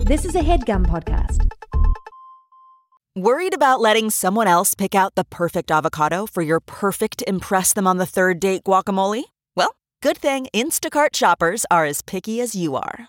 This is a headgum podcast. Worried about letting someone else pick out the perfect avocado for your perfect Impress Them on the Third Date guacamole? Well, good thing Instacart shoppers are as picky as you are.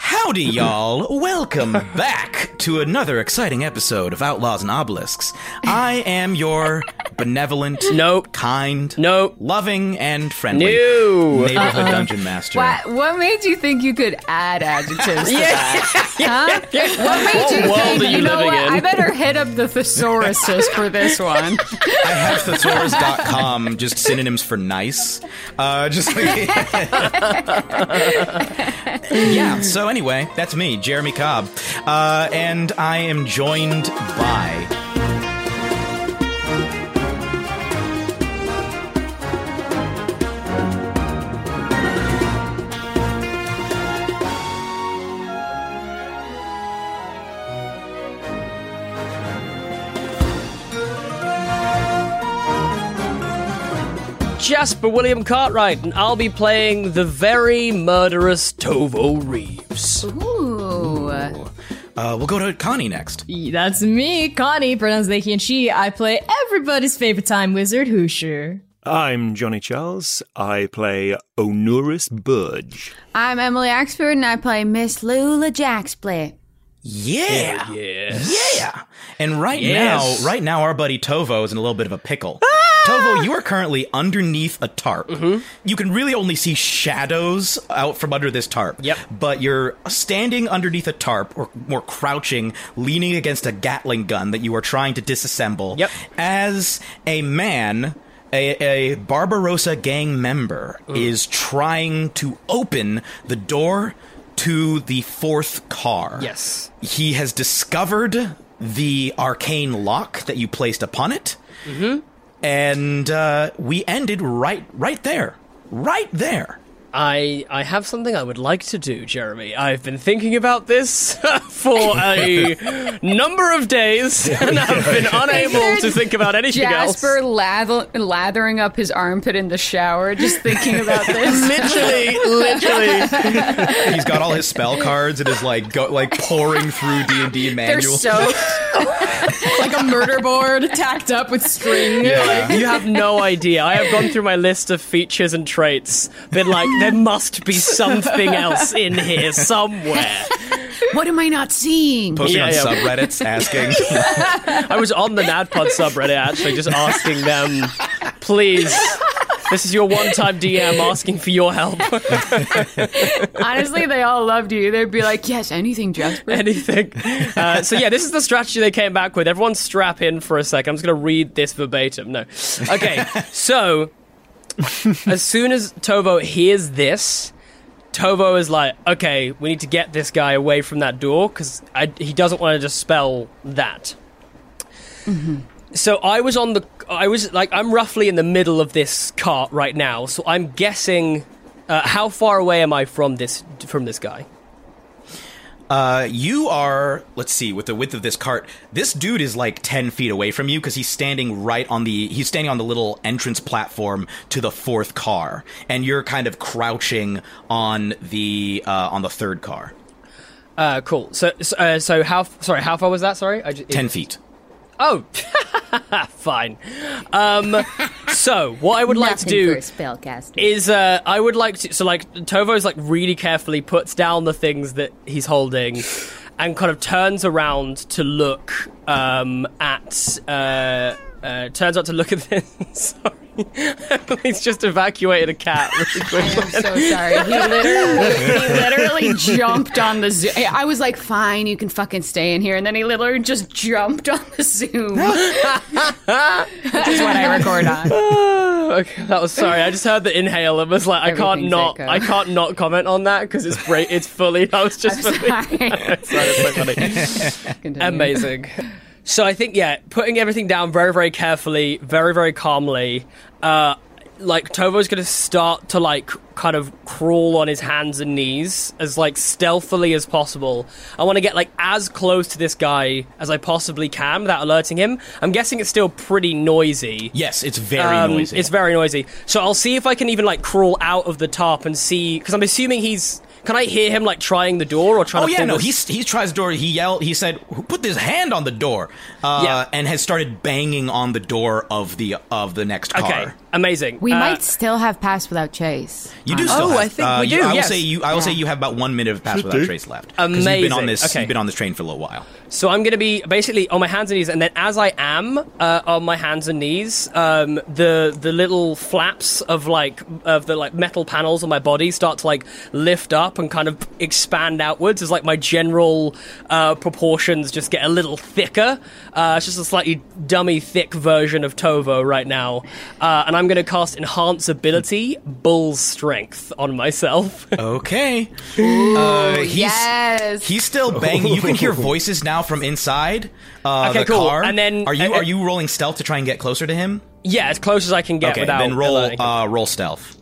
Howdy, y'all! Welcome back to another exciting episode of Outlaws and Obelisks. I am your benevolent, Nope. kind, Nope. loving, and friendly No. neighborhood dungeon master. Why, what made you think you could add adjectives? to that? Huh? What made you What world think? are you know living what? in? I better hit up the thesauruses for this one. I have thesaurus.com, just synonyms for nice. Uh, just yeah. So anyway, that's me, Jeremy Cobb, uh, and I am joined by Jasper William Cartwright, and I'll be playing the very murderous Tovo Reeves. Ooh. uh, we'll go to Connie next. That's me, Connie, pronounced they, he, and she. I play everybody's favorite time wizard, Hoosier. I'm Johnny Charles. I play Onuris Burge. I'm Emily Axford, and I play Miss Lula Jacksplit. Yeah. Yeah. Yeah. And right Yes. Ah! now, right now, our buddy Tovo is in a little bit of a pickle. Tovo, you are currently underneath a tarp. Mm-hmm. You can really only see shadows out from under this tarp. Yep. But you're standing underneath a tarp, or more crouching, leaning against a Gatling gun that you are trying to disassemble. Yep. As a man. A, a Barbarossa gang member Mm. is trying to open the door to the fourth car Yes. he has discovered the arcane lock that you placed upon it, mm-hmm. and uh, we ended right right there, right there. I I have something I would like to do, Jeremy. I've been thinking about this for a number of days, and I've been unable to think about anything Jasper else. lath- lathering up his armpit in the shower, just thinking about this. Literally, literally. He's got all his spell cards and is like go, like pouring through D and D They're manuals. so Like a murder board tacked up with string. Yeah. You have no idea. I have gone through my list of features and traits. Been like, there must be something else in here somewhere. What am I not seeing? Posting on Yeah, yeah. subreddits asking. I was on the NADPOD subreddit actually, just asking them, please. This is your one-time DM asking for your help. Honestly, they all loved you. They'd be like, yes, anything, Jasper. Anything. Uh, so yeah, this is the strategy they came back with. Everyone strap in for a second. I'm just going to read this verbatim. No. Okay. So as soon as Tovo hears this, Tovo is like, okay, we need to get this guy away from that door because he doesn't want to dispel that. So I was on the, I was like, I'm roughly in the middle of this cart right now. So I'm guessing, uh, how far away am I from this from this guy? Uh, you are, let's see, with the width of this cart, this dude is like ten feet away from you because he's standing right on the he's standing on the little entrance platform to the fourth car, and you're kind of crouching on the uh, on the third car. Uh, cool. So, so, uh, so how? f- Sorry, how far was that? Sorry, I just, Ten feet. Oh, fine. Um, so what I would like to do spellcaster. is uh, I would like to. So like Tovo's like really carefully puts down the things that he's holding, and kind of turns around to look um, at. Uh, uh, turns out to look at this. Sorry, he's just evacuated a cat. Really quickly. I'm so sorry. He literally, he literally jumped on the Zoom. I was like, fine, you can fucking stay in here. And then he literally just jumped on the Zoom. That's what I record on. Okay, that was sorry. I just heard the inhale and was like, I can't Everything's not, echo. I can't not comment on that because it's great. It's fully. I was just Sorry. Sorry, it's so funny. Continue. amazing. So I think yeah, putting everything down very very carefully, very very calmly. Uh, like Tovo's gonna start to like kind of crawl on his hands and knees as like stealthily as possible. I want to get like as close to this guy as I possibly can without alerting him. I'm guessing it's still pretty noisy. Yes, it's very Um, noisy. It's very noisy. So I'll see if I can even like crawl out of the top and see because I'm assuming he's. Can I hear him like trying the door or trying Oh to? yeah, pull no. the- He he tries the door. He yelled. He said, "Who put this hand on the door?" Uh, Yeah. and has started banging on the door of the of the next car. okay. Amazing. We Uh, might still have passed without chase. You do still. Oh, have- I think uh, we you- do, I will yes. say you. I will say you have about one minute of pass without do. trace left. 'Cause You've been on Amazing. this. Okay. You've been on this train for a little while. So I'm going to be basically on my hands and knees, and then as I am uh, on my hands and knees, um, the the little flaps of like of the like metal panels on my body start to like lift up and kind of expand outwards as like my general uh, proportions just get a little thicker. Uh, it's just a slightly dummy thick version of Tovo right now, uh, and I'm going to cast Enhance Ability Bull's Strength on myself. Okay. Uh, he's, yes. He's still banging. You can hear voices now from inside uh, Okay, the cool. car. And then- are you and- are you rolling stealth to try and get closer to him? yeah, as close as I can get okay. without Then roll alerting him. uh, roll stealth.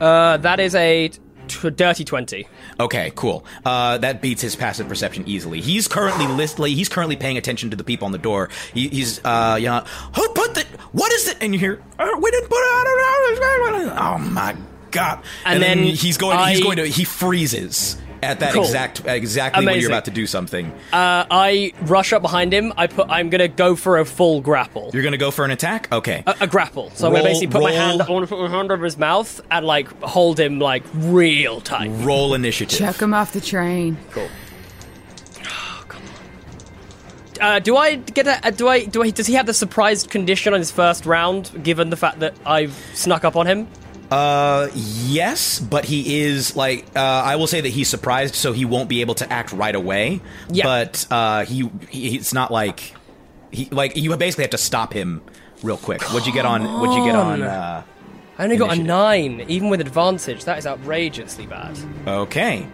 Uh, that is a t- dirty 20. Okay, cool. Uh, that beats his passive perception easily. He's currently listly. He's currently paying attention to the people on the door. He, he's uh, you know, who put the? What is it? And you hear, "Uh, we didn't put it out. Oh my god! And then he's going. he's I- going to. He freezes at that Cool. exact exactly when you're Amazing. about to do something. Uh, I rush up behind him. I put. I'm gonna go for a full grapple. you're gonna go for an attack. Okay. A, a grapple. So I'm Roll- gonna basically put my roll- hand. I want to put my hand over his mouth and like hold him like real tight. roll initiative. Chuck him off the train. Uh, do I get a? uh, Do I? Do I? Does he have the surprised condition on his first round? Given the fact that I've snuck up on him. Uh, yes, but he is like uh, I will say that he's surprised, so he won't be able to act right away. Yeah. But uh, he, he it's not like he like you basically have to stop him real quick. What'd you get on? What'd you get on? Uh, I only got a Initiative. nine, even with advantage. That is outrageously bad. okay.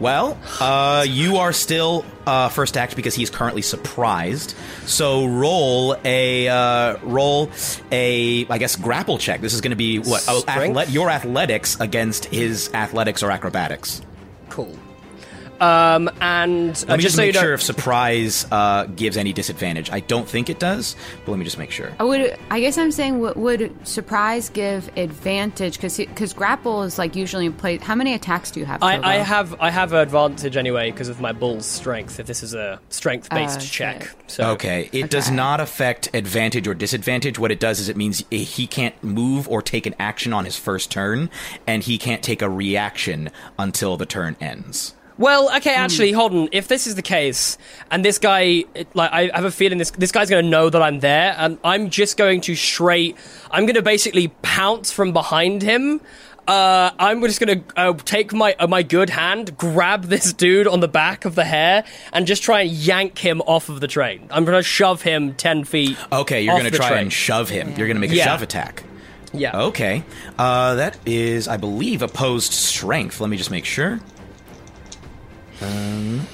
Well, uh, you are still uh, first act because he's currently surprised. So roll a uh, roll a I guess grapple check. This is going to be what oh, Strength? athle- your athletics against his athletics or acrobatics. Cool. Um, and uh, Let me just, so you make know- sure if surprise uh, gives any disadvantage. I don't think it does, but let me just make sure. Oh, I would. I guess I'm saying would, would surprise give advantage because because grapple is like usually in place. How many attacks do you have? Tobo? I, I have I have advantage anyway because of my bull's strength. If this is a strength based okay. check, so Okay, it does not affect advantage or disadvantage. What it does is it means i- he can't move or take an action on his first turn, and he can't take a reaction until the turn ends. Well, okay, Hmm. actually, hold on. If this is the case, and this guy, it- like, I have a feeling this this guy's going to know that I'm there, and I'm just going to straight. I'm going to basically pounce from behind him. Uh, I'm just going to uh, take my uh, my good hand, grab this dude on the back of the hair, and just try and yank him off of the train. I'm going to shove him ten feet. Okay, you're off going to the try train. and oh. shove him. You're going to make a Yeah. shove attack. yeah. Okay, uh, that is, I believe, opposed strength. Let me just make sure. Um,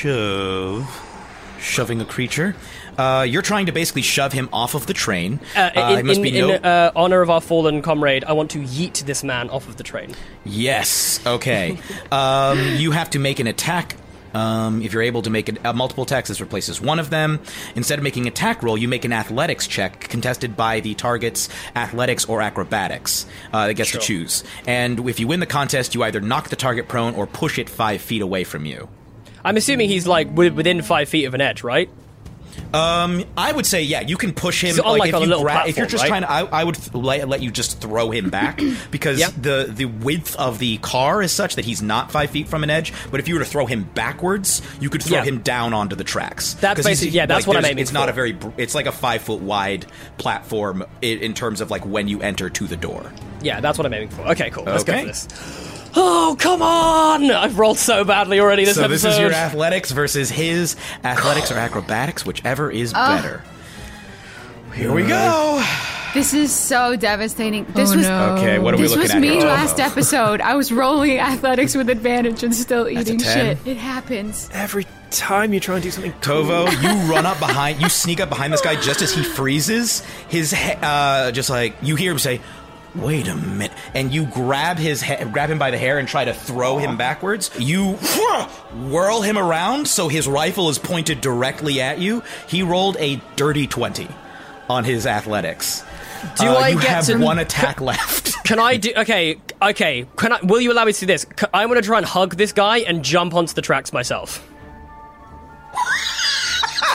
shove, shoving a creature. Uh, you're trying to basically shove him off of the train. Uh, in it must in- be in, no. uh, honor of our fallen comrade, I want to yeet this man off of the train. yes. Okay. um, you have to make an attack. Um, if you're able to make an, uh, multiple attacks, this replaces one of them. Instead of making attack roll, you make an athletics check contested by the target's athletics or acrobatics. Uh, that gets to choose. And if you win the contest, you either knock the target prone or push it five feet away from you. I'm assuming he's like wi- within five feet of an edge, right? I would say, yeah, you can push him. So, on, like, if, on a you little if you're platform, just right? trying to, I, I would th- let, let you just throw him back because Yeah. the the width of the car is such that he's not five feet from an edge. But if you were to throw him backwards, you could throw Yeah. him down onto the tracks. That's 'Cause he's- basically- yeah, that's like, what I'm there's- aiming It's not for. a very. br- It's like a five foot wide platform in, in terms of like when you enter to the door. Yeah, that's what I'm aiming for. Okay, cool. Let's Okay. go for this. Oh, come on! I've rolled so badly already this so episode. this is your athletics versus his athletics or acrobatics, whichever is Ah. better. Here we go. This is so devastating. This Oh, was no. Okay, what are we this looking was at me here? Oh, last episode. I was rolling athletics with advantage and still That's a eating 10. shit. It happens. Every time you try and do something. Tovo, you run up behind, you sneak up behind this guy just as he freezes. His he- uh, just like you hear him say, "Wait a minute!" and you grab his he- grab him by the hair and try to throw him backwards. You whirl him around so his rifle is pointed directly at you. He rolled a dirty twenty on his athletics. Do Uh, I you get have to- one attack left? Can I do? Okay, okay. Can I? Will you allow me to do this? C- I'm gonna try and hug this guy and jump onto the tracks myself.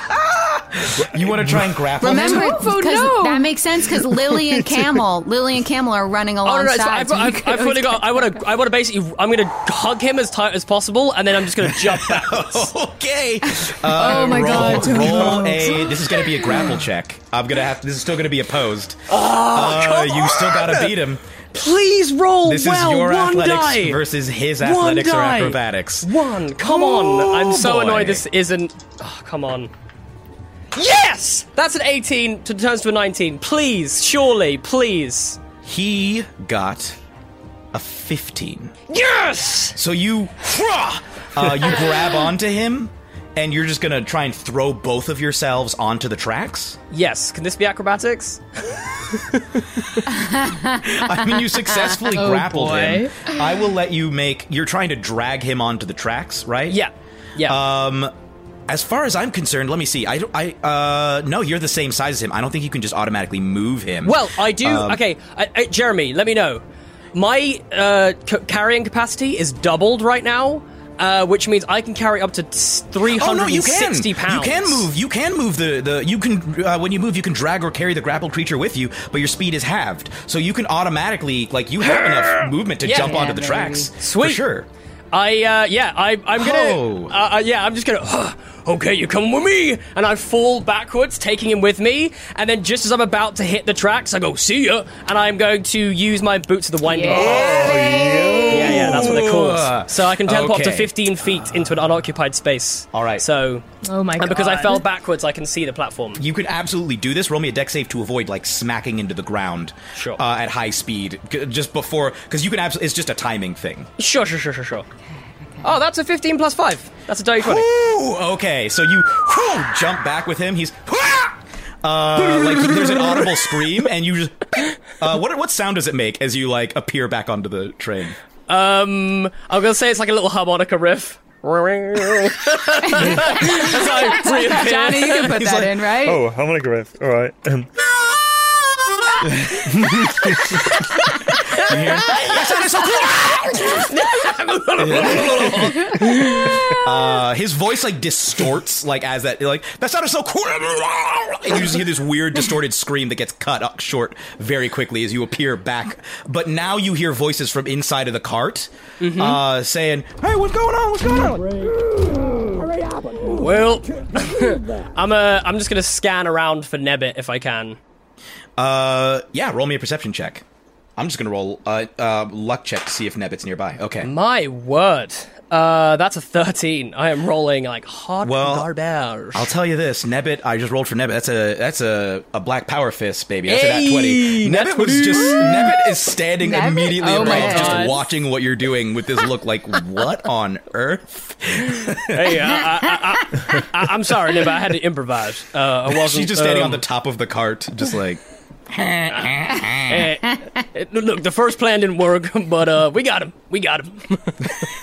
you want to try and grapple? him? Remember, Tovo, 'cause no. that makes sense because Lily and Camel, Lily and Camel are running Oh no, no! alongside. So I've, so you I've, I've could always really got. I want to. I want to basically. I'm gonna hug him as tight as possible, and then I'm just gonna jump backwards. okay. Uh, Oh my roll, God, Tovo. Roll a. This is going to be a grapple check. I'm gonna have. This is still going to be opposed. Ah, uh, you still got to beat him. Please roll This well. is your one athletics die. versus his One athletics or die. acrobatics. One. Come Oh, on! I'm so boy. annoyed. This isn't. Oh, come on. Yes, that's an 18. To turns to a 19. Please, surely, please. He got a 15. Yes. So you, uh, you grab onto him, and you're just gonna try and throw both of yourselves onto the tracks. Yes. Can this be acrobatics? I mean, you successfully Oh, grappled boy. him. I will let you make. You're trying to drag him onto the tracks, right? Yeah. Yeah. Um, as far as I'm concerned, let me see. I, don't- I, uh, no, you're the same size as him. I don't think you can just automatically move him. Well, I do. Um, okay, I, I, Jeremy, let me know. My uh, c- carrying capacity is doubled right now, uh, which means I can carry up to three Oh no, hundred you and can. sixty You pounds. can move. You can move the the. You can uh, when you move, you can drag or carry the grappled creature with you, but your speed is halved, so you can automatically like you have enough movement to Yeah. jump Yeah, onto the baby. tracks. Sweet. for sure. I uh, yeah, I, I'm Oh. gonna. Uh, uh, yeah, I'm just gonna. okay, you come with me, and I fall backwards, taking him with me, and then just as I'm about to hit the tracks, I go see ya, and I'm going to use my boots of the winding. Yeah, yeah, that's what they're called. So I can teleport up to Uh, Okay. 15 feet into an unoccupied space. All right. So. Oh my And because I God. fell backwards, I can see the platform. You could absolutely do this. Roll me a deck save to avoid like smacking into the ground Sure. uh, at high speed, c- just before because you can. Abs- it's just a timing thing. Sure, sure, sure, sure, sure. Oh, that's a 15 plus 5. That's a dirty 20. Ooh, okay, so you whew, jump back with him. He's "Hwah!" uh, like he- there's an audible scream, and you just uh, what what sound does it make as you like appear back onto the train? Um, I'm going to say it's like a little harmonica riff. That's how I reappear. Johnny, you can put that in, right? Oh, I'm gonna grab. All right. Um, You hear? uh, his voice like distorts like as that like that sounded so cool. And you just hear this weird distorted scream that gets cut up short very quickly as you appear back. But now you hear voices from inside of the cart uh, saying, "Hey, what's going on? What's going on?" Well, I'm, uh, I'm just going to scan around for Nebbit if I can. Uh, yeah, roll me a perception check. I'm just gonna roll uh, uh luck check to see if Nebbit's nearby. Okay. My word. Uh, that's a 13. I am rolling like hot Well, garbage. I'll tell you this, Nebbit. I just rolled for Nebbit. That's a that's a, a black power fist, baby. That's a nat Hey, twenty. nat Nebbit was 20. just Nebbit is standing Nebbit? immediately Oh my above, just God. watching what you're doing with this look. Like, what on earth? hey, I, I, I, I, I'm sorry, Nebbit. I had to improvise. Uh, I wasn't. She's just standing um, on the top of the cart, just like. Eh, eh, look, the first plan didn't work, but uh, we got him. We got him.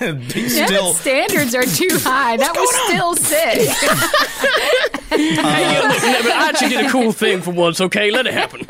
Yeah, but Still, standards are too high. that was still six. Hey, yeah, look, Nevin, I actually did a cool thing for once. Okay, let it happen.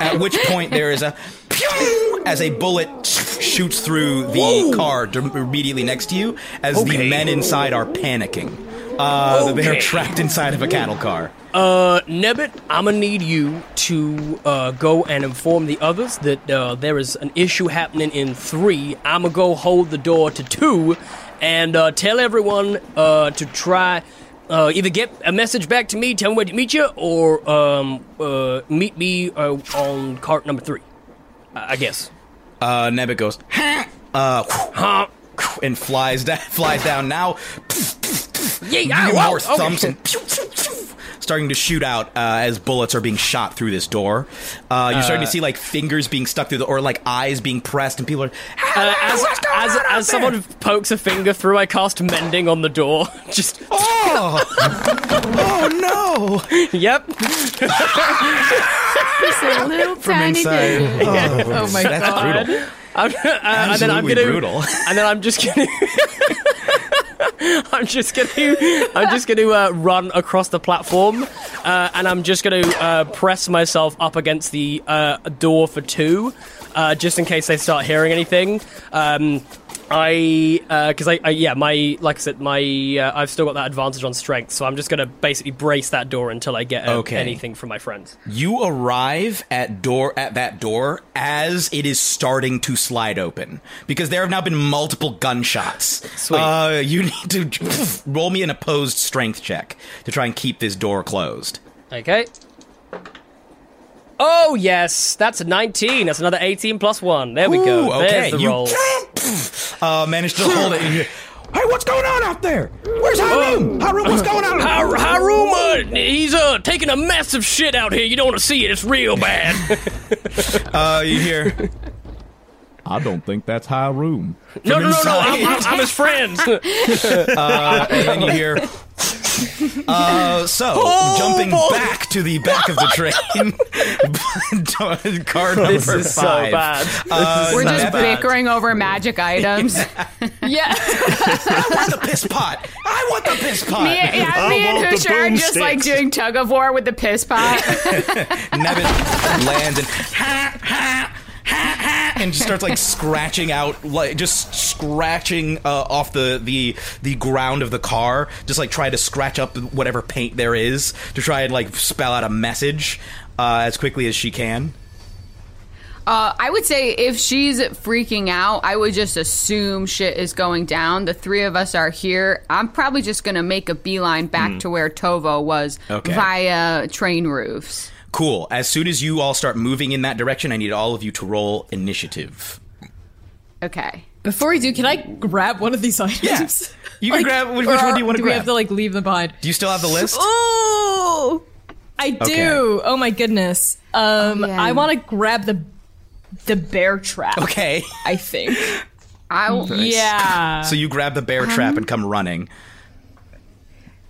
At which point there is a pew as a bullet shoots through the car d- immediately next to you as the Okay. men inside are panicking. Uh, that They are Okay. trapped inside of a cattle car. Uh, Nebbit, I'm gonna need you to uh, go and inform the others that uh, there is an issue happening in three. I'm gonna go hold the door to two, and uh, tell everyone uh, to try. Uh, either get a message back to me, tell me where to meet you, or um, uh, meet me uh, on cart number three. I I guess. Uh, Nebbit goes uh, and flies down. Flies down. Now, Yeah, you ah, hear whoa, more okay. thumps and starting to shoot out uh, as bullets are being shot through this door. Uh, you're starting to see like fingers being stuck through the or like eyes being pressed, and people are. Uh, as as, as someone pokes a finger through, I cast mending on the door. Just Oh, oh no! yep. Just a little tiny bit. Oh, my that's God. brutal. I'm, uh, and then I'm Absolutely gonna, brutal. and then I'm just gonna. I'm just gonna, I'm just gonna uh, run across the platform, uh, and I'm just gonna uh, press myself up against the uh, door for two, uh, just in case they start hearing anything. Um, I, because I, I, yeah, my, like I said, my, uh, I've still got that advantage on strength, so I'm just gonna basically brace that door until I get uh, Okay. anything from my friends. You arrive at door at that door as it is starting to slide open because there have now been multiple gunshots. Sweet. Uh, you need to roll me an opposed strength check to try and keep this door closed. Okay. Oh yes, that's a 19. That's another 18 plus one. There we Ooh, go. okay, There's the you roll. uh, managed to hold it. Oh. and you- Hey, what's going on out there? Where's Harum? Harum, what's going on? Har- Haruma, he's uh taking a massive shit out here. You don't want to see it. It's real bad. Uh, you hear? I don't think that's high room. no, no, no, no. inside. I'm, I'm, I'm his friend. and then you hear. Uh, so Oh, jumping back to the back of the train, car number this is so five. bad. Uh, We're not just bad. bickering over magic items. me, Yeah. want the piss pot. I want the piss pot. yeah, me and want the Husha are just like boomsticks. doing tug of war with the piss pot. Nevin lands and ha ha. ha, ha, And just starts like scratching out, like just scratching uh, off the, the the ground of the car. Just like try to scratch up whatever paint there is to try and like spell out a message uh, as quickly as she can. Uh, I would say if she's freaking out, I would just assume shit is going down. The three of us are here. I'm probably just going to make a beeline back to where Tovo was Hmm. Okay. via train roofs. Cool. As soon as you all start moving in that direction, I need all of you to roll initiative. Okay. Before we do, can I grab one of these items? Yeah. You can Like, grab- which- or which one do you wanna Do we grab? have to like leave them behind? Do you still have the list? Oh, I do. Okay. Oh my goodness. Um, Oh, yeah. I want to grab the the bear trap. Okay. I think. I'll, Yeah. So you grab the bear Um. trap and come running.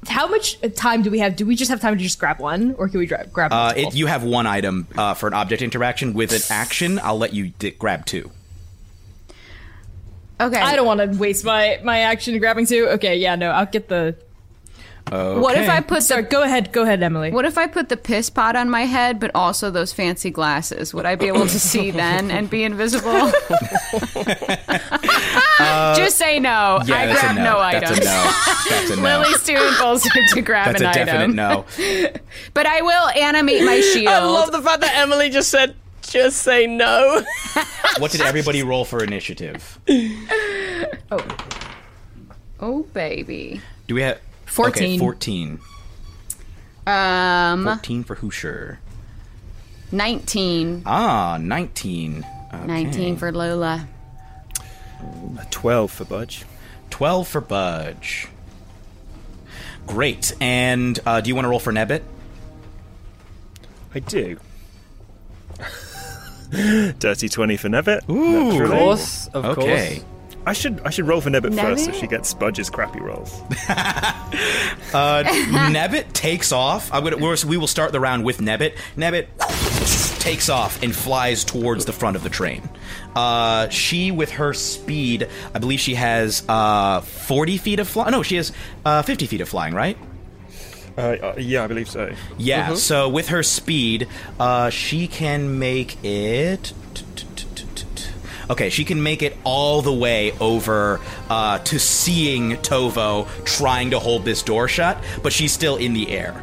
How much time do we have? Do we just have time to just grab one, or can we dra- grab? Uh, multiple? it, you have one item uh, for an object interaction with an action. I'll let you di- grab two. Okay. I don't want to waste my my action grabbing two. Okay, yeah, no, I'll get the. What if Okay. I put Sorry, the go ahead, go ahead, Emily. What if I put the piss pot on my head, but also those fancy glasses? Would I be able to see then and be Uh, invisible? Just say no. I that's grab a no. no, that's items. a no. That's a no. Lily's too impulsive to grab that's a an definite item. no. But I will animate my shield. I Uh, love the fact that Emily just said, "Just say no." What did everybody roll for initiative? oh baby. Do we have okay, 14. 14. Um, 14 for Hoosier. 19. Ah, 19. Okay. 19 for Lola. A 12 for Budge. 12 for Budge. Great. And uh, do you want to roll for Nebbit? I do. Dirty 20 for Nebbit. Ooh. Of course, of Okay. course. I should I should roll for Nebbit first so Nebbit? she gets Budge's crappy rolls. Uh, Nebbit takes off. I'm gonna, we're, we will start the round with Nebbit. Nebbit takes off and flies towards the front of the train. Uh, she, with her speed, I believe she has uh, 40 feet of flying. No, she has uh, 50 feet of flying, right? Uh, uh, yeah, I believe so. Yeah. So with her speed, uh, she can make it. Okay, she can make it all the way over uh, to seeing Tovo trying to hold this door shut, but she's still in the air.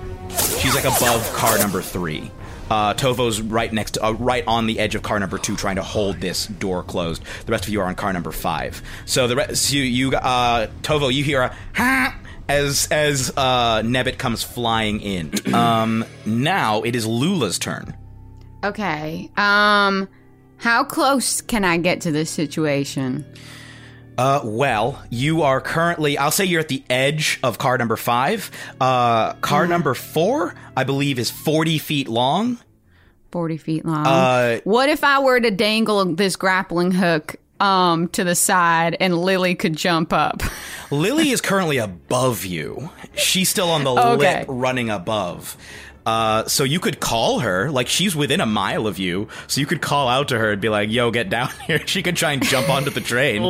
She's like above car number three. Uh, Tovo's right next, to, uh, right on the edge of car number two, trying to hold this door closed. The rest of you are on car number five. So the rest, you, you, uh, Tovo, you hear a "Ha!" as as uh, Nebbit comes flying in. Um, now it is Lula's turn. Okay. Um, how close can I get to this situation? Uh, well, you are currently, I'll say you're at the edge of car number five. Uh, car number four, I believe, is 40 feet long. 40 feet long. Uh, what if I were to dangle this grappling hook um, to the side and Lily could jump up? Lily is currently above you. She's still on the Okay. lip running above. Uh, so you could call her, like she's within a mile of you. So you could call out to her and be like, "Yo, get down here!" She could try and jump onto the train.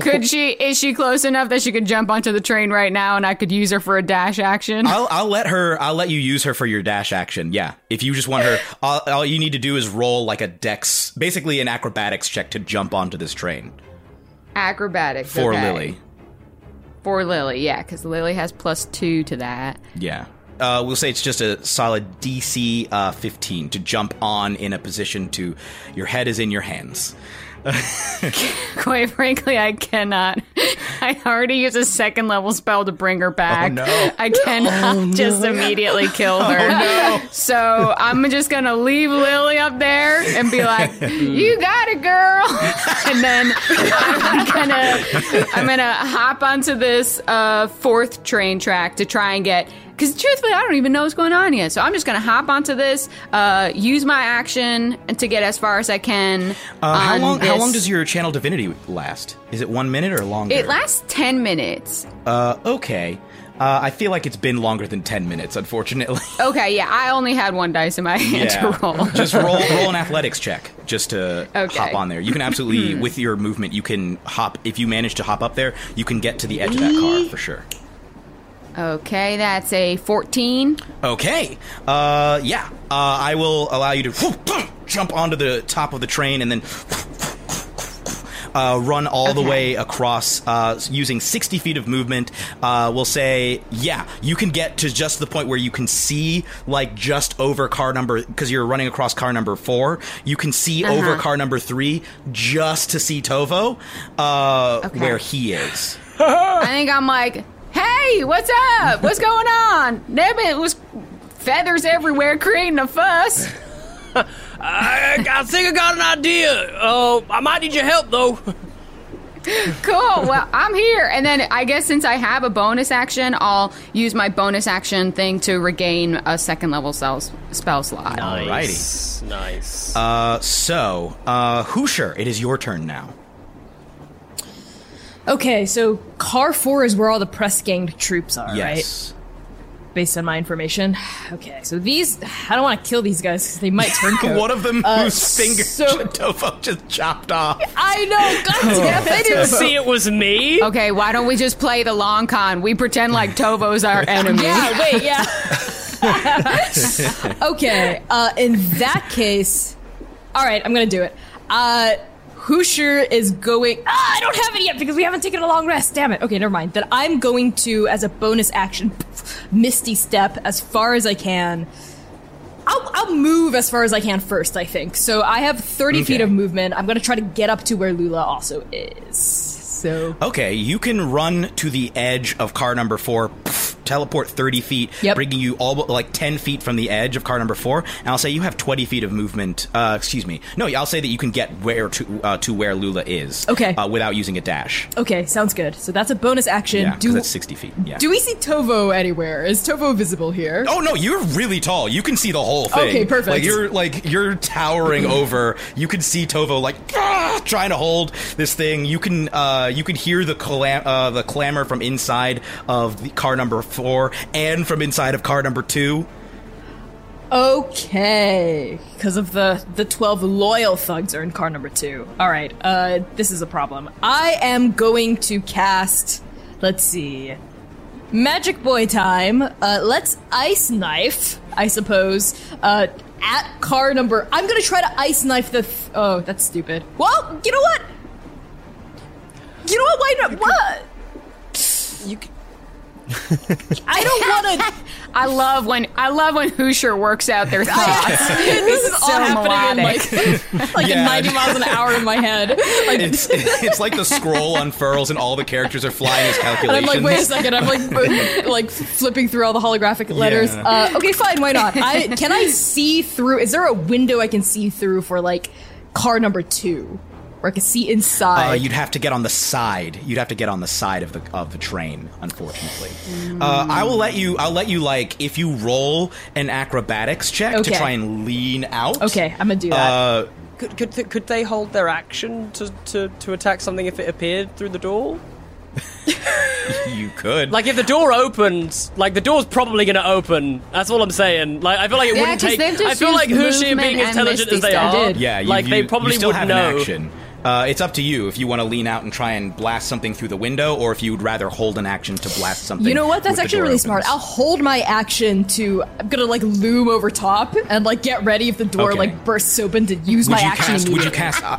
could she? Is she close enough that she could jump onto the train right now and I could use her for a dash action? I'll, I'll let her. I'll let you use her for your dash action. Yeah, if you just want her, all, all you need to do is roll like a dex, basically an acrobatics check to jump onto this train Acrobatics. for okay. Lily. For Lily, yeah, because Lily has plus two to that. Yeah. Uh, we'll say it's just a solid DC uh, 15 to jump on in a position to your head is in your hands. Quite frankly, I cannot. I already used a second level spell to bring her back. Oh, no. Oh, I cannot just immediately kill her. So I'm just gonna leave Lily up there and be like, "You got it, girl," and then I'm gonna I'm gonna hop onto this uh, fourth train track to try and get. Because truthfully, I don't even know what's going on yet. So I'm just gonna hop onto this, uh, use my action to get as far as I can. Uh, how on long? How this- long does your channel divinity last? Is it one minute or longer? It lasts 10 minutes. Uh, okay. Uh, I feel like it's been longer than ten minutes, unfortunately. Okay, yeah, I only had one dice in my hand Oh, to roll. just roll roll an athletics check just to Okay. hop on there. You can absolutely, with your movement, you can hop. If you manage to hop up there, you can get to the edge of that car for sure. Okay, that's a 14. Okay. Uh, yeah. Uh, I will allow you to jump onto the top of the train and then uh, run all the way across uh, using 60 feet of movement. Uh, we'll say, yeah, you can get to just the point where you can see, like, just over car number, because you're running across car number four. You can see over car number three just to see Tovo, uh, Okay. where he is. I think I'm like, hey, what's up? What's going on? Nebbit was feathers everywhere creating a fuss. I, I think I got an idea. Oh, I might need your help though. Cool, well, I'm here. And then I guess since I have a bonus action, I'll use my bonus action thing to regain a second level spell, spell slot. Nice, nice. Uh, so, uh, Hoosier, it is your turn now. Okay, so car four is where all the press ganged troops are, right? Yes. Based on my information. Okay, so these I don't want to kill these guys because they might turncoat. One of them Uh, whose finger so- Tovo just chopped off. I know. God damn it. they didn't see it was me. Okay, why don't we just play the long con? We pretend like Tovo's our enemy. Yeah, wait, yeah. okay, uh, in that case, all right, I'm gonna do it. Uh, Hoosier is going. Ah, I don't have it yet because we haven't taken a long rest. Damn it. Okay, never mind. Then I'm going to, as a bonus action, Misty Step as far as I can. I'll, I'll move as far as I can first, I think. So I have 30 feet Okay. of movement. I'm going to try to get up to where Lula also is. So. Okay, you can run to the edge of car number four, pff, teleport 30 feet, Yep. bringing you all like 10 feet from the edge of car number four. And I'll say you have 20 feet of movement. Uh, excuse me. No, I'll say that you can get where to uh, to where Lula is. Okay. Uh, without using a dash. Okay, sounds good. So that's a bonus action. Yeah, Do- because that's 60 feet. Yeah. Do we see Tovo anywhere? Is Tovo visible here? Oh no, you're really tall. You can see the whole thing. Okay, perfect. Like you're like you're towering over. You can see Tovo like "Ah," trying to hold this thing. You can uh you can hear the clam- uh, the clamor from inside of the car number 4 and from inside of car number 2. Okay. Because of the the 12 loyal thugs are in car number 2. All right. Uh this is a problem. I am going to cast let's see. Magic boy time. Uh let's ice knife, I suppose. Uh at car number I'm going to try to ice knife the th- Oh, that's stupid. Well, you know what? You know what? Why not? What? You c- I don't want to I love when I love when Hoosier works out their thoughts. this is all so happening in like, like Yeah. in 90 miles an hour in my head. Like, It's it's like the scroll unfurls and all the characters are flying as I'm calculations. like, wait a second. I'm like, bo- like flipping through all the holographic letters. Yeah. Uh, okay, fine. Why not? I can I see through? Is there a window I can see through for like car number two? or like a seat inside? Uh, you'd have to get on the side. You'd have to get on the side of the of the train. Unfortunately, uh, I will let you. I'll let you like if you roll an acrobatics check to Okay. try and lean out. okay, I'm gonna do that. Uh, Could could, th- could they hold their action to, to, to attack something if it appeared through the door? uh, you could. Like if the door opens, like the door's probably going to open. That's all I'm saying. Like I feel like it Yeah, wouldn't 'cause take. they've I just feel like used Hushi movement being and intelligent Misty as they Step. are. Did. yeah, you, like you- they you probably still would have know. an action. Uh, it's up to you if you want to lean out and try and blast something through the window, or if you would rather hold an action to blast something. You know what? That's with the actually door really opens. smart. I'll hold my action to. I'm gonna like loom over top and like get ready if the door Okay. like bursts open to use would my you action cast? Would you immediately. cast? Uh,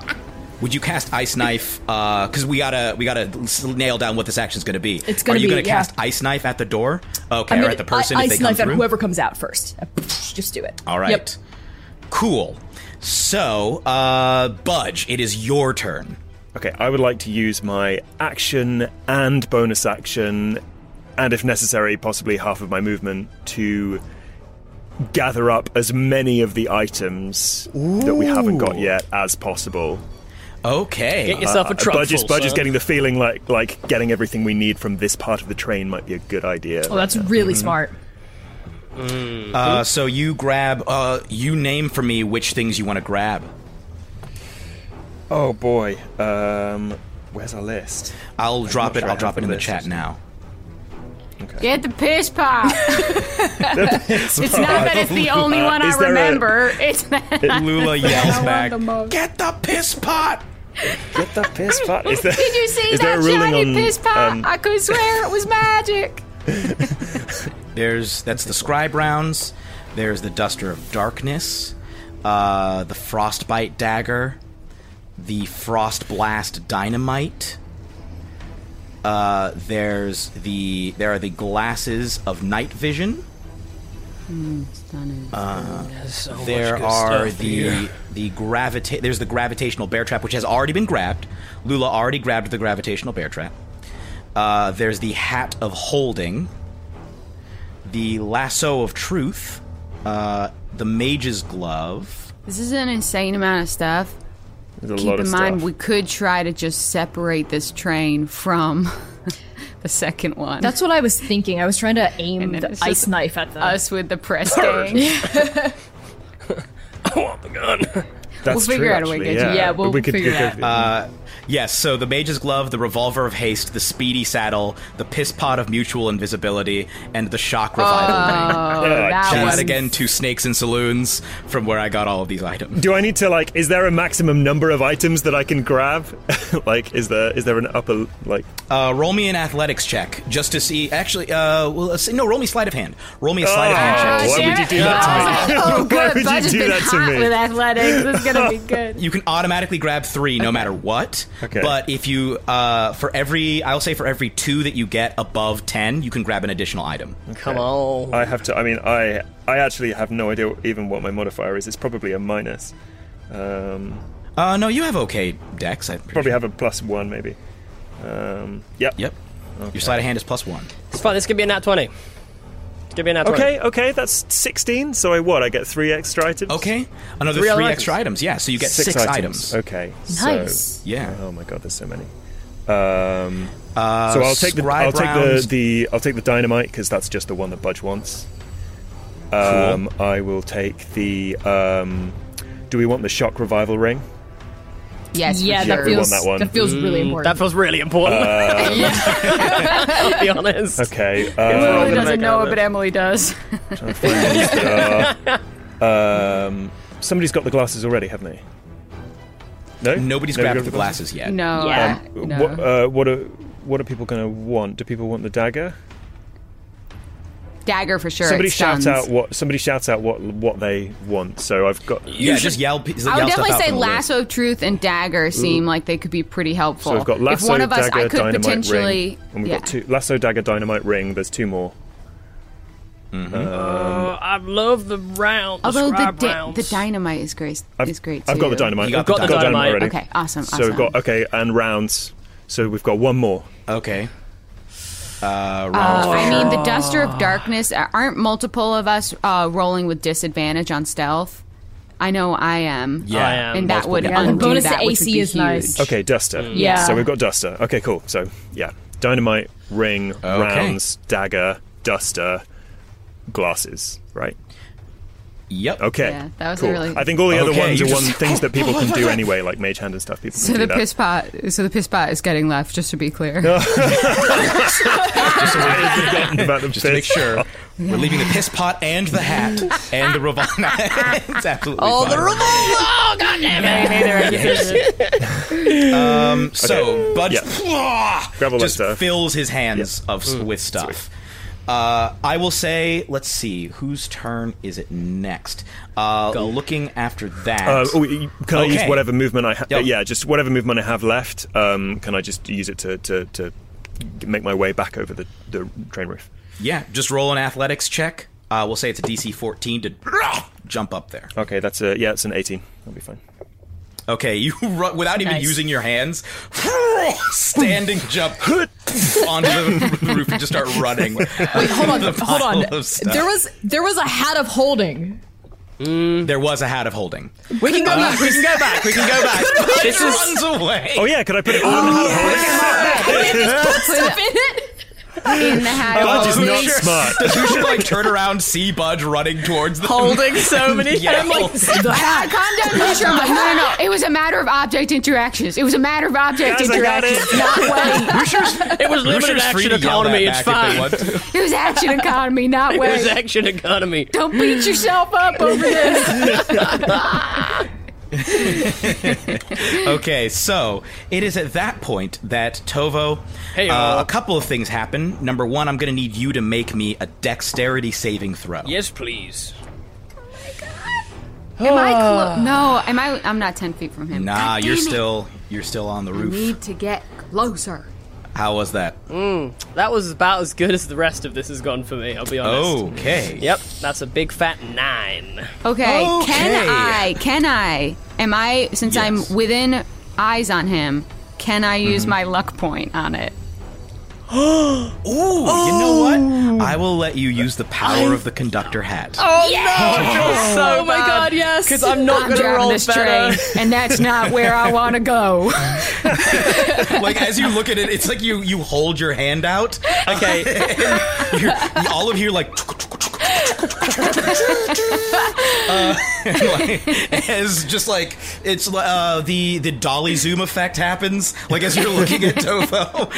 would you cast ice knife? Because we gotta we gotta s- nail down what this action's gonna be. It's gonna Are you be, gonna yeah. cast ice knife at the door? Okay, I'm or gonna at the person if I- ice they come knife at through. whoever comes out first. Uh, Just do it. All right. Yep. Cool. So, uh, Budge, it is your turn. Okay, I would like to use my action and bonus action, and if necessary, possibly half of my movement to gather up as many of the items that we haven't got yet as possible. Okay. Get yourself a Uh, truck. Budge is, full, Budge is sir. getting the feeling like like getting everything we need from this part of the train might be a good idea. Well, Oh, that's really smart. Uh, so you grab. Uh, you name for me which things you want to grab. oh boy, um, where's our list? I'll drop not it. sure I I'll have drop it the in the list. chat now. Get the piss pop. it's not that it's the only Uh, one I is there a- remember. It's that Lula yells back. the most. Get the piss pot. Get the piss pot. Is there, Did you see is there that a ruling shiny on, piss pop? um, I could swear it was magic. There's that's the scribe rounds. There's the duster of darkness, uh, the frostbite dagger, the frost blast dynamite. Uh, there's the there are the glasses of night vision. Uh, there are the the gravita- There's the gravitational bear trap, which has already been grabbed. Lula already grabbed the gravitational bear trap. Uh, there's the hat of holding, the lasso of truth, uh, the mage's glove. This is an insane amount of stuff. There's a Keep lot in of mind, stuff. we could try to just separate this train from the second one. That's what I was thinking. I was trying to aim And then the it's ice just knife at them. us with the press gang. I want the gun. That's we'll figure true, out a way to actually, get you- yeah, But we'll we could, figure we it could- Yes, so the mage's glove, the revolver of haste, the speedy saddle, the piss pot of mutual invisibility, and the shock revival ring. Oh, that Shout Jesus. out again to Snakes and Saloons from where I got all of these items. Do I need to like? Is there a maximum number of items that I can grab? like, is there is there an upper like? Uh, roll me an athletics check just to see. Actually, uh, well, let's see- no, roll me sleight of hand. Roll me a sleight of hand check. why would you do that to me? uh, Oh, Why good. would you Budget's do been that to hot me? with athletics. This is gonna be good. You can automatically grab three no matter what. Okay. But if you, uh, for every, I'll say for every two that you get above 10, you can grab an additional item. Come on. I have to. I mean, I I actually have no idea even what my modifier is. It's probably a minus. Um, Uh, no, you have okay dex. I'm pretty probably sure. have a plus one maybe. Um, yep. Yep. Your sleight of hand is plus one. It's fine. This could be a nat twenty. This could be a nat twenty. Okay. Okay. That's sixteen. So I what? I get three extra items. Okay. Another Three three items. extra items. Yeah, so you get six, items. Okay. Nice. So, Yeah. Oh my god, there's so many. Um, so I'll take the I'll Uh, scribe take the, round. the I'll take the dynamite because that's just the one that Budge wants. Um, I will take the. Um, do we want the shock revival ring? Yes, yeah, for that sure. we feels want that one. that feels really That Mm, important. feels really important. I'll be honest. Uh, Okay. We're all Um, Lily gonna doesn't make know out it, of but it. Emily does. um, somebody's got the glasses already, haven't they? No. Nobody's Nobody grabbed got the glasses yet. No, Yeah. uh, no. What, uh, what are what are people going to want? Do people want the dagger? Dagger for sure. somebody it shouts stuns. out what somebody shouts out what what they want. So I've got Yeah, just yell. p- yell I would stuff definitely out say from the list. lasso of truth and dagger seem like they could be pretty helpful. So we've got lasso, if one of us, dagger, I could dynamite potentially. ring, and we've yeah. got two lasso, dagger, dynamite ring. There's two more. Uh, I love the round. Although the, scribe da- rounds. the dynamite is great. I've, is great. I've got the too. dynamite. You got I've the got dynamite. already. Okay, awesome, So we've got awesome. okay, and rounds. So we've got one more. Okay. Uh, Uh, round I mean, the duster of darkness. uh, Aren't multiple of us uh, rolling with disadvantage on stealth? I know I am. Yeah. I am. And that Multiple would damage. undo And bonus that, to which would AC be is nice. huge. Okay, Duster. Mm. Yeah. So we've got Duster. Okay, cool. So yeah, dynamite, ring, rounds, dagger, Duster, glasses. Right. Yep. Okay. Yeah, that was a cool. really- I think all the other Okay, ones you are one just- things that people can do anyway, like mage hand and stuff. People So can do the that. piss pot, so the piss pot is getting left. Just to be clear, I've forgotten about the Just to make piss. sure we're leaving the piss pot and the hat and the revolver. it's absolutely All the fine. Oh, removal. Um, So Bud Yeah. Grab all that just stuff. fills his hands of Mm-hmm. s with stuff. Uh, I will say, let's see, whose turn is it next? Uh, looking after that, Uh, oh, y- can I use Okay. whatever movement I have? Yep. Yeah, just whatever movement I have left. Um, can I just use it to, to, to make my way back over the, the train roof? yeah, just roll an athletics check. Uh, we'll say it's a DC 14 to jump up there. Okay, that's a yeah, it's an eighteen. That'll be fine. Okay, you ru- without even Nice. using your hands, standing jump onto the the roof and just start running. Wait, hold on, The hold on. pile of stuff. There was there was a hat of holding. There was a hat of holding. We can go back. We can go back. We can go back. This is- runs away. Oh yeah, could I put it on? Stop it. in the hat. Budge is of not holding. smart. Does Lucia like turn around, see Budge running towards the Holding so many. Yeah. I'm like, The hat. Calm down, Lucia. I'm like, no, no, no. It was a matter of object interactions. It was a matter of object Yes, I got it. interactions. Not way. it was limited action economy. It's fine. It was action economy, not It was way. action economy. Don't beat yourself up over this. okay, so it is at that point that Tovo, Hey, uh, uh, a couple of things happen. Number one, I'm going to need you to make me a dexterity saving throw. Yes, please. Am I close? No, am I? I'm not ten feet from him. Nah, God you're damn it. still you're still on the I roof. Need to get closer. How was that? That was about as good as the rest of this has gone for me. I'll be honest. Oh. Okay. Yep, that's a big fat nine. Okay, Okay. Can I? Can I? Am I? Since Yes. I'm within eyes on him, can I use my luck point on it? Ooh, you know what? I will let you use the power of the conductor hat. Oh, Oh, my god, yes! Because I'm not I'm gonna driving roll this better. train, and that's not where I want to Oh. go. like as you look at it, it's like you you hold your hand out. Okay, You're, all of you are like. Uh, like, as just like it's uh, the the dolly zoom effect happens, like as you're looking at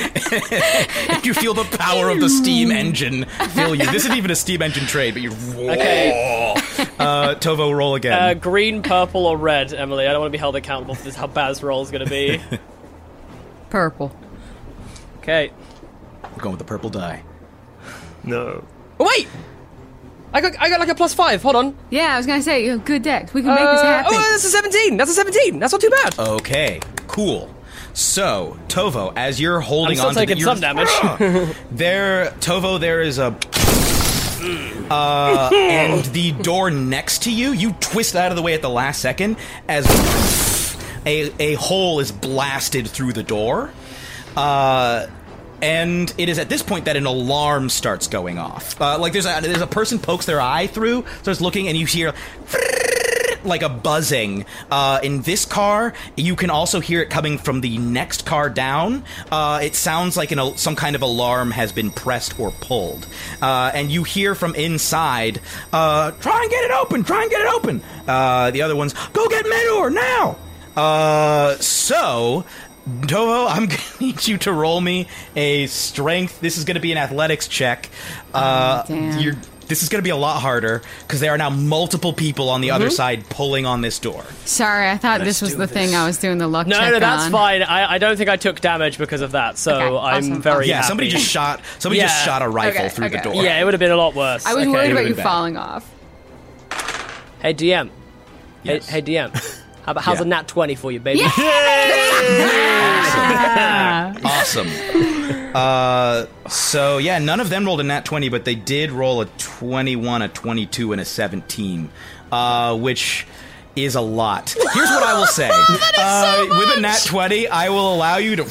Tovo, and you feel the power of the steam engine fill you. This isn't even a steam engine train, but you Okay. Uh, Tovo, roll uh, again. green, purple, or red, Emily. I don't want to be held accountable for this. How bad this roll is gonna be. Purple. Okay. We're going with the purple die. No. Oh, wait, I got I got like a plus five. Hold on. Yeah, I was gonna say, you know, good deck. We can make this Uh, happen. oh, that's a seventeen. That's a seventeen. That's not too Oh, bad. Okay, cool. So, Tovo, as you're holding I'm still on to the- taking you're- some damage. There, Tovo, there is a. Uh, and the door next to you, you twist out of the way at the last second as a, a hole is blasted through the door. Uh, and it is at this point that an alarm starts going off. Uh, like there's a, there's a person pokes their eye through, starts looking, and you hear like a buzzing uh, in this car. You can also hear it coming from the next car down. Uh, it sounds like an, al- some kind of alarm has been pressed or pulled, uh, and you hear from inside, uh, "Try and get it open! Try and get it open!" Uh, the other ones, "Go get Menor now!" Uh, so. Dovo, I'm gonna need you to roll me a strength. This is gonna be an athletics check. Uh, Oh, damn. You're this is going to be a lot harder because there are now multiple people on the Mm-hmm. other side pulling on this door. Sorry, I thought this was do the thing this. I was doing the luck No, check no, that's on. fine. I, I don't think I took damage because of that, so Okay, awesome, I'm very awesome. Yeah, happy. somebody just shot. Somebody just Yeah. shot a rifle Okay, through the okay. door. Yeah, it would have been a lot worse. I was Okay. worried about been you bad. falling off. Hey DM. Yes. Hey, hey DM. How about how's Yeah. a nat twenty for you, baby? awesome. Uh, so yeah, none of them rolled a nat twenty, but they did roll a twenty-one, a twenty-two, and a seventeen, uh, which is a lot. Here's what I will say: uh, with a nat twenty, I will allow you to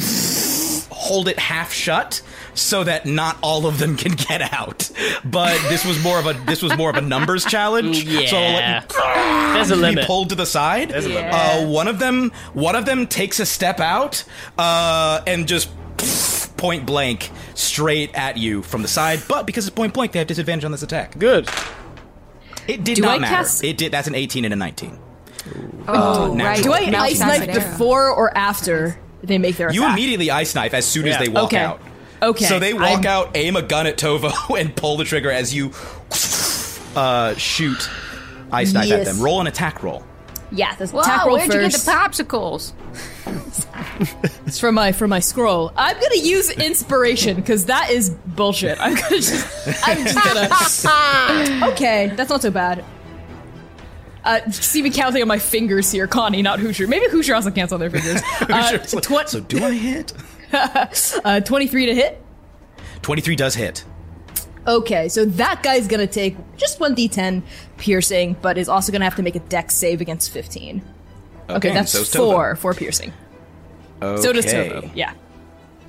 hold it half shut. so that not all of them can get out. But this was more of a this was more of a numbers challenge. So I'll Yeah. let There's a be limit. pulled to the side. limit. Uh, one of them, one of them takes a step out uh, and just point blank straight at you from the side. But because it's point blank, they have disadvantage on this attack. Good. It did Do not I matter. cast- It did. That's an 18 and a Uh, 19. Oh, right. Do I Mount ice knife Sasadero. before or after they make their You attack? immediately ice knife as soon as Yeah. they walk Okay. out. Okay. So they walk I'm- out, aim a gun at Tovo, and pull the trigger as you uh, shoot ice knife at Yes. them. Roll an attack roll. Yeah, this Whoa, attack roll where'd you get the first. popsicles? It's from my from my scroll. I'm gonna use inspiration because that is bullshit. I'm gonna just. I'm just gonna. okay, that's not so bad. Uh, see me counting on my fingers here, Connie, not Hoosier. Maybe Hoosier also counts on their fingers. Uh, Sure. twen- so do I hit? uh, Twenty-three to hit. 23 does hit. Okay, so that guy's gonna take just one d10 piercing, but is also gonna have to make a dex save against 15. Okay, that's so is Tova. four, four piercing. Okay. So does Tovo. Yeah.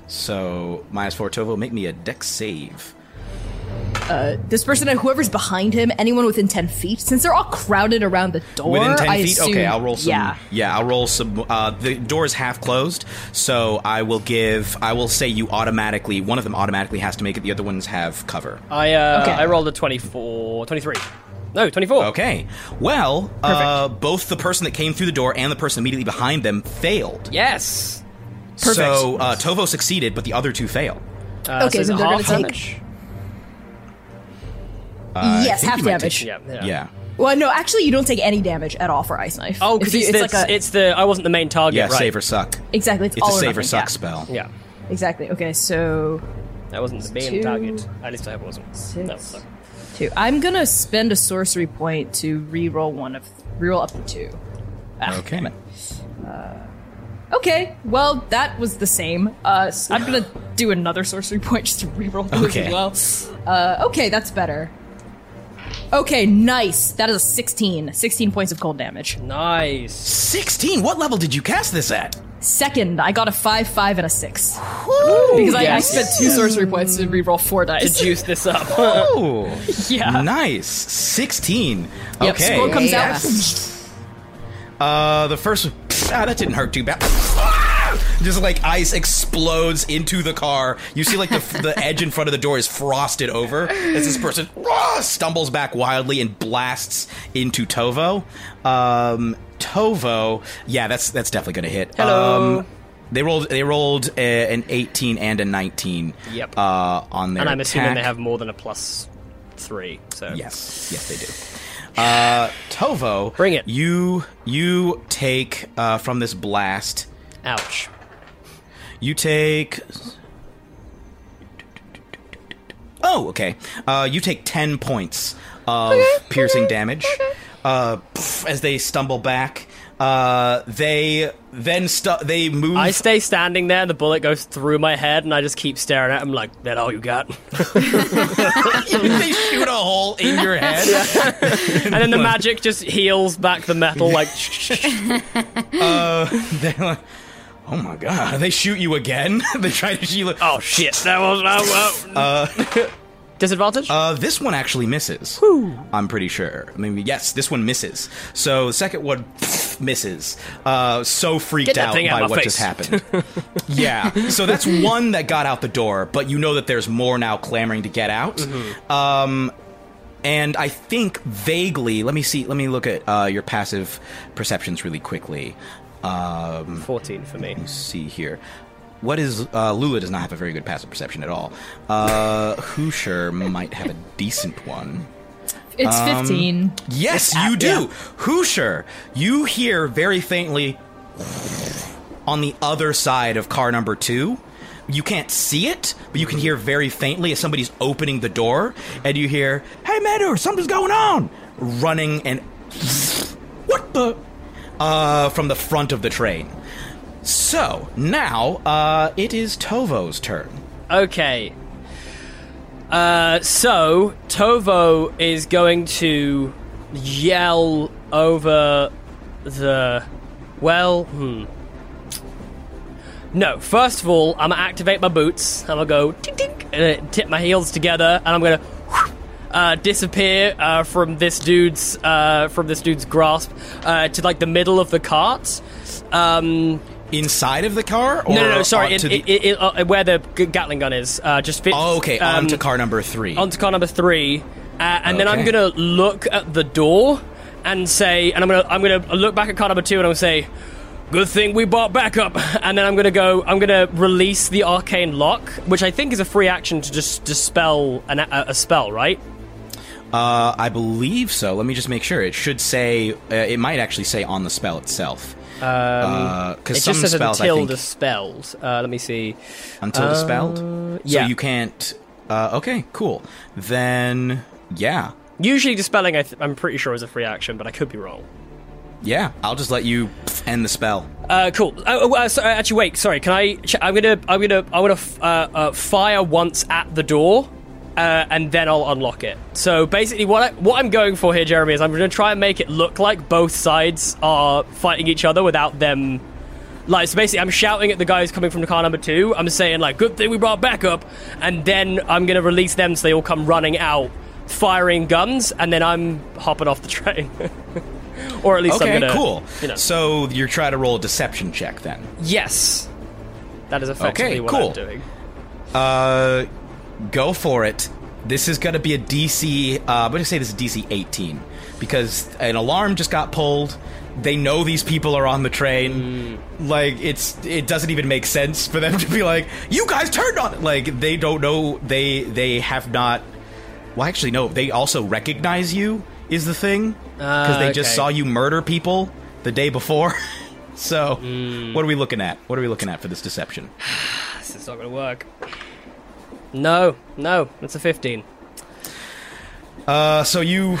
So minus four Tovo, make me a deck save. This person and whoever's behind him, anyone within 10 feet, since they're all crowded around the door. Within ten I feet. assume- okay, I'll roll some. Yeah. I'll roll some. Uh, the door is half closed, so I will give. I will say you automatically. One of them automatically has to make it. The other ones have cover. I uh, Okay. I rolled a 24, 23. No, 24. Okay. Well, uh, both the person that came through the door and the person immediately behind them failed. Yes. Perfect. So uh, Tovo succeeded, but the other two fail. Uh, Okay, is so it they're gonna half take- damage? yes, uh, think half you might damage. Yeah. Yeah. Yeah. Well, no, actually, you don't take any damage at all for Ice Knife. Oh, because If it's, you- it's, it's the I wasn't the main target. Yeah. right. Save or suck. Exactly, it's, It's all a or save or nothing, suck yeah. spell. Yeah. Exactly. Okay, so That wasn't the main Two, target. At least I hope it wasn't. No, six. no. two. I'm gonna spend a sorcery point to reroll one of reroll up to two. Okay. Okay, well that was the same. Uh, so I'm gonna do another sorcery point just to reroll those Okay. as well. Uh, okay, that's better. Okay, nice. That is a 16. 16 points of cold damage. Nice. Sixteen. What level did you cast this at? Second, I got a 5, 5, and a 6. because I, I Yes. spent two sorcery points to reroll four dice. Juice this up. Oh, yeah. nice. Sixteen. Yep, okay. scroll comes Uh, the first one, ah, that didn't hurt too bad. Ah! Just like ice explodes into the car. You see, like the, the edge in front of the door is frosted over as this person ah, stumbles back wildly and blasts into Tovo. Um, Tovo, yeah, that's that's definitely gonna hit. Hello. Um, they rolled they rolled uh, an eighteen and a nineteen. Yep. Uh, on their and I'm assuming they attack. have more than a plus three. So Yes, yes, they do. Um, Uh, Tovo, Bring it. You you take uh, from this blast. Ouch. You take. Oh, okay. Uh, you take ten points of piercing damage Uh, pff, as they stumble back. Uh, they then stu- they move. I stay standing there, the bullet goes through my head, and I just keep staring at him like, that all you got? they shoot a hole in your head. and then the magic just heals back the metal like, They're like, oh my god! They shoot you again. they try to shoot. you. oh shit, that was... Oh, oh. Disadvantage? Uh, this one actually misses. I'm pretty sure. I mean, yes, this one misses. So the second one misses. Uh, so freaked Get that out thing out by of my what just face. happened. yeah. So that's one that got out the door, but you know that there's more now clamoring to get out. Mm-hmm. Um, and I think vaguely, let me see, let me look at uh, your passive perceptions really quickly. Um, 14 for me. see here. What is uh, Lula does not have a very good passive perception at all. Uh, Hoosier might have a decent one. It's 15. Yes, you do. Hoosier, you hear very faintly on the other side of car number two. You can't see it, but you can hear very faintly as somebody's opening the door, and you hear, "Hey, Meadow, something's going on!" Running and what the uh, from the front of the train. So now uh, it is Tovo's turn. Okay. Uh, so Tovo is going to yell over the well. Hmm. No, first of all, I'm gonna activate my boots. I'm gonna go tink tink, and uh, tip my heels together, and I'm gonna whew, uh, disappear uh, from this dude's uh, from this dude's grasp uh, to like the middle of the cart. Um, Inside of the car? Or no, no, no, sorry, it, onto it, it, it- uh, where the g- Gatling gun is. Uh, just fit. oh, okay, um, onto car number three. onto car number three, uh, and then I'm Okay. gonna look at the door and say, and I'm gonna I'm gonna look back at car number two and I'm gonna say, good thing we bought backup, and then I'm gonna go I'm gonna release the arcane lock, which I think is a free action to just dispel an, a, a spell, right? Uh, I believe so. Let me just make sure. It should say. Uh, it might actually say on the spell itself. Because Um, It some just says spells, until I think, dispelled. Uh, let me see. until dispelled. uh, yeah. So you can't. Uh, okay, cool. Then yeah, Usually dispelling, I th- I'm pretty sure is a free action, but I could be wrong. yeah. I'll just let you end the spell. Uh, cool. Uh, Oh, uh, so, uh, actually, wait. Sorry. Can I? Ch- I'm gonna. I'm gonna. I want to uh, uh, fire once at the door, uh, and then I'll unlock it. So basically, what I, what I'm going for here, Jeremy, is I'm gonna try and make it look like both sides are fighting each other without them. Like, so basically, I'm shouting at the guys coming from the car number two. I'm saying like, "Good thing we brought backup," and then I'm gonna release them so they all come running out, firing guns, and then I'm hopping off the train. Or at least Okay, I'm gonna. cool. You know. So you're trying to roll a deception check then. Yes. That is effectively Okay, what cool. I'm doing. Uh, go for it. This is going to be a DC. Uh, I'm going to say this is DC 18 because an alarm just got pulled. They know these people are on the train. Like it's it doesn't even make sense for them to be like, "You guys turned on." Like they don't know. They they have not. Well, actually, no. They also recognize you is the thing because they just okay. saw you murder people the day before. so, what are we looking at? What are we looking at for this deception? This is not going to work. No, no, it's a 15. Uh, so you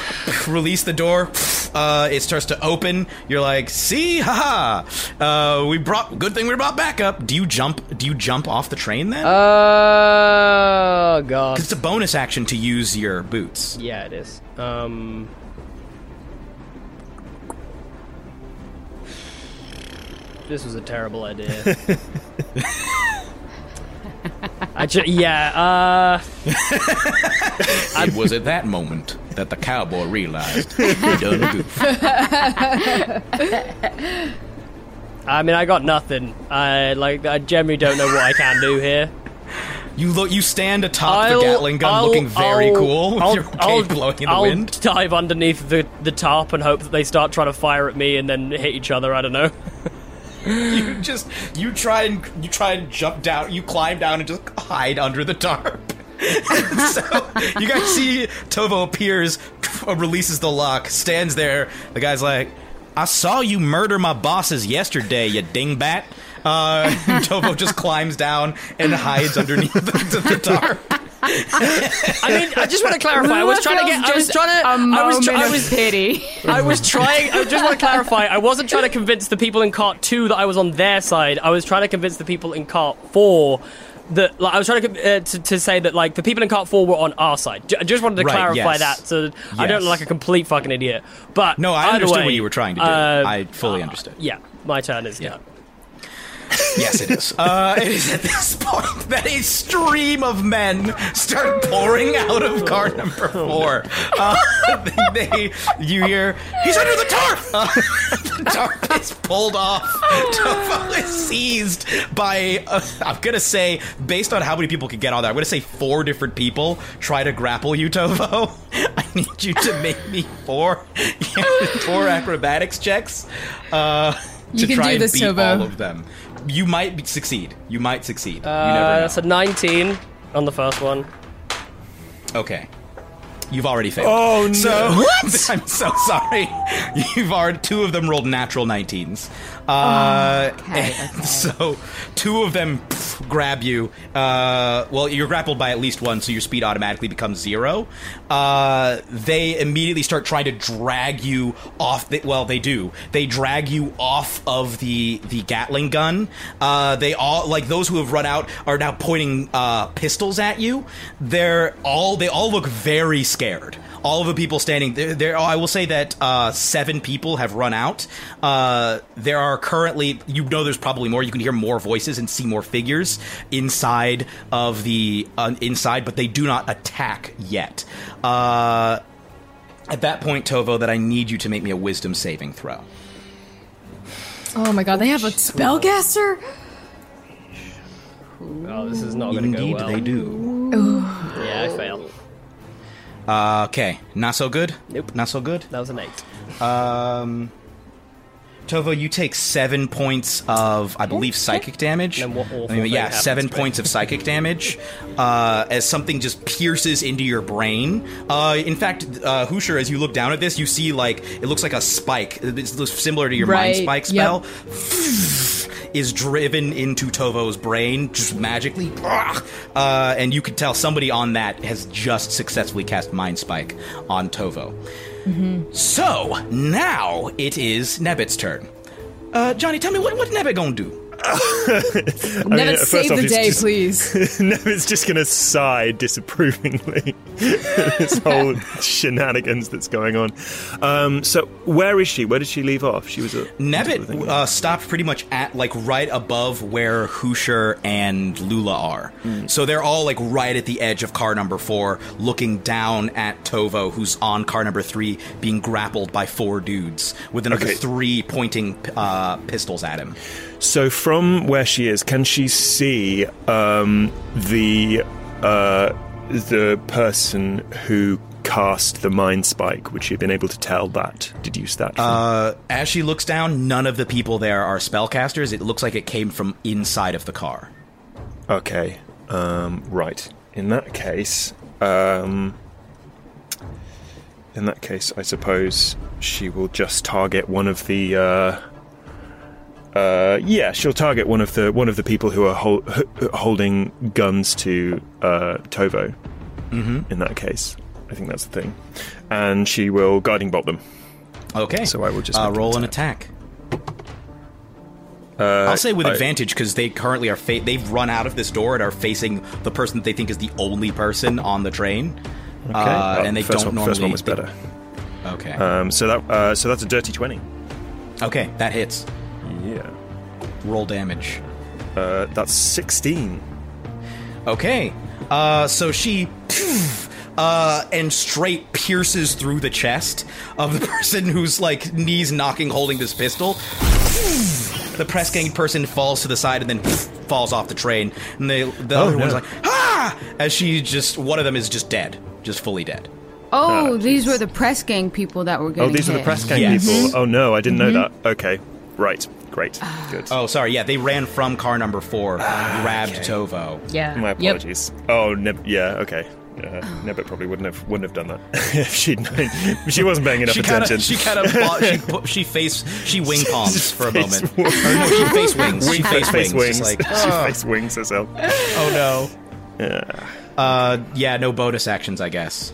release the door. Uh, it starts to open. You're like, "See, haha! Uh, we brought. Good thing we brought backup." Do you jump? Do you jump off the train then? Oh, Uh, God. it's a bonus action to use your boots. Yeah, it is. Um. This was a terrible idea. I ju- yeah, uh. It was at that moment that the cowboy realized he done goofed. I mean, I got nothing. I, like, I generally don't know what I can do here. You look. You stand atop the Gatling gun, looking very I'll- cool. with I'll- your cape I'll- blowing in the I'll wind. dive underneath the, the tarp and hope that they start trying to fire at me and then hit each other. I don't know. You just you try and you try and jump down. You climb down and just hide under the tarp. so you guys see Tovo appears, releases the lock, stands there. The guy's like, "I saw you murder my bosses yesterday, you dingbat." Uh, Tovo just climbs down and hides underneath the, the tarp. I mean, I just want to clarify. I was trying to get. I was Just trying to. A moment I was. try- I of was. pity. I was trying. I just want to clarify. I wasn't trying to convince the people in cart two that I was on their side. I was trying to convince the people in cart four. That, like, I was trying to, uh, to to say that like the people in cart four were on our side. J- I just wanted to Right, clarify yes. that so that I Yes. don't look like a complete fucking idiot. But No, I either understood way, what you were trying to do. uh, I fully understood. Yeah, my turn is done. Yes, it is. Uh, it is at this point that a stream of men start pouring out of car number four. Uh, they, you hear, he's under the tarp! Uh, the tarp is pulled off. Tovo is seized by, uh, I'm going to say, based on how many people could get on there, I'm going to say four different people try to grapple you, Tovo. I need you to make me four, four acrobatics checks. Uh, You to can try do and this, beat Tovo. all of them. You might be- succeed. You might succeed. you Uh, never know. that's a 19 on the first one. okay. You've already failed. Oh, no. So, what? I'm so sorry. You've already two of them rolled natural 19s. Uh, okay, and okay. So two of them pff, grab you. Uh, well, you're grappled by at least one, so your speed automatically becomes zero. Uh, they immediately start trying to drag you off. The, well, they do. They drag you off of the the Gatling gun. Uh, they all like those who have run out are now pointing uh, pistols at you. They're all they all look very scared. All of the people standing there, there I will say that uh, seven people have run out. Uh, there are currently, you know, there's probably more. You can hear more voices and see more figures inside of the uh, inside, but they do not attack yet. Uh, at that point, Tovo, that I need you to make me a wisdom saving throw. Oh my god, they have a spellcaster? Oh, this is not going to go Indeed, well. they do. Yeah, I fail. Uh, okay, not so good. Nope. not so good. That was an eight. Tovo, you take seven points of, I believe, psychic damage. And what awful I mean, thing yeah, happens, seven but- points of psychic damage uh, as something just pierces into your brain. Uh, in fact, uh, Hoosier, as you look down at this, you see like it looks like a spike. It's similar to your mind Right, spike yep. spell. Is driven into Tovo's brain just magically, uh, and you can tell somebody on that has just successfully cast Mind Spike on Tovo. So now it is Nebit's turn. Uh, Johnny, tell me what what Nebit gonna do? Never mean, at first save off, the it's day, just- please. Nevin's just going to sigh disapprovingly. this whole shenanigans that's going on. Um, so, where is she? Where did she leave off? She was at Nebit uh, stopped pretty much at like right above where Hoosier and Lula are. So they're all like right at the edge of car number four, looking down at Tovo, who's on car number three, being grappled by four dudes with another Okay. three pointing uh, pistols at him. So, from where she is, can she see um, the uh, the person who cast the mind spike? Would she have been able to tell that? Deduce that? from- Uh, as she looks down, none of the people there are spellcasters. It looks like it came from inside of the car. okay. Um, right. In that case, um, in that case, I suppose she will just target one of the. Uh, uh, yeah, she'll target one of the one of the people who are hol- holding guns to uh, Tovo. Mm-hmm. in that case. I think that's the thing. And she will guiding bolt them. Okay. So I will just uh, make an roll an attack. I'll say with Uh, I- advantage because they currently are fa- they've run out of this door and are facing the person that they think is the only person on the train. Okay. Uh, Oh, and they first don't one, normally. First one was better. Okay. Um, so that uh, so that's a dirty twenty. okay, that hits. Yeah. Roll damage. Uh, that's sixteen. Okay. Uh, so she. Uh, and straight pierces through the chest of the person who's like knees knocking, holding this pistol. The press gang person falls to the side and then falls off the train. And they, the Oh, other one's no. like, ah! As she just, one of them is just dead, just fully dead. Oh, these were the press gang people that were Oh, getting these are the hit. press gang Yes. Mm-hmm. people. Oh no, I didn't know that. Okay, right, great, Ah. good. Oh, sorry. Yeah, they ran from car number four, Ah, grabbed Tovo. Yeah. My Yep. apologies. Oh, Neb- yeah, okay. Oh. Uh, Nebbit probably wouldn't have wouldn't have done that if she'd known. She wasn't paying enough She kind attention. of, she kind of, she, pu- she face, she wing palms for a Face moment. wing. Or no, she face wings. she face, face wings. wings. just like, she face wings herself. Oh no. Uh, yeah, no bonus actions, I guess.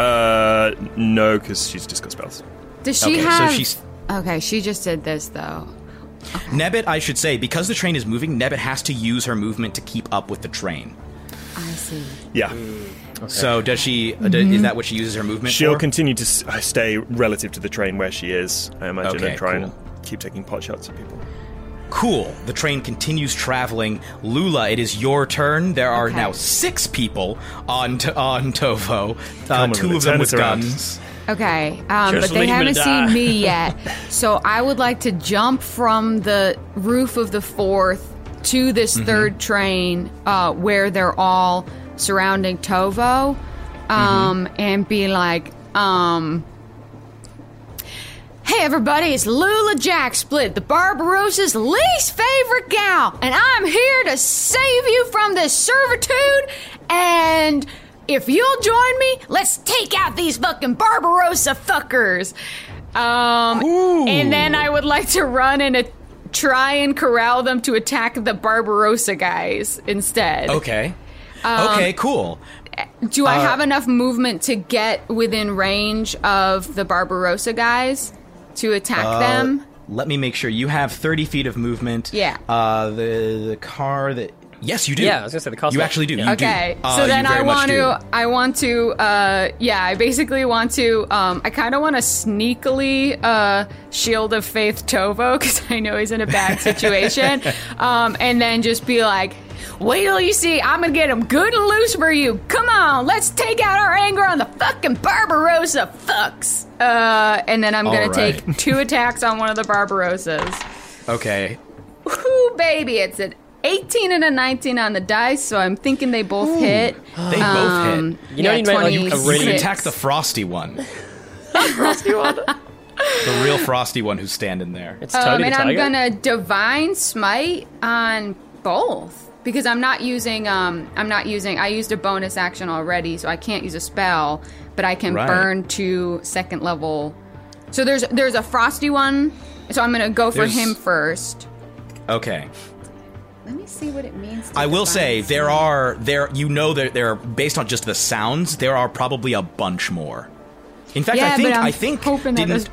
Uh, no, because she's just got spells. Does she Okay, so have? she's- okay, she just did this though. Nebit, I should say, because the train is moving, Nebit has to use her movement to keep up with the train. I see. Yeah. So does she? uh, d Is that what she uses her movement She'll for? continue to s- uh, stay relative to the train where she is, I imagine, Okay, and try cool. and keep taking pot shots at people. cool. The train continues traveling. Lula, it is your turn. There are Okay. now six people on to- on Tovo. Uh, Come on, two Lula, of them turn with this around. guns. Okay, um, Just but leave they me to haven't die. seen me yet, so I would like to jump from the roof of the fourth to this third train uh, where they're all surrounding Tovo, um, and be like, um, Hey everybody, it's Lula Jack Split, the Barbarossa's least favorite gal, and I'm here to save you from this servitude. And if you'll join me, let's take out these fucking Barbarossa fuckers. Um, and then I would like to run and a- try and corral them to attack the Barbarossa guys instead. Okay. okay. Cool. Do I have enough movement to get within range of the Barbarossa guys to attack them? Let me make sure you have thirty feet of movement. Yeah. Uh, the the car that Yes, you do. Yeah, I was gonna say the cost You of- actually do. yeah. You Okay. do. Uh, so then you very I much want do. to I want to uh yeah, I basically want to um I kind of want to sneakily uh shield of faith Tovo cuz I know he's in a bad situation. um and then just be like Wait till you see. I'm gonna get him good and loose for you. Come on, let's take out our anger on the fucking Barbarossa fucks. Uh, and then I'm All gonna right. take two attacks on one of the Barbarossas. Okay. Woo, baby! It's an 18 and a 19 on the dice, so I'm thinking they both hit. They Um, both hit. You know, you meant, like, a You can really- attack the frosty one. the real frosty one who's standing there. It's Um, Tony and the I'm Tiger. gonna divine smite on both because I'm not using. Um, I'm not using. I used a bonus action already, so I can't use a spell, but I can Right. burn two second level. So there's there's a frosty one. So I'm gonna go for There's- him first. Okay. Let me see what it means. To I will divine say there smite. are there you know that there are based on just the sounds there are probably a bunch more. In fact, Yeah, I think but I'm I think hoping that didn't- there's-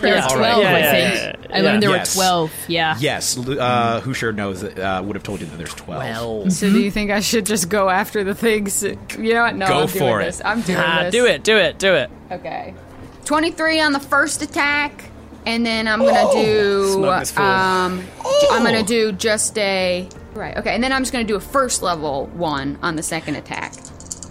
There Yeah, was all 12, right. Yeah, I yeah, think. yeah, yeah, I learned there Yes. were 12, yeah. yes, Lu- uh, who sure knows that, uh, would have told you that there's twelve. So do you think I should just go after the things? You know what? No, Go I'm for doing it. this. I'm doing Ah, this. do it, do it, do it. Okay. 23 on the first attack and then I'm going to Smoke is do full. um j- I'm going to do just a right. Okay. And then I'm just going to do a first level one on the second attack.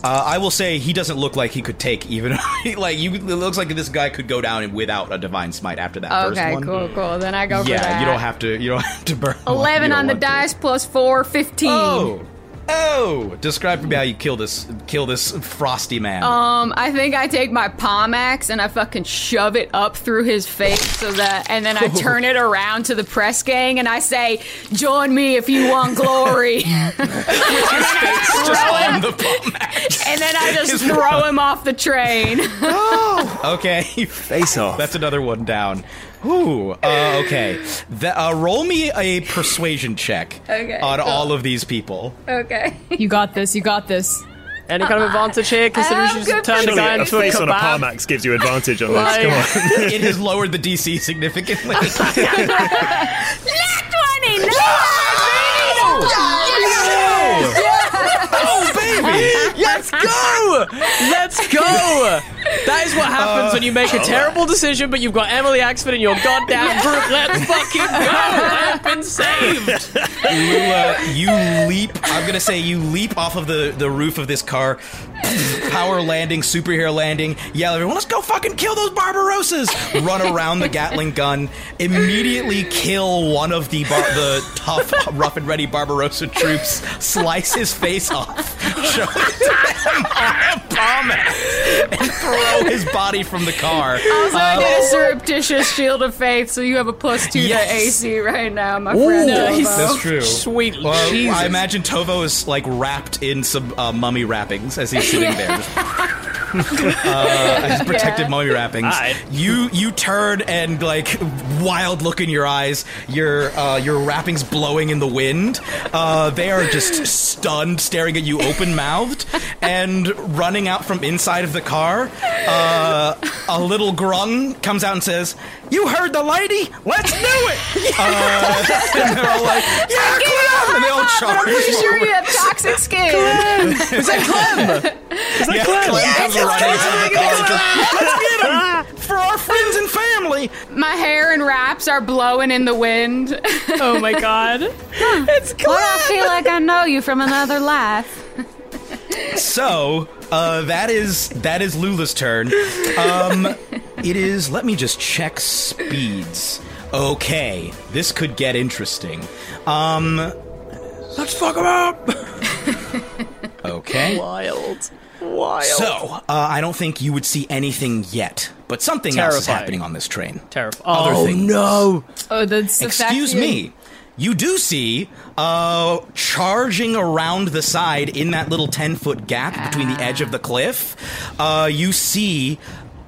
Uh, I will say he doesn't look like he could take even like you. It looks like this guy could go down and without a divine smite after that first Okay, one. cool, cool. Then I go for Yeah, that. you don't have to. You don't have to burn. one. Eleven You don't on the want to. dice plus four, 15. Oh, oh! Describe to me how you kill this kill this frosty man. Um, I think I take my palm axe and I fucking shove it up through his face so that, and then I turn it around to the press gang and I say, "Join me if you want glory." and then I throw him, On the palm axe. and then I just throw him off the train. Okay, Face off. that's another one down. Ooh, uh, okay. The, uh, roll me a persuasion check Okay, on cool. all of these people. okay. You got this, you got this. Any kind of advantage here, considering I'm she's good turned the for guy you. Surely a into a face on a palm kebab. axe gives you advantage on this. Like- Come on. it has lowered the DC significantly. Nat twenty, nat Oh, baby! Let's go! Let's go! That is what happens when you make a terrible decision, but you've got Emily Axford in your goddamn group. Let's fucking go! I've been saved! Lula, you leap. I'm gonna say you leap off of the, the roof of this car. Power landing, superhero landing. Yell, everyone, let's go fucking kill those Barbarossas! Run around the Gatling gun. Immediately kill one of the bar- the tough, rough and ready Barbarossa troops. Slice his face off. Show it to them on a palm axe, and throw his body from the car. Also, I did a surreptitious shield of faith, so you have a plus two Yes. to AC right now, my friend. Bobo. That's true. Sweet Well, Jesus. I imagine Tovo is like wrapped in some uh, mummy wrappings as he's sitting there. uh, his protected mummy wrappings. Alright. You you turn and like wild look in your eyes. Your uh, your wrappings blowing in the wind. Uh, they are just stunned, staring at you open mouthed, and running out from inside of the car. Uh, a little grung comes out and says, "You heard the lady. Let's do it." Uh, and they're all like, "Yeah, Clem!" And they all But I'm charge. pretty sure you have toxic skin. Is that Clem? Yeah, Clem comes running out of the car. and says, Let's get him for our friends and family. My hair and wraps are blowing in the wind. Oh my god. It's Clem! Well, I feel like I know you from another life. So uh, that is that is Lula's turn. Um, it is. Let me just check speeds. Okay, this could get interesting. Um, let's fuck him up. okay. Wild. Wild. So uh, I don't think you would see anything yet, but something else is Terrifying. happening on this train. Terrifying. Other Oh, things. no! Oh, that's the fact Excuse that you- me. You do see uh, charging around the side in that little 10 foot gap between the edge of the cliff. Uh, you see.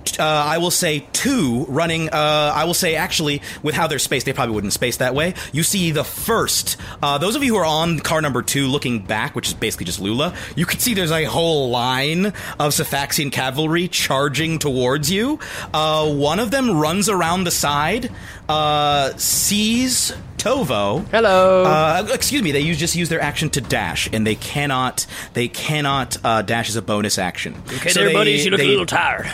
t- Uh, I will say two running. Uh, I will say actually, with how they're spaced, they probably wouldn't space that way. You see the first. Uh, those of you who are on car number two, looking back, which is basically just Lula, you can see there's a whole line of Sephaxian cavalry charging towards you. Uh, one of them runs around the side, uh, sees Tovo. Hello. Uh, excuse me. They use, just use their action to dash, and they cannot. They cannot uh, dash as a bonus action. Okay, tired.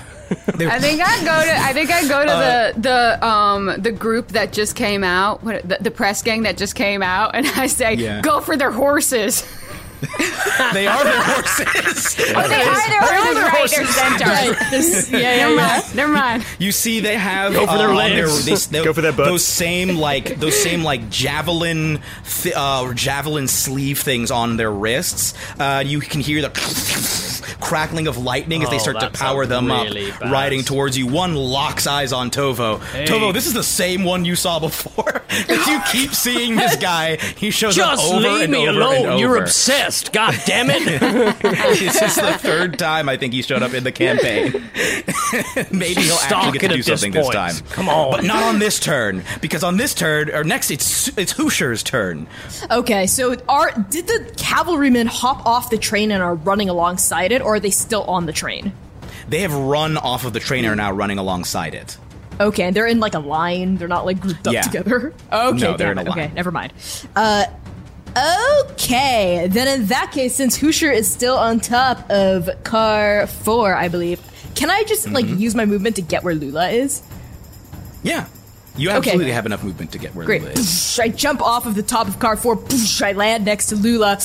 I think I go to I think I go Uh, to the the um the group that just came out, what, the, the press gang that just came out, and I say, Yeah. go for their horses. They are their horses. Oh, they are their horses, right? They're centaurs. This, yeah, yeah, yeah. Never mind. You see, they have uh, Go for their on legs. they s- they- Go for their butts. Those same like those same like javelin th- uh, javelin sleeve things on their wrists. Uh, you can hear the crackling of lightning as they Oh, start to that power them sounds really up, bad. riding towards you. One locks eyes on Tovo. Tovo, this is the same one you saw before. If you keep seeing this guy, he shows up Just over leave and me over and alone. over. You're obsessed. God damn it. this is the third time I think he showed up in the campaign. Maybe he'll Stop actually get it to do at this something point. this time. Come on. But not on this turn, because on this turn, or next, it's it's Hoosier's turn. Okay, so are did the cavalrymen hop off the train and are running alongside it, or are they still on the train? They have run off of the train and are now running alongside it. Okay, and they're in like a line. They're not like grouped up Yeah. together. Okay, No, they're in damn a it. line. Okay, never mind. Uh, okay, then in that case, since Hoosier is still on top of car four, I believe, can I just Mm-hmm. like use my movement to get where Lula is? Yeah, you absolutely have enough movement to get where Great. Lula is. Psh, I jump off of the top of car four. Psh, I land next to Lula.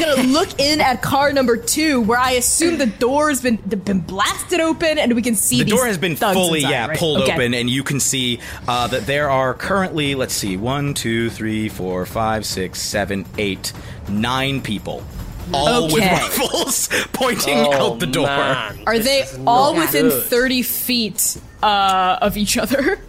gonna look in at car number two, where I assume the door's been been blasted open, and we can see The these door has been thugs fully, inside, yeah, right? pulled Okay. open, and you can see uh, that there are currently, let's see, one, two, three, four, five, six, seven, eight, nine people, all with Okay. rifles pointing out the door. Oh, Man. Are they all not within good. 30 feet uh, of each other?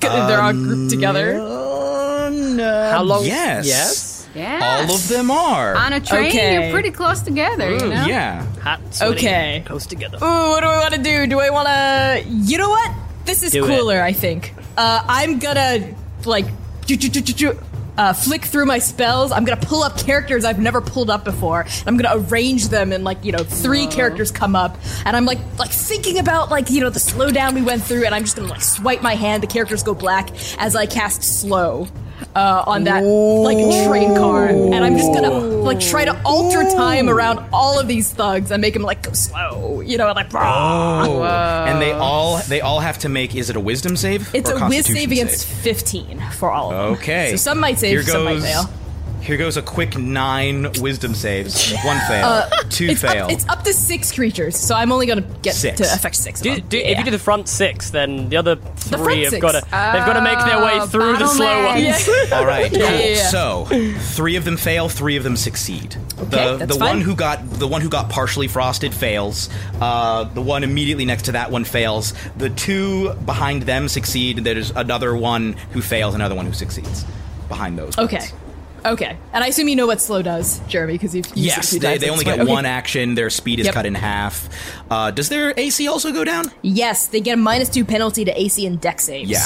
They're all grouped together. Uh, no. How long? Yes. Yes. Yeah. All of them are. on a train. Okay. You're pretty close together. You know. Mm, yeah. Hot, sweaty, Okay. Close together. Ooh, what do I want to do? Do I want to. You know what? This is Do it. cooler, I think. Uh, I'm gonna, like, ju- ju- ju- ju- ju- uh, flick through my spells. I'm gonna pull up characters I've never pulled up before. And I'm gonna arrange them, and, like, you know, three characters come up. And I'm, like, like thinking about, like, you know, the slowdown we went through, and I'm just gonna, like, swipe my hand. The characters go black as I cast slow. Uh, on that like train car, and I'm just gonna like try to alter time around all of these thugs and make them like go slow, you know, like. Oh. And they all they all have to make is it a wisdom save? It's or a whiz constitution save against 15 for all of them. Okay. So some might save, Here some might goes- fail. Here goes a quick nine wisdom saves. One fail. two Uh, It's fail. up, it's up to six creatures, so I'm only going to get Six. to affect six. of Do, them. do, yeah. If you do the front six, then the other front three have six. got to. they've got to make their way through the bottleneck. slow ones. Yeah. All right. Cool. yeah, yeah. So, three of them fail, three of them succeed. the Okay, that's the fine. one who got the one who got partially frosted fails. Uh, the one immediately next to that one fails. The two behind them succeed. There's another one who fails, another one who succeeds behind those. okay. ones. Okay. And I assume you know what slow does, Jeremy, because you've used Yes, it a few they, times, they that's only why- get okay. one action. Their speed is Yep. cut in half. Uh, does their AC also go down? Yes, they get a minus two penalty to AC and dex saves. Yeah.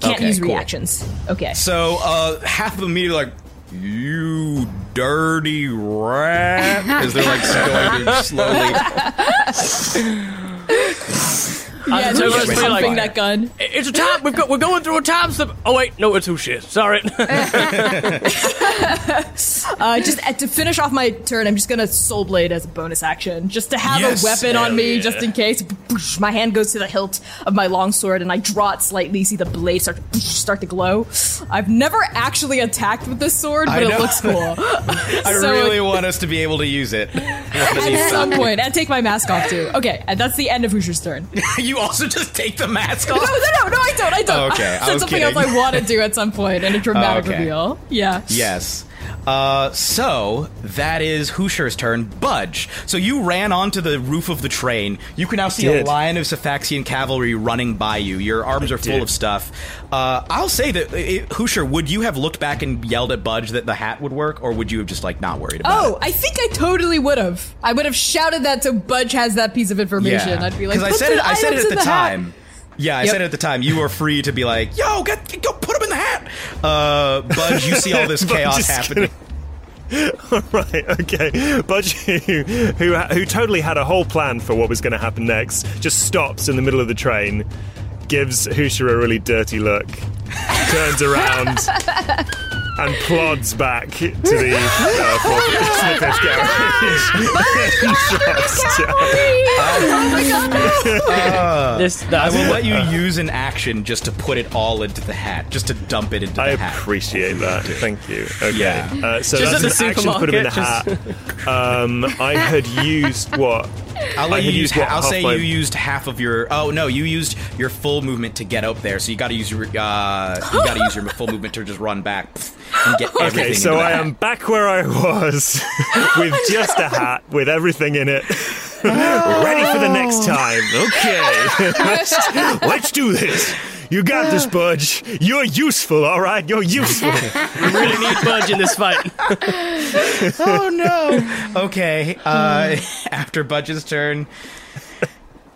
Can't Okay, use cool. reactions. Okay. So uh, half of them immediately like, "You dirty rat!" As they're like going to slowly. yeah, so so it's pretty like- that gun. It's a time. We've got. We're going through a time slip. Oh wait, no, it's who shit. Sorry. Uh, just uh, to finish off my turn, I'm just gonna soul blade as a bonus action, just to have Yes. a weapon on Hell me, yeah. just in case. Boosh, My hand goes to the hilt of my longsword, and I draw it slightly. See the blade start to, boosh, start to glow. I've never actually attacked with this sword, I but it know. looks cool. I So- really want us to be able to use it. At some point, and take my mask off too. Okay, and that's the end of Hoosier's turn. No, you also just take the mask no, no, off. no, I don't. I don't. Okay, I that's was something else kidding. I want to do at some point, and a dramatic Okay. reveal. Yeah. Yes. Uh, so that is Hoosier's turn. Budge. So you ran onto the roof of the train. You can now see a did. line of Sephaxian cavalry running by you. Your arms are full did. of stuff. Uh, I'll say that uh, Hoosier, would you have looked back and yelled at Budge that the hat would work, or would you have just like not worried about it? Oh, I think I totally would have. I would have shouted that so Budge has that piece of information. I'd be like, because I "Put said it. I said it items at in the, hat." time. Yeah, I Yep. said it at the time. You were free to be like, "Yo, get, go put him in the hat." Uh, Budge, you see all this Budge chaos is happening. right, okay. Budge, who, who who totally had a whole plan for what was going to happen next, just stops in the middle of the train, gives Hushira a really dirty look, turns around, and plods back to the, uh, fourth, to the fifth garage. Sucks, yeah. this, that, I I will will, let you use an action just to put it all into the hat, just to dump it into the I hat. appreciate that. Thank you. Okay. Yeah. Uh, so Just at that's an the action to put him in the supermarket, hat. Um, I had used what? I'll let I you had use. used Ha- what, I'll half say my- you used half of your. Oh no, you used your full movement to get up there. So you got to use your. Uh, you got to use your full movement to just run back pff, and get everything. Okay, so into the I hat. am back where I was with just a hat with everything in it. Ready for the next time. Okay. let's, let's do this. You got this, Budge. You're useful, all right? You're useful. we really need Budge in this fight. Oh no. okay. Uh, after Budge's turn.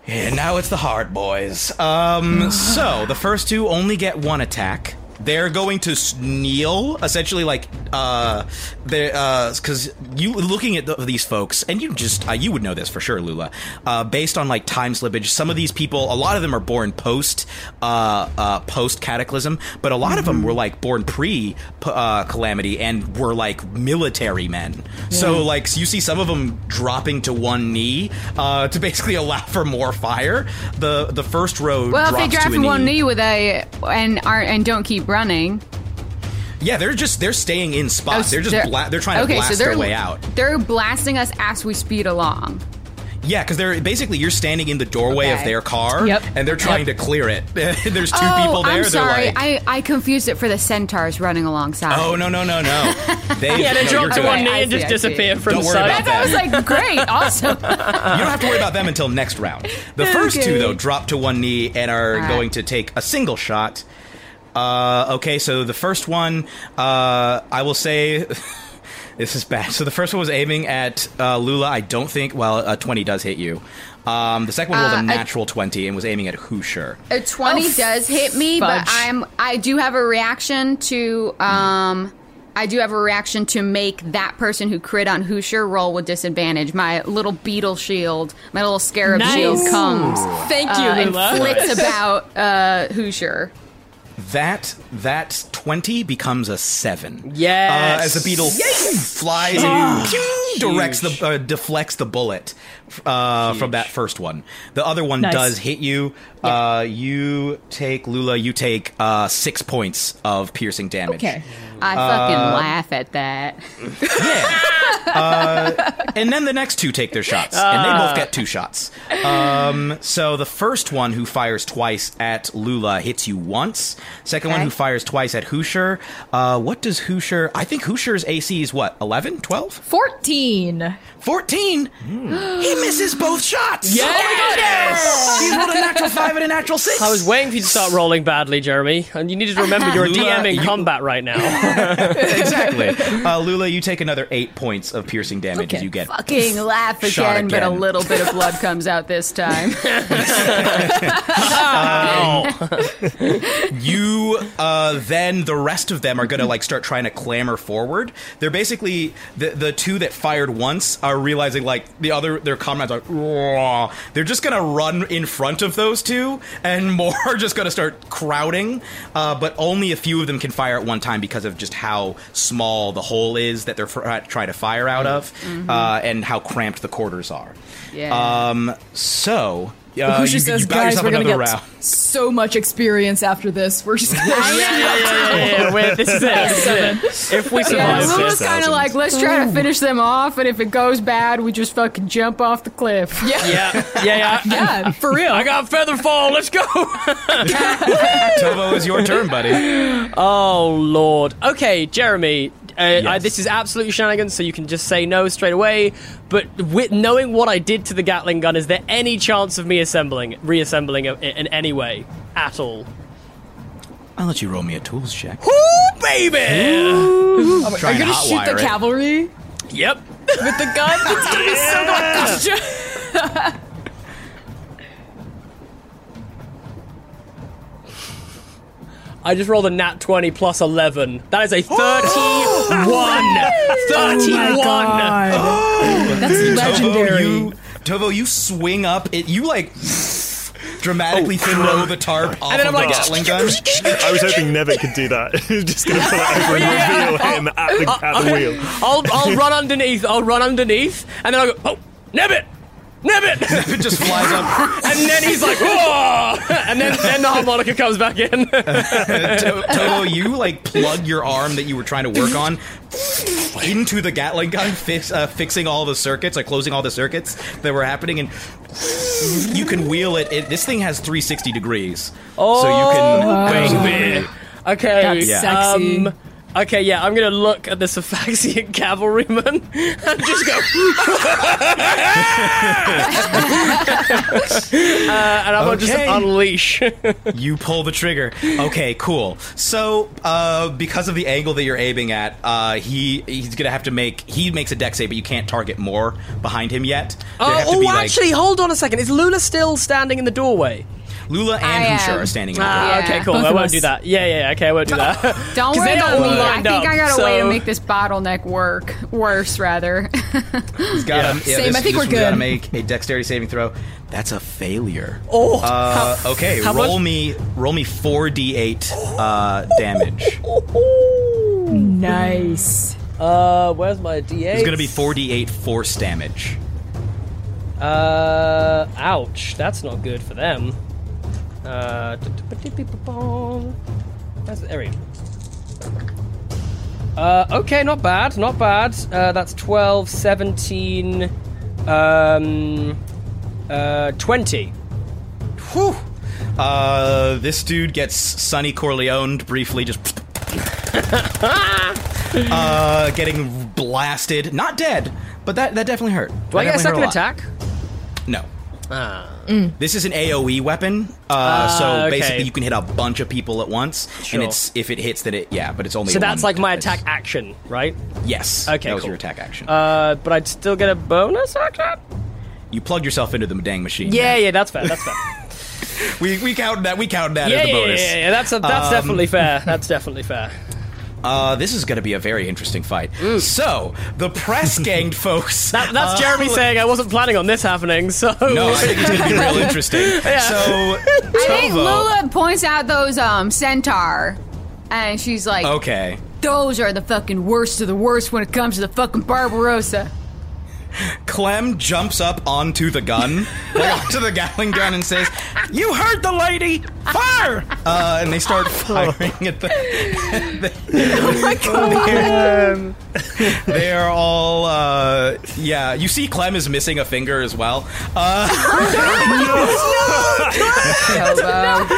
And now it's the hard boys. Um, so the first two only get one attack. They're going to s- kneel, essentially, like uh, they uh, because you looking at the, these folks, and you just uh, you would know this for sure, Lula. Uh, based on like time slippage, some of these people, a lot of them are born post uh, uh post cataclysm, but a lot of them were like born pre p- uh, calamity and were like military men. So like you see some of them dropping to one knee uh, to basically allow for more fire. The the first row Well, if drops they drive to a from knee. one knee with a and aren't and don't keep running, Oh, Yeah, they're just they're staying in spots. they're just bla- they're trying to okay, blast so they're, their way out. They're blasting us as we speed along. Yeah, because they're basically you're standing in the doorway of Okay. their car, Yep. and they're trying to clear it. There's two oh, people there. I'm they're sorry, like, I I confused it for the centaurs running alongside. oh no no no no. They, Yeah, they no, drop you're to good. one I knee and see, just I see. disappear from Don't the worry side. about that. I was like, great, awesome. You don't have to worry about them until next round. The first two, Okay. though, drop to one knee and are Alright. going to take a single shot. Uh, okay, so the first one, uh, I will say. This is bad. So the first one was aiming at uh, Lula. I don't think. Well, a twenty does hit you. Um, the second one rolled Uh, a I- natural twenty and was aiming at Hoosier. A 20 Oh, does hit me, fudge. but I'm I do have a reaction to um I do have a reaction to make that person who crit on Hoosier roll with disadvantage. My little beetle shield, my little scarab Nice. shield comes Thank you, uh, and Lula. flits about uh, Hoosier. That that twenty becomes a seven. Yes. Uh, as the beetle flies and directs the uh, deflects the bullet uh, from that first one. The other one Nice. does hit you. Uh, you take Lula. You take uh, six points of piercing damage. Okay. I Uh, fucking laugh at that. Yeah. uh, and then the next two take their shots, and they both get two shots. Um, so the first one who fires twice at Lula hits you once. Second one Okay. who fires twice at Hoosier. Uh, what does Hoosier? I think Hoosier's AC is what 11, 12, 14. 14? He misses both shots. Hmm. Oh Yes! He's rolled a natural five and a natural six. I was waiting for you to start rolling badly, Jeremy, and you needed to remember you're a Lula, DM in you- combat right now. exactly. Uh, Lula, you take another eight points of piercing damage as Okay. you get Fucking laugh Shot again, but a again. little bit of blood comes out this time. Uh, you uh, then the rest of them are gonna like start trying to clamber forward they're basically the, the two that fired once are realizing like the other their comrades are "Wah." they're just gonna run in front of those two and more are just gonna start crowding uh, but only a few of them can fire at one time because of just how small the hole is that they're fr- trying to fire out of Mm-hmm. uh, and how cramped the quarters are Yeah. um, so uh, Hoosier you, says, you bow guys, yourself we're going to another get round so much experience after this. We're just going yeah, to. yeah, yeah, yeah, yeah. We're- This is it. This is it. If we Yeah, survive Lula's this, kind of like, let's try to finish them off, and if it goes bad, we just fucking jump off the cliff. yeah, yeah, yeah. Yeah, for real. I got feather fall. Let's go. Tovo is your turn buddy Oh lord. Okay, Jeremy. Uh, I, Yes. this is absolute shenanigans, so you can just say no straight away. But with knowing what I did to the Gatling gun, is there any chance of me assembling, reassembling it in any way at all? I'll let you roll me a tools check. Ooh, baby. I'm Are you going to shoot the cavalry Yep. with the gun? It's going to be so much I just rolled a nat twenty plus eleven. That is a thirty-one. Oh Thirty-one. That's legendary. Tovo, you, Tovo, you swing up. It, you like dramatically throw the tarp off And then of I'm like, the Gatling gun. I was hoping Nevin could do that. just going to pull it over and reveal him at the, at the wheel. I'll I'll run underneath. I'll run underneath, and then I'll go, oh, Nebbit, Nebbit, it just flies up. and then he's like, whoa, and then then the harmonica comes back in. To- Toto, you like plug your arm that you were trying to work on into the Gatling gun, fix, uh, fixing all the circuits, like closing all the circuits that were happening, and you can wheel it. it this thing has 360 degrees, so you Oh, can Baby. Okay. That's Yeah. sexy. Um, okay, yeah, I'm gonna look at the Sephaxian cavalryman and just go. Uh, and I'm gonna just Okay. unleash. You pull the trigger. Okay, cool. So, uh, because of the angle that you're aiming at, uh, he he's gonna have to make he makes a deck save, but you can't target more behind him yet. There oh, have to be, like, actually, hold on a second. Is Luna still standing in the doorway? Lula I and Husha am. are standing. in the doorway. Ah, Yeah. okay, cool. Both I of won't us. do that. Yeah, yeah, okay, I won't do that. Don't 'Cause worry they about all me. I lined think up, I got a way to so- make this bottleneck work worse, rather. He's got him. Same, this- I think this we're one's Gotta good. make a dexterity saving throw. That's a failure. Oh. Uh, okay, how roll much- me roll me four d eight uh, damage. Nice. Uh, where's my D8? It's gonna be four d eight force damage. Uh, ouch. That's not good for them. Uh, that's there we go. Uh, okay, not bad, not bad. Uh, that's 12, 17, um, uh, 20. Whew. Uh, this dude gets Sonny Corleone briefly, just uh, getting blasted. Not dead, but that that definitely hurt. Do I That get a definitely second hurt lot. attack? No. This is an AOE weapon, uh, so Ah. okay. basically you can hit a bunch of people at once, Sure. and it's if it hits, then it yeah, but it's only So that's one like my dice. attack action, right? Yes. Okay, that was cool. your attack action. Uh, but I'd still get a bonus action? you plugged yourself into the dang machine. Yeah, yeah, that's fair, that's fair. we we count that. We count that yeah, as a yeah, yeah, bonus. yeah, yeah, that's, a, that's Um, definitely fair. That's definitely fair. Uh, this is going to be a very interesting fight. So the press ganged folks. Mm. That, that's uh, Jeremy saying I wasn't planning on this happening, so. No, I think it's going to be real interesting. So I think Tovo- Lula points out those um centaur, and she's like, Okay. "Those are the fucking worst of the worst when it comes to the fucking Barbarossa." Clem jumps up onto the gun, like onto the Gatling gun, and says, "You heard the lady! Fire!" Uh, and they start firing at the. They are all. Uh, yeah, you see, Clem is missing a finger as well. Uh, Tovo.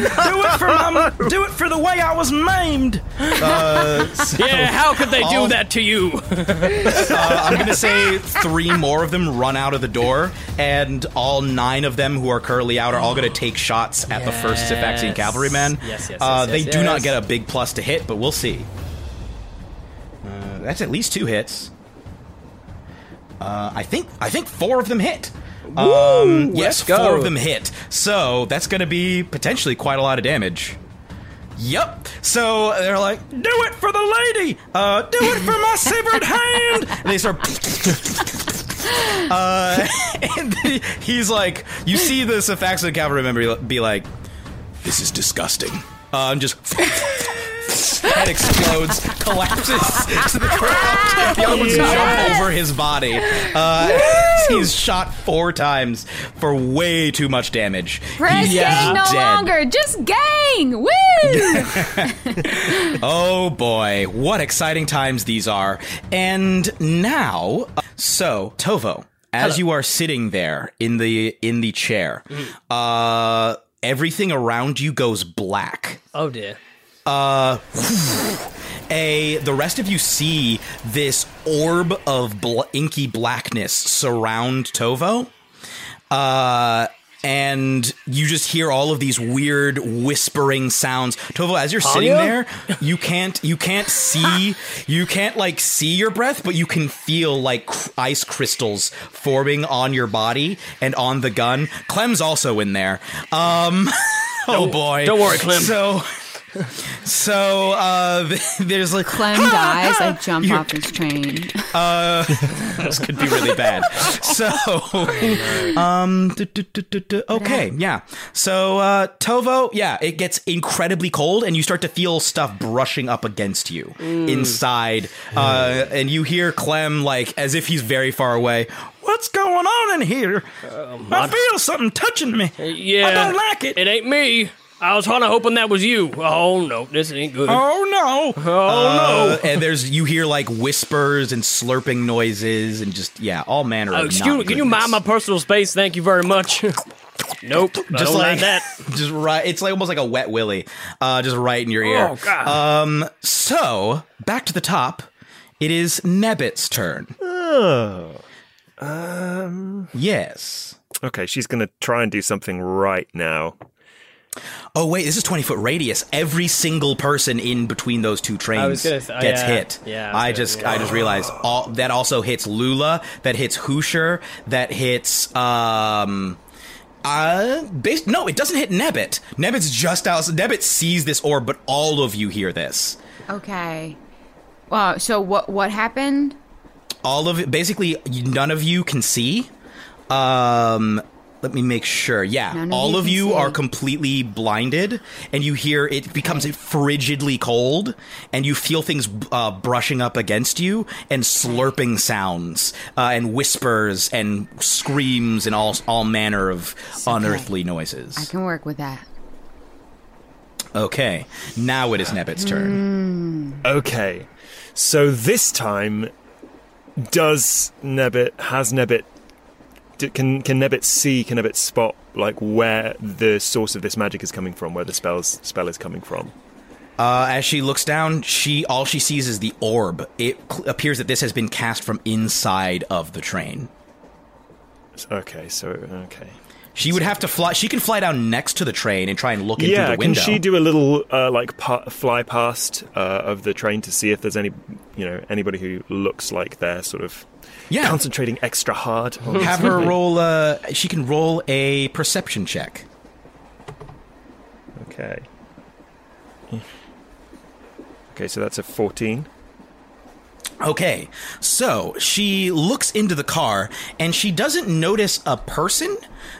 do it for my, do it for the way I was maimed. Uh, so- Yeah, how could they All- do that to you? Uh, I'm gonna say three more of them run out of the door, and all nine of them who are currently out are all gonna take shots at the first Sephaxian Yes. cavalryman. Yes, yes, uh, yes, They yes, do not yes. get a big plus to hit, but we'll see. Uh, that's at least two hits. Uh, I think I think four of them hit. um, yes, let's go. four of them hit. So that's gonna be potentially quite a lot of damage. Yep. So they're like, "Do it for the lady. Uh, do it for my severed hand." And they start. uh, and he's like, "You see this Ephaxian cavalry member be like, this is disgusting." Uh, and just. Head explodes, collapses to the ground. The other ones jump over his body. Uh, he's shot four times for way too much damage. Press He's gang no dead. longer, just gang. Woo! Oh boy, what exciting times these are. And now, so Tovo, as you are sitting there in the in the chair, uh everything around you goes black. Oh dear. A the rest of you see this orb of bl- inky blackness surround Tovo. Uh and you just hear all of these weird whispering sounds. Tovo, as you're sitting there, Anya? you can't you can't see you can't like see your breath, but you can feel like cr- ice crystals forming on your body and on the gun. Clem's also in there. Um, oh boy, don't worry, Clem. So So uh, there's like Clem dies. I jump You're- off this train. this could be really bad. So, um, du- du- du- du- du- okay, yeah. So, uh, Tovo, yeah, it gets incredibly cold, and you start to feel stuff brushing up against you Mm. inside, uh, and you hear Clem like as if he's very far away. What's going on in here? I feel something touching me. Uh, Yeah. I don't like it. It ain't me. I was kind of hoping that was you. Oh no, this ain't good. Oh no! Oh, no! And there's you hear like whispers and slurping noises and just yeah, all manner Uh, of. excuse me, not can you mind goodness. my personal space? Thank you very much. nope, just just like that. Just right. It's like almost like a wet willy, uh, just right in your ear. Oh god. So back to the top. It is Nebit's turn. Um. Yes. Okay, she's going to try and do something right now. Oh wait, this is twenty foot radius. Every single person in between those two trains was gonna say- oh, gets yeah. hit. Yeah, I was I, gonna- just yeah. I just realized all that also hits Lula, that hits Hoosier, that hits um uh bas- no, it doesn't hit Nebit. Nebit's just out Nebit sees this orb, but all of you hear this. Okay. Well, so what what happened? all of basically none of you can see um let me make sure yeah None of all you of can you see. are completely blinded and you hear it becomes frigidly cold and you feel things uh, brushing up against you and slurping sounds uh, and whispers and screams and all all manner of unearthly noises I can work with that. okay now it is nebit's turn Okay. So this time, does Nebit has Nebit d- can can Nebit see can Nebit spot like where the source of this magic is coming from, where the spell's spell is coming from? Uh, as she looks down, she all she sees is the orb. It cl- appears that this has been cast from inside of the train. Okay, so okay. She would have to fly. She can fly down next to the train and try and look in through yeah, the window. can she do a little uh, like pa- fly past uh, of the train to see if there's any you know anybody who looks like they're sort of Yeah. concentrating extra hard? on have her something? roll. A, she can roll a perception check. Okay. Okay, so that's a fourteen. Okay, so she looks into the car and she doesn't notice a person,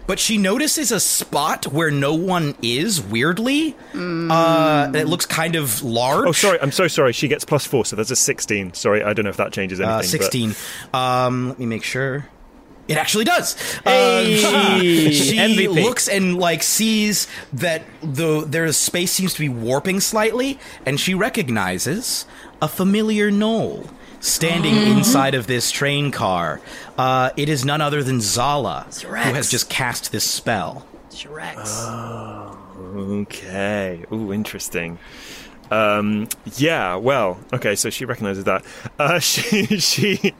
but she notices a spot where no one is. Weirdly, uh, and it looks kind of large. Oh, sorry. I'm so sorry. She gets plus four, so that's a 16. Sorry, I don't know if that changes anything. Uh, but- 16. Um, let me make sure. It actually does. Uh, she Hey! she MVP. looks and like sees that the their space seems to be warping slightly, and she recognizes a familiar knoll standing inside of this train car. Uh, it is none other than Zala, who has just cast this spell. okay. Ooh, interesting. Um, yeah. Well. Okay. So she recognizes that. Uh, she she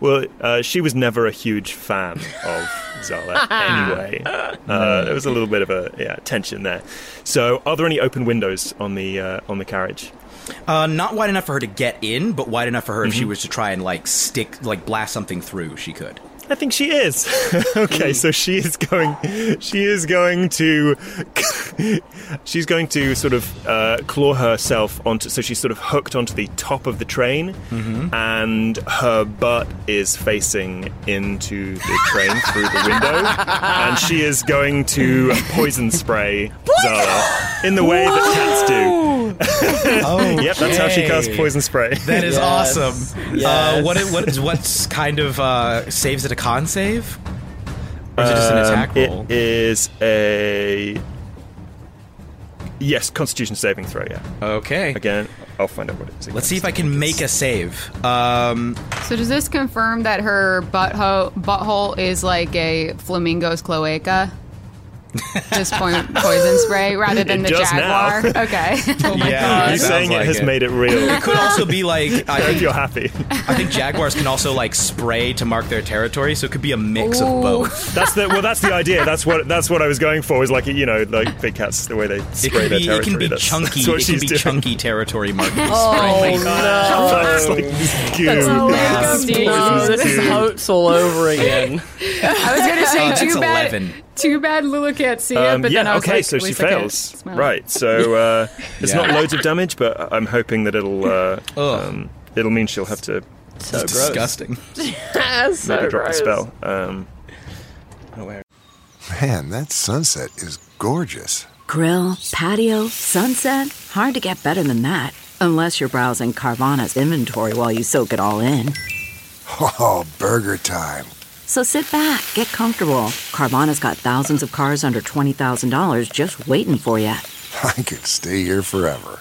well uh, she was never a huge fan of Zala anyway. Uh, there was a little bit of a yeah tension there. So are there any open windows on the uh, on the carriage? Uh, not wide enough for her to get in, but wide enough for her if she was to try and like stick, like blast something through, she could. I think she is. okay, so she is going. She is going to. she's going to sort of uh, claw herself onto. So she's sort of hooked onto the top of the train, and her butt is facing into the train through the window, and she is going to poison spray Zara in the way that cats do. Oh, Yep, that's how she casts poison spray. That is Yes. awesome. Uh, Yes. what is, what is what's kind of uh, saves it a con save, or is it just an attack Um, roll? It is a yes, Constitution saving throw. Yeah. okay. Again, I'll find out what it is. Let's see if I can make a save. Um, So does this confirm that her butthole butthole is like a flamingo's cloaca? Just point poison spray rather than It the does now. Oh jaguar. Okay. yeah, You sounds saying it like has made it real. It could also be like I If think, you're happy, I think jaguars can also like spray to mark their territory, so it could be a mix Ooh. of both. that's the well. That's the idea. That's what that's what I was going for. Is like you know, like big cats, the way they It spray could their be territory. it can be that's, chunky. That's what It she's can be doing. chunky territory marking. oh no. It's like goo. This is hopes all over again. I was gonna say that's too bad. eleven. Too bad Lula can't see it. Um, but yeah, then I was okay, like, so at she least I can fails. smell it. Right, so uh, it's Yeah. not loads of damage, but I'm hoping that it'll uh, Ugh. um, it'll mean she'll have to So It's gross. disgusting. maybe so drop gross. the spell. Um, Man, that sunset is gorgeous. Grill, patio, sunset. Hard to get better than that. Unless you're browsing Carvana's inventory while you soak it all in. Oh, burger time. So sit back, get comfortable. Carvana's got thousands of cars under $20,000 just waiting for you. I could stay here forever.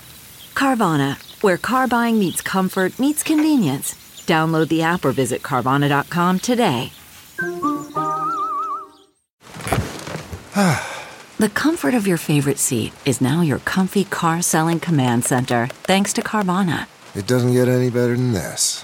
Carvana, where car buying meets comfort, meets convenience. Download the app or visit Carvana.com today. the comfort of your favorite seat is now your comfy car selling command center, thanks to Carvana. It doesn't get any better than this.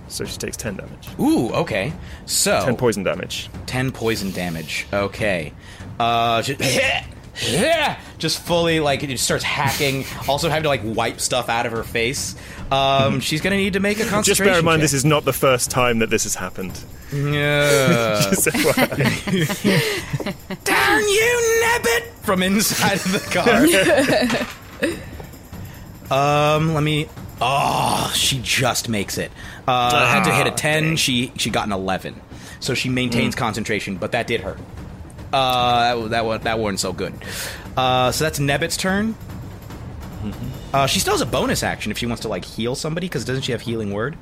So she takes ten damage, Ooh, okay. So ten poison damage. 10 poison damage. Okay. Uh, just, just fully like it just starts hacking. also having to like wipe stuff out of her face. Um, she's gonna need to make a concentration. Just bear in mind, check. this is not the first time that this has happened. Yeah. So, uh, Darn you, Nabbit! From inside of the car. um, let me. Oh, she just makes it. Uh, had to hit a ten. She she got an eleven, so she maintains concentration, but that did hurt. Uh, that that one that wasn't so good. Uh, so that's Nebit's turn. Uh, she still has a bonus action if she wants to like heal somebody because doesn't she have healing word?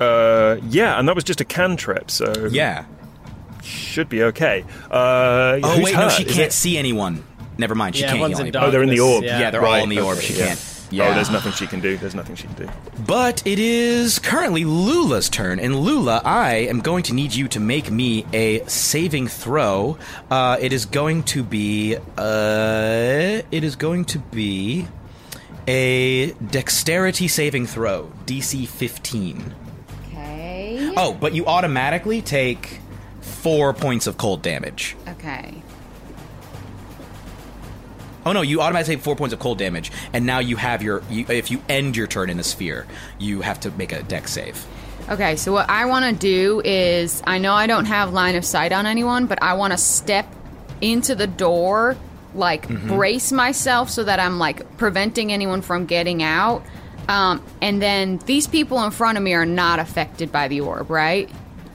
uh, yeah, and that was just a cantrip, so Yeah. should be okay. Uh, Oh who's wait, hurt? no, she Is can't it- see anyone. Never mind, she Yeah, can't one's heal in anybody. Oh, they're in the darkness, orb. Yeah. Yeah, they're all in the orb. okay, She yeah. can't. Oh, there's nothing she can do. There's nothing she can do. But it is currently Lula's turn, and Lula, I am going to need you to make me a saving throw. Uh, it is going to be, uh, it is going to be a dexterity saving throw, DC 15. Okay. Oh, but you automatically take four points of cold damage. Okay. Oh no, you automatically take four points of cold damage, and now you have your. You, if you end your turn in a sphere, you have to make a dex save. Okay, so what I want to do is I know I don't have line of sight on anyone, but I want to step into the door, like brace myself so that I'm like preventing anyone from getting out. Um, and then these people in front of me are not affected by the orb, right?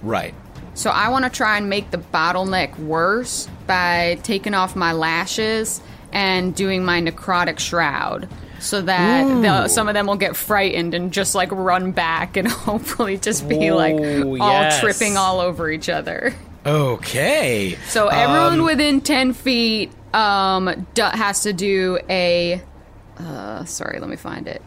Right. So I want to try and make the bottleneck worse by taking off my lashes and doing my necrotic shroud. So that the, some of them will get frightened and just like run back and hopefully just be like Ooh, all yes. tripping all over each other. Okay. So everyone Um, within 10 feet um, do- has to do a. Uh, sorry, let me find it.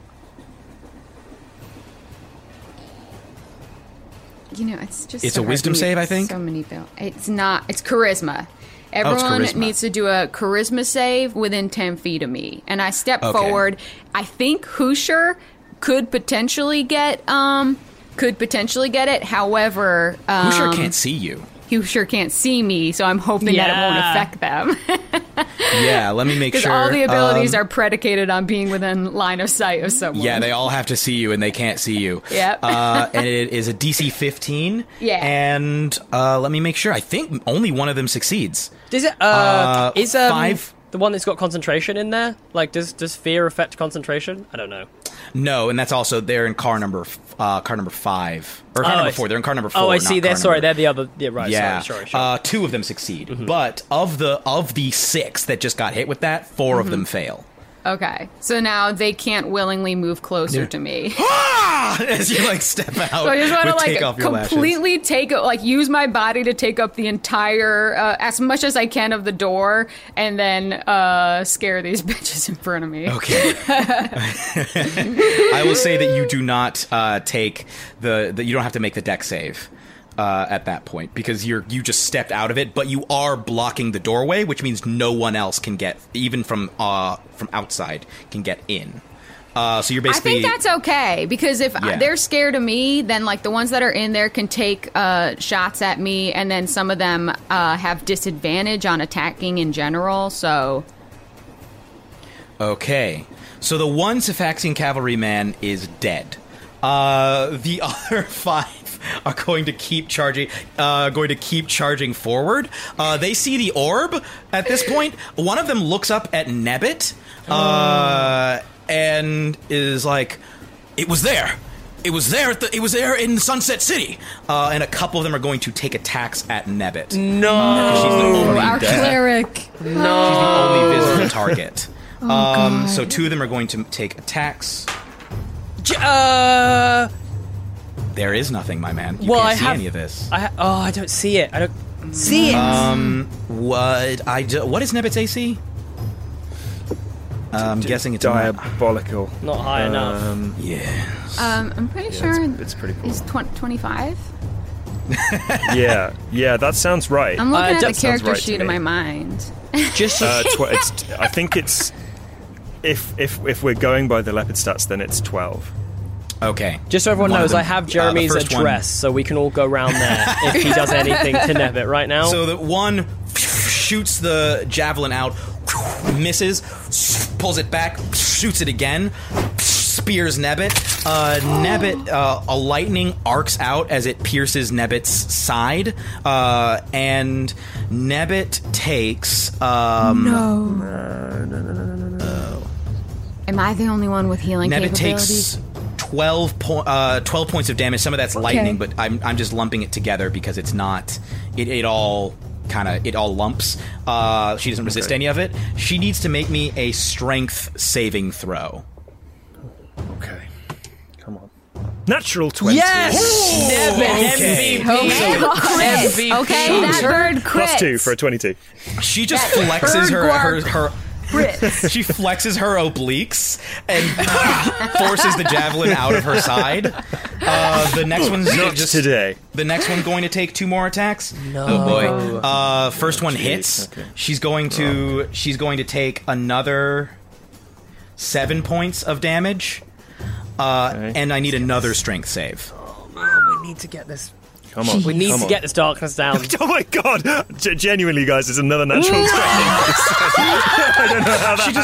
You know, it's just. It's so a hard wisdom to- save, I think? Oh, So many bill. It's not. It's charisma. Everyone charisma. needs to do a charisma save within 10 feet of me. And I step Okay. forward. I think Hoosier could potentially get. um could potentially get it. However, um, Who sure can't see you? you sure can't see me, so I'm hoping Yeah. that it won't affect them. Yeah, let me make Because sure. all the abilities um, are predicated on being within line of sight of someone. Yeah, they all have to see you, and they can't see you. Yep. uh, and it is a DC 15. Yeah. And uh, let me make sure. I think only one of them succeeds. Does it? Uh, Uh, is um, five. the one that's got concentration in there? Like, does does fear affect concentration? I don't know. Oh, No, and that's also they're in car number f- uh, car number five or car Oh, number I see. four. They're in car number four. Oh, I not see. They're car sorry. number- They're the other. Yeah, right. yeah, Sorry, sorry, sorry. Mm-hmm. Uh, two of them succeed, but of the of the six that just got hit with that, 4 Mm-hmm. of them fail. Okay. So now they can't willingly move closer to me. Ah! As you like step out, So I just want to with take like off your lashes. completely take like use my body to take up the entire uh, as much as I can of the door, and then uh, scare these bitches in front of me. Okay. I will say that you do not uh, take the, the. You don't have to make the deck save. uh, at that point because you're you just stepped out of it, but you are blocking the doorway, which means no one else can get even from uh from outside can get in. Uh, so you're I basically think that's okay because if I- Yeah. they're scared of me, then like the ones that are in there can take uh, shots at me, and then some of them uh, have disadvantage on attacking in general. So Okay. So the one Sephaxian cavalryman is dead. Uh, the other five are going to keep charging. Uh, going to keep charging forward. Uh, they see the orb at this point. One of them looks up at Nebbit uh, and is like, "It was there. It was there. At the, it was there in Sunset City." Uh, and a couple of them are going to take attacks at Nebbit. No. She's the only Our dead- cleric. She's the only Oh. visible target. um, so two of them are going to take attacks. J- uh, There is nothing, my man. You well, can't I see have any of this. I ha- oh, I don't see it. I don't see it. Um, what I do, what is Nebit's AC? Uh, I'm guessing it's not- diabolical. Not high enough. Yeah. um, I'm pretty sure it's, it's pretty cool. it's twen- 25. yeah, yeah, that sounds right. I'm Uh, that looking at sounds the character right to sheet in my me. mind. Just Uh, tw- it's, I think it's if if if we're going by the leopard stats, then it's twelve. Okay. Just so everyone One of knows, them- I have uh, the Jeremy's first one- address, so we can all go round there if he does anything to Nebbit right now. So that one shoots the javelin out, misses, pulls it back, shoots it again, spears Nebbit. Uh, Nebbit, uh, a lightning arcs out as it pierces Nebbit's side, uh, and Nebbit takes. Um, Am I the only one with healing Nebbit capabilities? takes 12, po- uh, 12 points of damage. Some of that's lightning, but I'm, I'm just lumping it together because it's not. It, it all kind of it all lumps. Uh, she doesn't resist any of it. She needs to make me a strength saving throw. Okay, come on. Natural twenty. Nebbit, Okay. MVP. Okay, that bird crits. Plus two for a twenty-two. She just flexes her her, bird her she flexes her obliques and forces the javelin out of her side. Uh, the next one's Not just today. The next one going to take two more attacks. No. Oh boy. Uh, first one hits. okay. She's going to she's going to take another seven points of damage. Uh, Okay. And I need another strength save. We need to get this. Come on, We need come to on. get this darkness down. Oh my god! G- genuinely, guys, it's another natural twenty. I don't know how that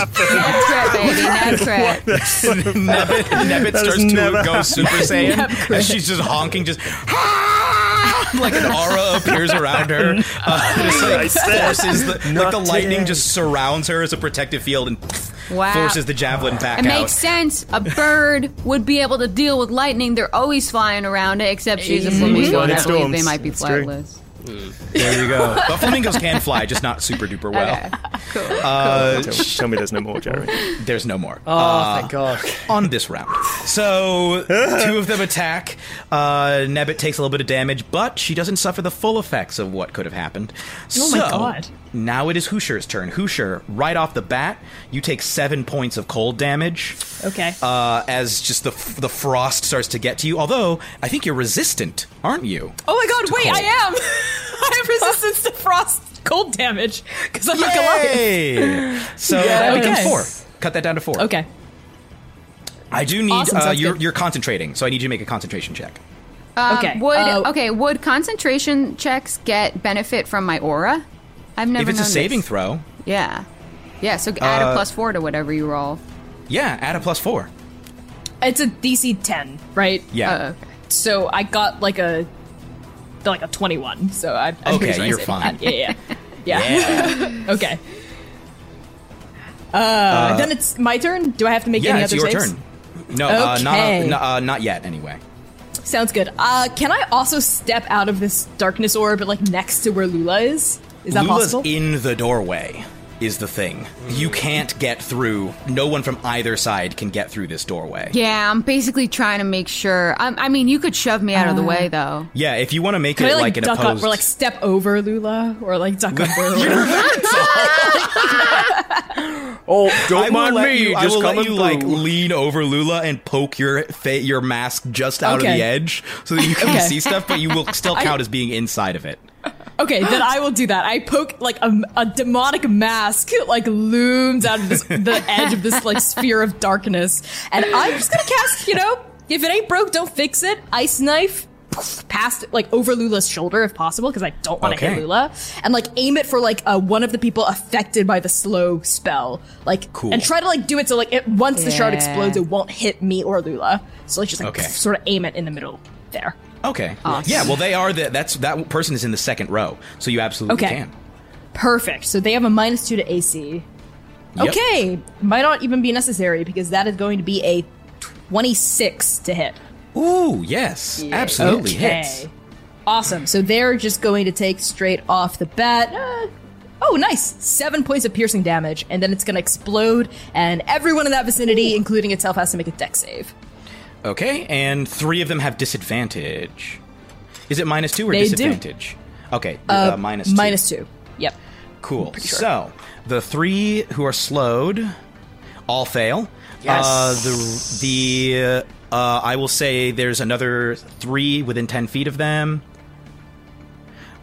happened. Ned crit, baby, Ned crit. Nebbit, Nebbit has starts to never go Super Saiyan, and she's just honking, just "Ah!" like an aura appears around her. Uh, just I like said, forces the, like the not lightning today. just surrounds her as a protective field and Wow. forces the javelin back It out. makes sense. A bird would be able to deal with lightning. They're always flying around it, except she's a flamingo. Flying and I believe they storms. might be It's true. flightless. There you go. But flamingos can fly, just not super duper well. Okay, cool. Uh, Tell, tell me there's no more, Jeremy. there's no more. Oh, Uh, thank God. on this round. So two of them attack. Uh, Nebbit takes a little bit of damage, but she doesn't suffer the full effects of what could have happened. Oh so, my God. Now it is Hoosier's turn. Hoosier, right off the bat, you take seven points of cold damage Okay. uh, as just the the frost starts to get to you. Although I think you're resistant, aren't you? oh my god, wait, cold. I am! I have resistance to frost cold damage because I'm a Goliath. Yay! so that becomes Okay. four. Cut that down to four. Okay. I do need Awesome, uh, sounds you're good. you're concentrating, so I need you to make a concentration check. Um, okay. Would uh, okay? Would concentration checks get benefit from my aura? I've never. If it's a known saving this. throw, Yeah. Yeah. So add Uh, a plus four to whatever you roll. yeah, add a plus four. It's a DC 10, right? Yeah. Uh, okay. So I got like a like a 21. So I, I'm Okay, pretty sure I you're saved fine. that. Yeah, yeah, yeah. okay. Uh, then it's my turn. Do I have to make yeah, any it's other your saves? turn. No, uh, not Okay. no, uh, not yet. Anyway, Sounds good. Uh, can I also step out of this darkness orb, like next to where Lula is? Is that Lula's possible? in the doorway. is the thing. You can't get through. No one from either side can get through this doorway. Yeah, I'm basically trying to make sure. Um, I mean, you could shove me out of the way, though. Yeah, if you want to make Can it I like, like, an duck opposed, up or like step over Lula or like duck up over? Oh, I don't will mind let me. you, I just will let coming you like through. lean over Lula and poke your fa- your mask just out of Okay. the edge so that you can Okay. see stuff, but you will still count as being inside of it. Okay, then I will do that. I poke like a, a demonic mask like looms out of this, the edge of this like sphere of darkness, and I'm just gonna cast. You know, if it ain't broke, don't fix it. Ice knife poof, past like over Lula's shoulder if possible because I don't want to Okay. hit Lula, and like aim it for like uh, one of the people affected by the slow spell. Like Cool. and try to like do it so like it, once the shard Yeah. explodes, it won't hit me or Lula. So like just like Okay. sort of aim it in the middle there. Okay. Yeah. Well, they are the that's that person is in the second row, so you absolutely Okay. can. Perfect. So they have a minus two to AC. Yep. Okay, might not even be necessary because that is going to be a 26 to hit. Ooh, yes, absolutely hits. Okay. Awesome. So they're just going to take straight off the bat. uh, oh, nice. Seven points of piercing damage, and then it's going to explode, and everyone in that vicinity, including itself, has to make a deck save. Okay, and three of them have disadvantage. Is it minus two or They do. disadvantage? Okay, uh, minus two. Minus two. Yep. Cool. So the three who are slowed all fail. Yes. Uh, the the uh, I will say there's another three within ten feet of them.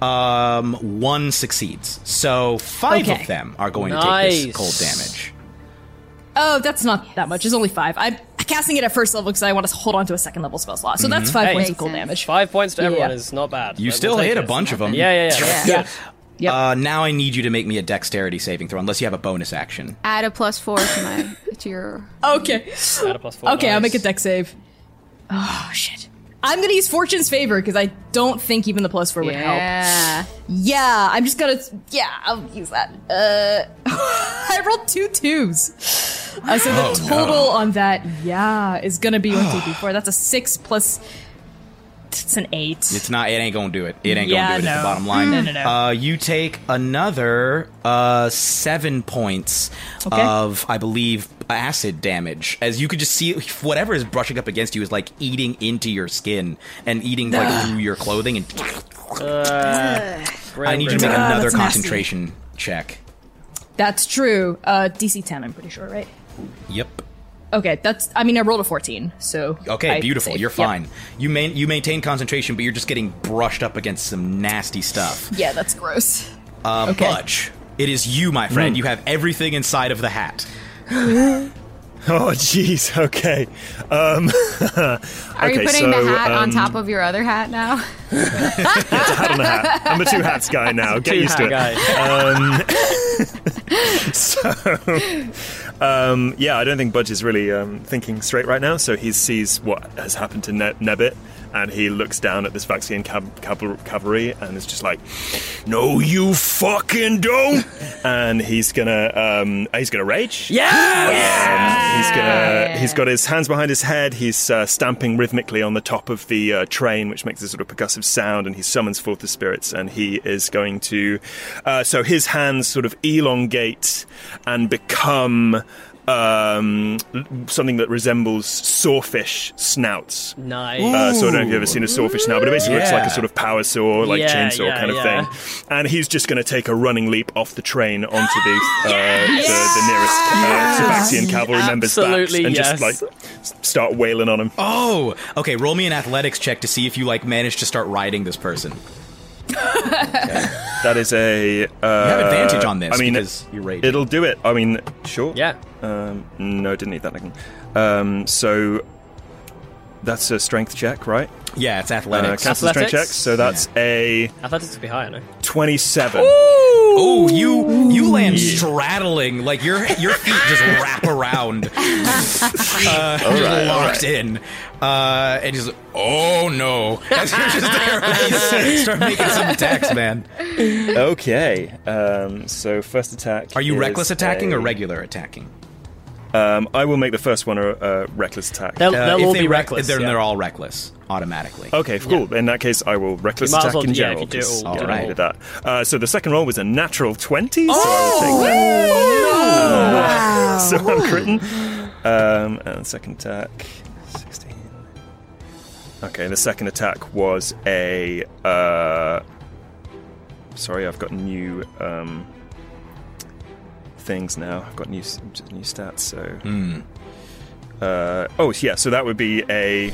Um, one succeeds. So five Okay. of them are going to take this Nice. cold damage. Oh, that's not that much. It's only five. I'm casting it at first level because I want to hold on to a second level spell slot. So that's Mm-hmm. five Hey. points of Makes cold sense. damage. Five points to everyone Yeah. is not bad. You Like, still we'll take hit a it. bunch of them. Yeah, yeah, yeah. Yeah. Yep. Uh, now I need you to make me a dexterity saving throw, unless you have a bonus action. Add a plus four to my to your. okay. Add a plus four. Okay, I'll Nice. make a deck save. Oh shit. I'm gonna use Fortune's favor because I don't think even the plus four would help. Yeah. Yeah, I'm just gonna. Yeah, I'll use that. Uh, I rolled two twos. Uh, so the Oh, no. total on that, yeah, is gonna be one, two, three, four. That's a six plus. It's an eight. It's not. It ain't gonna do it. It ain't gonna Yeah, do it. It's no. the bottom line. No, no, no. Uh, you take another uh, seven points Okay. of, I believe, acid damage. As you could just see, whatever is brushing up against you is like eating into your skin and eating like through your clothing. And I need you to make Ah, another that's nasty. concentration check. That's true. Uh, DC ten, I'm pretty sure, right? Yep. Okay, that's. I mean, I rolled a fourteen, so Okay, I beautiful. saved. You're Yep. fine. You main, you maintain concentration, but you're just getting brushed up against some nasty stuff. Yeah, that's gross. Um, Okay. Hmm. Budge, it is you, my friend. You have everything inside of the hat. Oh, jeez. Okay. Um, Are okay, you putting so, the hat on um, top of your other hat now? hat on a hat. I'm a two hats guy now. Get used to it. Guy. Um, yeah, I don't think Budge is really um, thinking straight right now. So he sees what has happened to ne- Nebbit, and he looks down at this Vaxian cab- cab- cavalry and is just like, "No, you fucking don't!" and he's gonna um, he's gonna rage. Um, he's gonna. He's got his hands behind his head. He's uh, stamping rhythmically on the top of the uh, train, which makes a sort of percussive sound. And he summons forth the spirits. And he is going to. Uh, so his hands sort of elongate and become um, l- something that resembles sawfish snouts. nice. Uh, so I don't know if you've ever seen a sawfish now, but it basically looks Yeah. like a sort of power saw, like Yeah, chainsaw yeah, kind of yeah. thing. And he's just going to take a running leap off the train onto the uh, the, the nearest uh, Sabaxian cavalry member's backs Absolutely, and yes. just like s- start wailing on him. Oh, okay. Roll me an athletics check to see if you like manage to start riding this person. That is a uh, have advantage on this I mean, because you're raging. it'll do it. I mean, sure. Yeah. Um, no, I didn't need that. Again. Um, so that's a strength check, right? Yeah, it's Uh, athletics. cancel the strength Athletics? check. So that's a Athletics would be higher, Uh, no? twenty-seven. oh, you you land straddling like your your feet just wrap around, uh, just right, all locked in, uh, and just oh no, as you're just there, start making some attacks, man. Okay. Um, so first attack. Are you is reckless attacking a- or regular attacking? Um, I will make the first one a, a reckless attack. They'll, Uh, they'll if all they be rec- reckless. Then yeah. they're all reckless automatically. Okay, cool. In that case, I will reckless You might as attack well- in yeah, if general. you do it 'cause all, I do it needed all. that. Uh, so the second roll was a natural twenty. So I Oh, will take that. so I'm critting. Um, and the second attack, sixteen. Okay, the second attack was a. Uh, sorry, I've got new um, things now. I've got new s- new stats. So. Hmm. Uh, oh yeah, so that would be a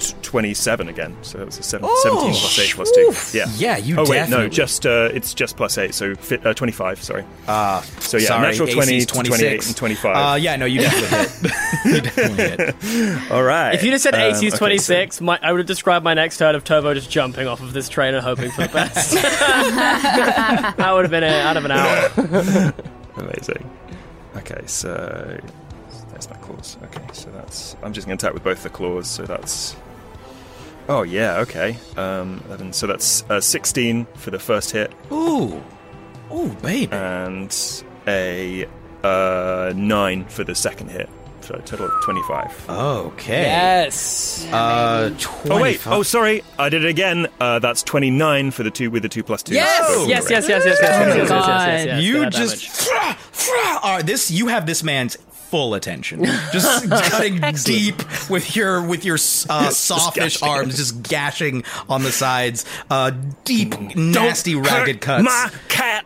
t- 27 again. So that was a seven, 17 plus 8 plus 2. Yeah. Oh, Yeah, you Oh wait, no, definitely- just uh, it's just plus 8, so fi- uh, 25, sorry. Ah. so yeah, Sorry, natural AC 20, is to 28 and 25. Uh, yeah, no, you definitely hit. you definitely hit. All right. If you just said Um, AC's okay, so- 26, my, I would have described my next turn of Turbo just jumping off of this train and hoping for the best. that would have been a, out of an hour. Amazing. Okay, so there's my claws. Okay, so that's I'm just going to attack with both the claws. So that's oh yeah, okay. Um, 11. So that's uh, 16 for the first hit, Ooh, ooh, baby. and a uh, nine for the second hit. So a total of 25. Oh, okay. Yes. Uh, oh wait, 25. oh sorry, I did it again. Uh, that's 29 for the two with the two plus two. Yes! Both Yes, correct. yes, yes, yes, yes, yes, yes, yes, yes, yes, God. yes, you yeah, just fra, damage. fra, are this. You have this man's full attention. Just cutting deep with your with your uh, softish gashing. arms, just gashing on the sides. Uh, deep, nasty, ragged cuts. My cat.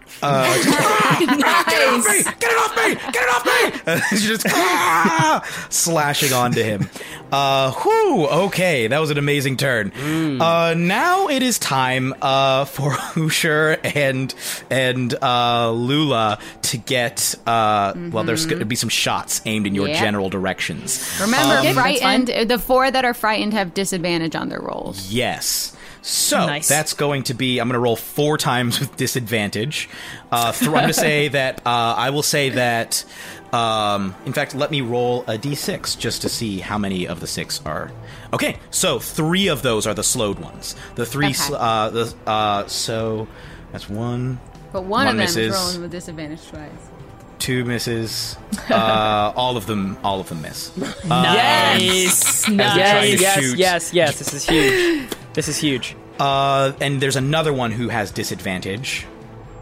nice. Get it off me! Get it off me! Uh, she's just ah, slashing onto him. Uh, whew, okay, that was an amazing turn. Uh, now it is time uh, for Hoosier and and uh, Lula to get. Uh, Well, there's going to be some shots aimed in your Yeah. general directions. Remember, Okay, that's frightened. The four that are frightened have disadvantage on their rolls. Yes. So Nice. that's going to be. I'm going to roll four times with disadvantage. Uh, th- I'm going to say that. Uh, I will say that. Um, in fact, let me roll a d6 just to see how many of the six are. Okay, so three of those are the slowed ones. The three. sl- Okay. Uh, the, uh, so that's one, But One one, of them misses. is rolling with disadvantage twice. two misses. Uh, all of them. All of them miss. Yes. trying to Yes, yes, shoot. yes, yes. This is huge. This is huge. Uh, and there's another one who has disadvantage.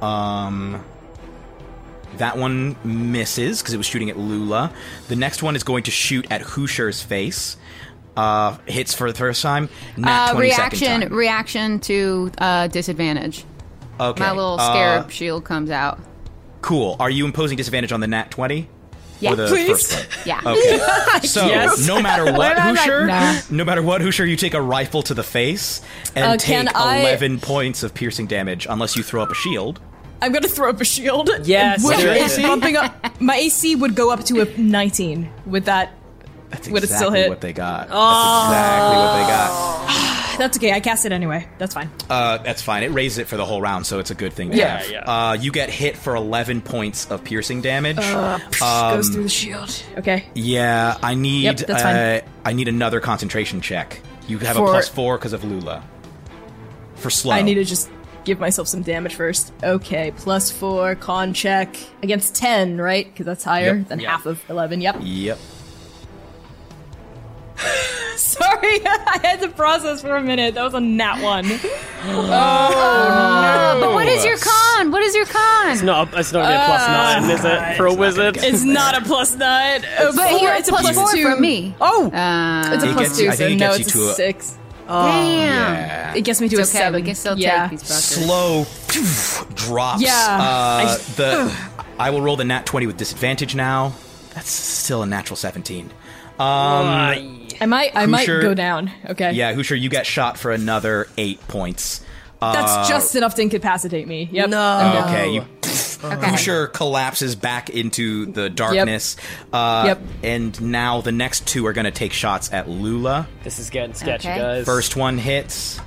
Um, that one misses because it was shooting at Lula. The next one is going to shoot at Hoosier's face. Uh, hits for the first time. Not Uh, 20 second reaction, time. reaction to uh, disadvantage. okay. My little Uh, scarab shield comes out. cool. Are you imposing disadvantage on the nat twenty? Yeah. Or the Please. first one? Yeah. Okay. So no matter what, I'm like, Hoosier, nah. no matter what, Hoosier, you take a rifle to the face and Uh, take can I- eleven points of piercing damage unless you throw up a shield. I'm gonna throw up a shield. Yes, Would- do it. it's bumping up. My AC would go up to a 19 with that. That's Would it exactly still hit? Oh. what they got. That's exactly what they got. That's okay. I cast it anyway. That's fine. Uh, that's fine. It raises it for the whole round, so it's a good thing to Yeah, have. yeah. Uh, you get hit for 11 points of piercing damage. Uh. Um, Goes through the shield. Okay. yeah, I need Yep, that's fine. Uh, I need another concentration check. You have a For- plus four because of Lula. For slow. I need to just give myself some damage first. Okay, plus four con check against ten, right? Because that's higher Yep. than Yeah. half of eleven. Yep. Yep. Sorry, I had to process for a minute. That was a nat one. Uh, but what is your con? What is your con? It's not, it's not going to be a plus nine, is it? For a wizard? It's not a plus nine. It's But you're a plus four from me. Oh, Uh, it's a It plus gets- two. I So think it no, gets it's you to a a- six. damn. Yeah. It gets me to It's a okay. seven. We can still yeah. take these buckets. Slow drops. Yeah. Uh, the I will roll the nat 20 with disadvantage now. That's still a natural 17. I might. I might Hoosier- go down. Okay. Yeah, Hoosier, you get shot for another 8 points. uh, That's just enough to incapacitate me. Yep. Oh, No. Okay, you Okay. Usher collapses back into the darkness. Uh, Yep. And now the next two are going to take shots at Lula. This is getting sketchy, Okay. guys. First one hits,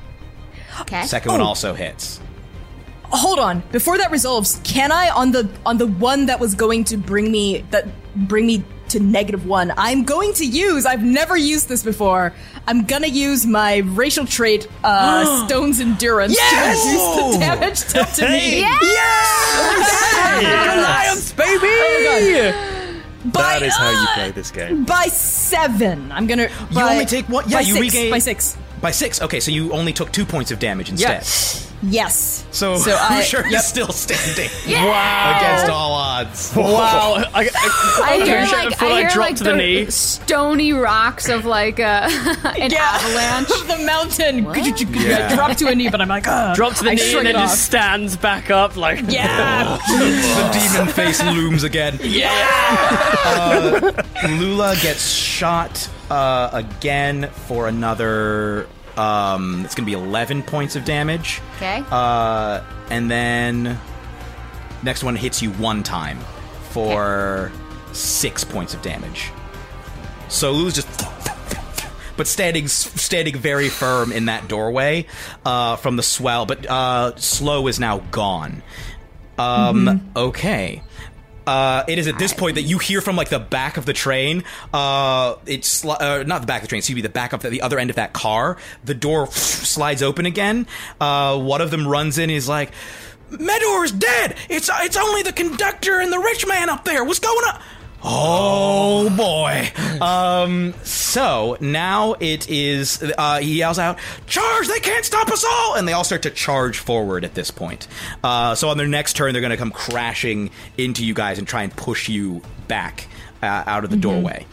Okay. second Oh. one also hits. hold on before that resolves can i on the on the one that was going to bring me that bring me to negative one i'm going to use i've never used this before i'm gonna use my racial trait uh stone's endurance Yes! to reduce the damage dealt to me Yes! Yes! Reliance, baby! Oh my god. By, that is how you uh, play this game. By seven. I'm gonna. You by- only take one. Yeah, by you six, regain by six. By six. Okay, so you only took two points of damage instead. Yeah. Yes. So, so I, Usher is still standing. Against all odds. Wow. I, I, I hear Touche like before I I hear drop like to the the knee. stony rocks of like uh, an avalanche. the mountain. Yeah. I drop to a knee, but I'm like, uh, drop to the I knee shrug and it then off. just stands back up like yeah. the demon face looms again. Yeah. Lula gets shot uh, again for another. Um, it's gonna be eleven points of damage. Okay. Uh, and then next one hits you one time for six points of damage. So Lula's just. But standing, standing very firm in that doorway uh, from the swell. But uh, slow is now gone. Um, okay. Uh, it is at this point that you hear from like the back of the train. Uh, it's sli- uh, not the back of the train. Excuse me, the back of the, the other end of that car. The door slides open again. Uh, one of them runs in. Is like, Medor's dead. It's it's only the conductor and the rich man up there. What's going on? Oh boy. Um so now it is uh he yells out, "Charge! They can't stop us all!" And they all start to charge forward at this point. Uh so on their next turn they're going to come crashing into you guys and try and push you back uh, out of the doorway.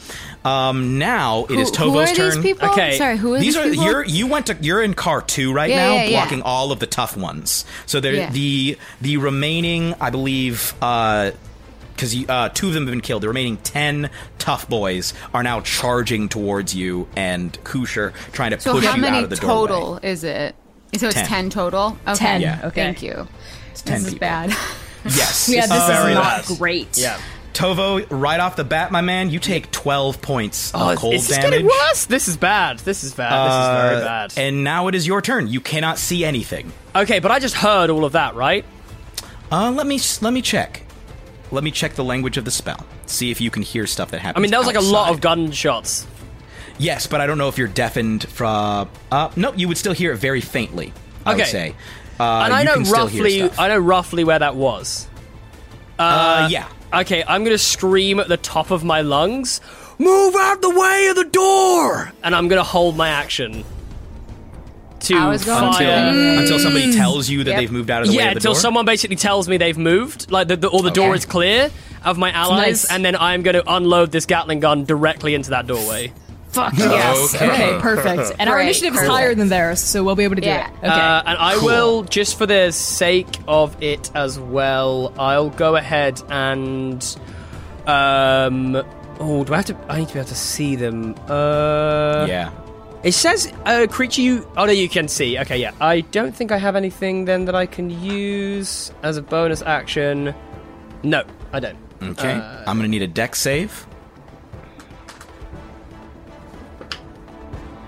Um now it is Mm-hmm. who, who Tovo's are turn. these people? Okay. Sorry, who are These these, are people? you're you went to you're in car 2 right Yeah, now yeah, yeah. blocking all of the tough ones. So they're Yeah. the the remaining I believe uh because uh, two of them have been killed. The remaining ten tough boys are now charging towards you and Kusher, trying to so push how you many out of the total doorway. is it? So it's Ten. ten, total. Okay. Ten, Yeah. okay. Thank you. ten this is people. bad. Yes. Yeah, this Uh, is very not last. great. Yeah. Tovo, right off the bat, my man, you take twelve points of Oh, is- Uh, cold is this damage. getting worse? This is bad. This is bad. this is very Uh, bad. And now it is your turn. You cannot see anything. okay, but I just heard all of that, right? Uh, let me let me check. Let me check the language of the spell. See if you can hear stuff that I happens. mean, there was like a lot outside. Uh, of gunshots. Yes, but I don't know if you're deafened from. Uh, nope, you would still hear it very faintly. I would Okay. say. Uh, and I you know can still hear roughly, stuff. I know roughly where that was. Uh, yeah. Okay, I'm gonna scream at the top of my lungs. Move out the way of the door, and I'm gonna hold my action to I was going fire. Until, until somebody tells you that Yep. they've moved out of the way Mm. yeah, of the until door. someone basically tells me they've moved, like the, the, or the door Okay. is clear of my allies, Nice. and then I'm going to unload this Gatling gun directly into that doorway. Fuck yes. Okay. Okay, perfect. And our Great, initiative is cool. higher than theirs, so we'll be able to do Yeah. it. Okay. Uh, and I will, just for the sake of it as well, I'll go ahead and. Um, oh, do I have to? I need to be able to see them. Uh, yeah. It says uh, creature you. Oh no, you can see. Okay, yeah. I don't think I have anything then that I can use as a bonus action. No, I don't. Okay. I'm gonna need a deck save.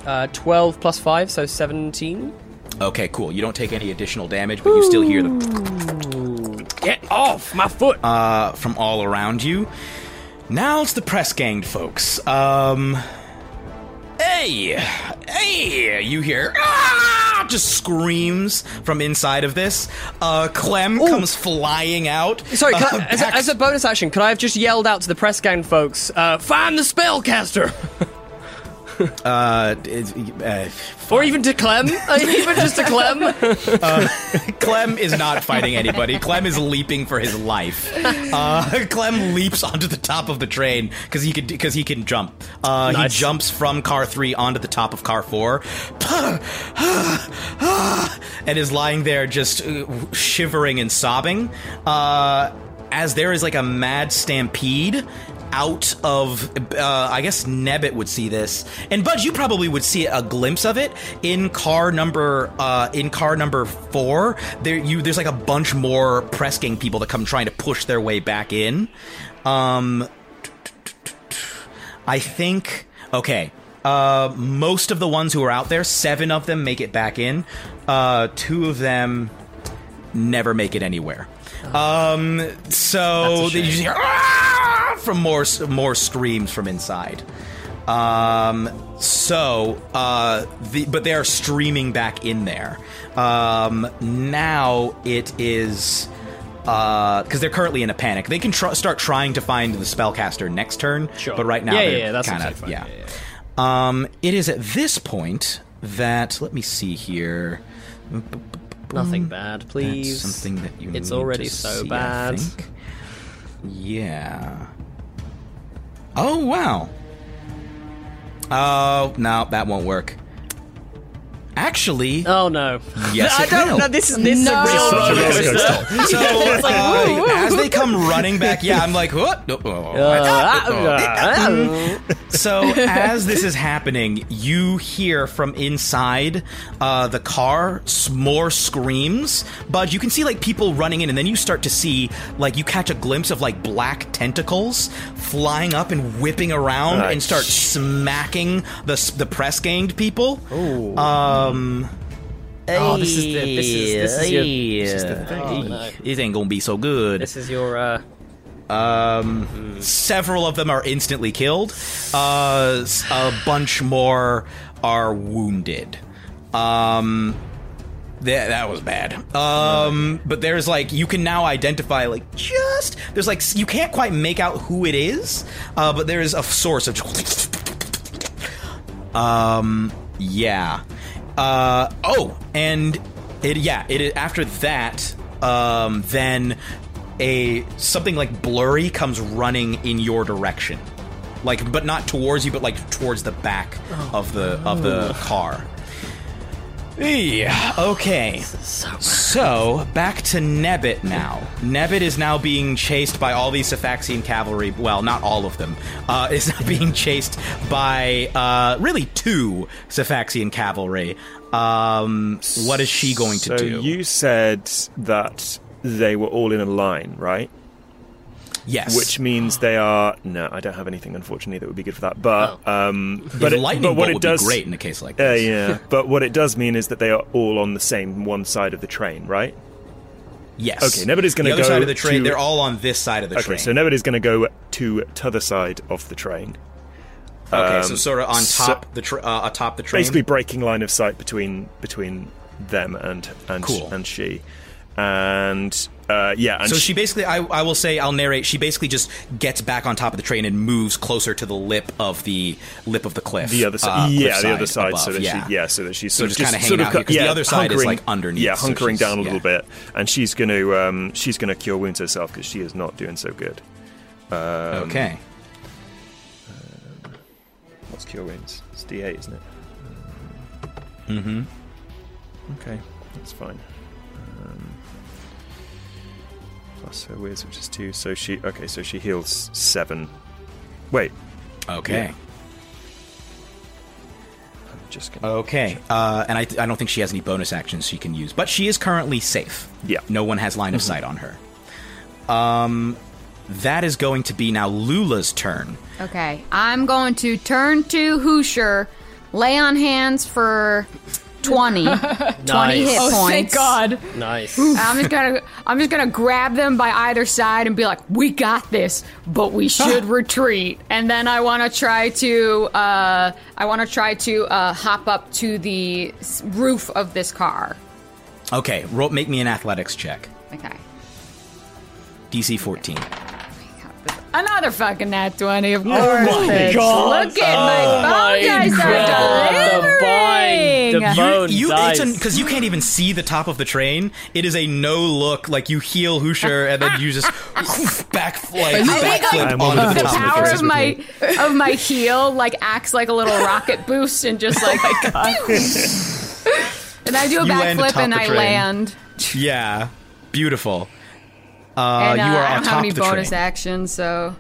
Uh, 12 plus 5, so 17. Okay, cool. You don't take any additional damage, but you still hear the Get off my foot! uh, from all around you. Now it's the press ganged folks. Um, hey, hey! You hear? Ah! Just screams from inside of this. Uh, Clem comes flying out. Sorry, can Uh, I, as, a, back- as a bonus action, could I have just yelled out to the press gang folks, uh, find the spellcaster! uh, it- uh, or even to Clem? Uh, even just to Clem? Clem is not fighting anybody. Clem is leaping for his life. Uh, Clem leaps onto the top of the train because he could because he can jump. Uh, Nice. He jumps from car three onto the top of car four, and is lying there just uh, shivering and sobbing. Uh, as there is like a mad stampede out of uh, i guess nebbit would see this and budge you probably would see a glimpse of it in car number uh, in car number four there you there's like a bunch more press gang people that come trying to push their way back in um I think okay. Uh, most of the ones who are out there, seven of them make it back in. Uh, two of them never make it anywhere. Um, so you just hear "Ah!" from more more screams from inside. Um, so uh, the but they are streaming back in there. Um, now it is because they're currently in a panic. They can tr- start trying to find the spellcaster next turn, Sure. but right now Yeah, yeah, they're yeah, that's kind what I'm of saying, yeah. fine, yeah, Um, it is at this point that let me see here. Nothing bad, please. That's something that you. It's need already to so see, I bad. think. Yeah. Oh wow. Oh no, that won't work. Actually, Oh no. Yes, I it don't will. know. This is this is a No. real Such a roller coaster. roller so It's like, uh, as they come running back, yeah, I'm like, what? No, oh, I Uh, thought- oh. So as this is happening, you hear from inside uh, the car s- more screams, but you can see like people running in, and then you start to see like you catch a glimpse of like black tentacles flying up and whipping around Ah, and start sh- smacking the s- the press ganged people. Oh, um, Oh, this is the- this is- this is your- this is the thing. Oh, no. It ain't gonna be so good. This is your. Uh, Several of them are instantly killed. Uh, s- a bunch more are wounded. Um, that, that was bad. Um, but there's like you can now identify like just there's like s- you can't quite make out who it is, uh, but there is a source of. Um, yeah. Uh, oh, and it yeah it after that um then a something like blurry comes running in your direction, like but not towards you but like towards the back of the of the car. Yeah. Okay. So back to Nebbit now. Nebbit is now being chased by all these Sephaxian cavalry. Well, not all of them. Uh, is now being chased by uh, really two Sephaxian cavalry. Um, what is she going to so do? you said that they were all in a line, right? yes. Which means they are. No, I don't have anything, unfortunately, that would be good for that. But um, If but it, Oh. lightning but what bolt it would does be great in a case like Uh, this. yeah, but what it does mean is that they are all on the same one side of the train, right? Yes. Okay, nobody's gonna the other go side of the train. to- They're all on this side of the Okay, train. so nobody's going to go to t'other side of the train. okay, um, so sort of on so- top the tr uh, atop the train. Basically, breaking line of sight between between them and and Cool. and she, and uh, yeah, and so she basically, I, I will say, I'll narrate. She basically just gets back on top of the train and moves closer to the lip of the lip of the cliff. the other side, uh, yeah, cliff the other side, above, so that she, yeah, so that she's So sort just of kinda sort hanging out here, 'cause the yeah, other side is, hunkering- like, underneath, yeah, so hunkering she's- down a little yeah. bit, and she's going to um, she's going to cure wounds herself because she is not doing so good. um, okay. What's cure wounds? It's D8, isn't it? Mm-hmm. Okay, that's fine. Um, plus her whiz, which is two. So she okay. So she heals seven. Wait, Okay. I'm just gonna. Okay. Uh, and I, I don't think she has any bonus actions she can use, but she is currently safe. Yeah. Mm-hmm. No one has line of sight on her. Um, that is going to be now Lula's turn. Okay, I'm going to turn to Hoosier, lay on hands for 20, 20 Nice. Oh, hit Oh, points. thank God. nice. I'm just gonna I'm just gonna grab them by either side and be like, "We got this, but we should retreat." And then I want to try to uh, I want to try to uh, hop up to the s- roof of this car. Okay. Roll, make me an athletics check. Okay, DC 14. another fucking nat twenty. Oh Of course, bitch. look at my phone guys are The delivering. bone, Oh, the bone you dice. because you can't even see the top of the train. It is a no look, like you heel Hoosier and then you just whoof, back like I backflip am over onto the the the top top power of the of train. my of my heel like acts like a little rocket boost and just like and I do a Oh You land backflip atop and the I train. land. Yeah, beautiful. Uh, and uh, you are I on don't top have any of the bonus train. actions, so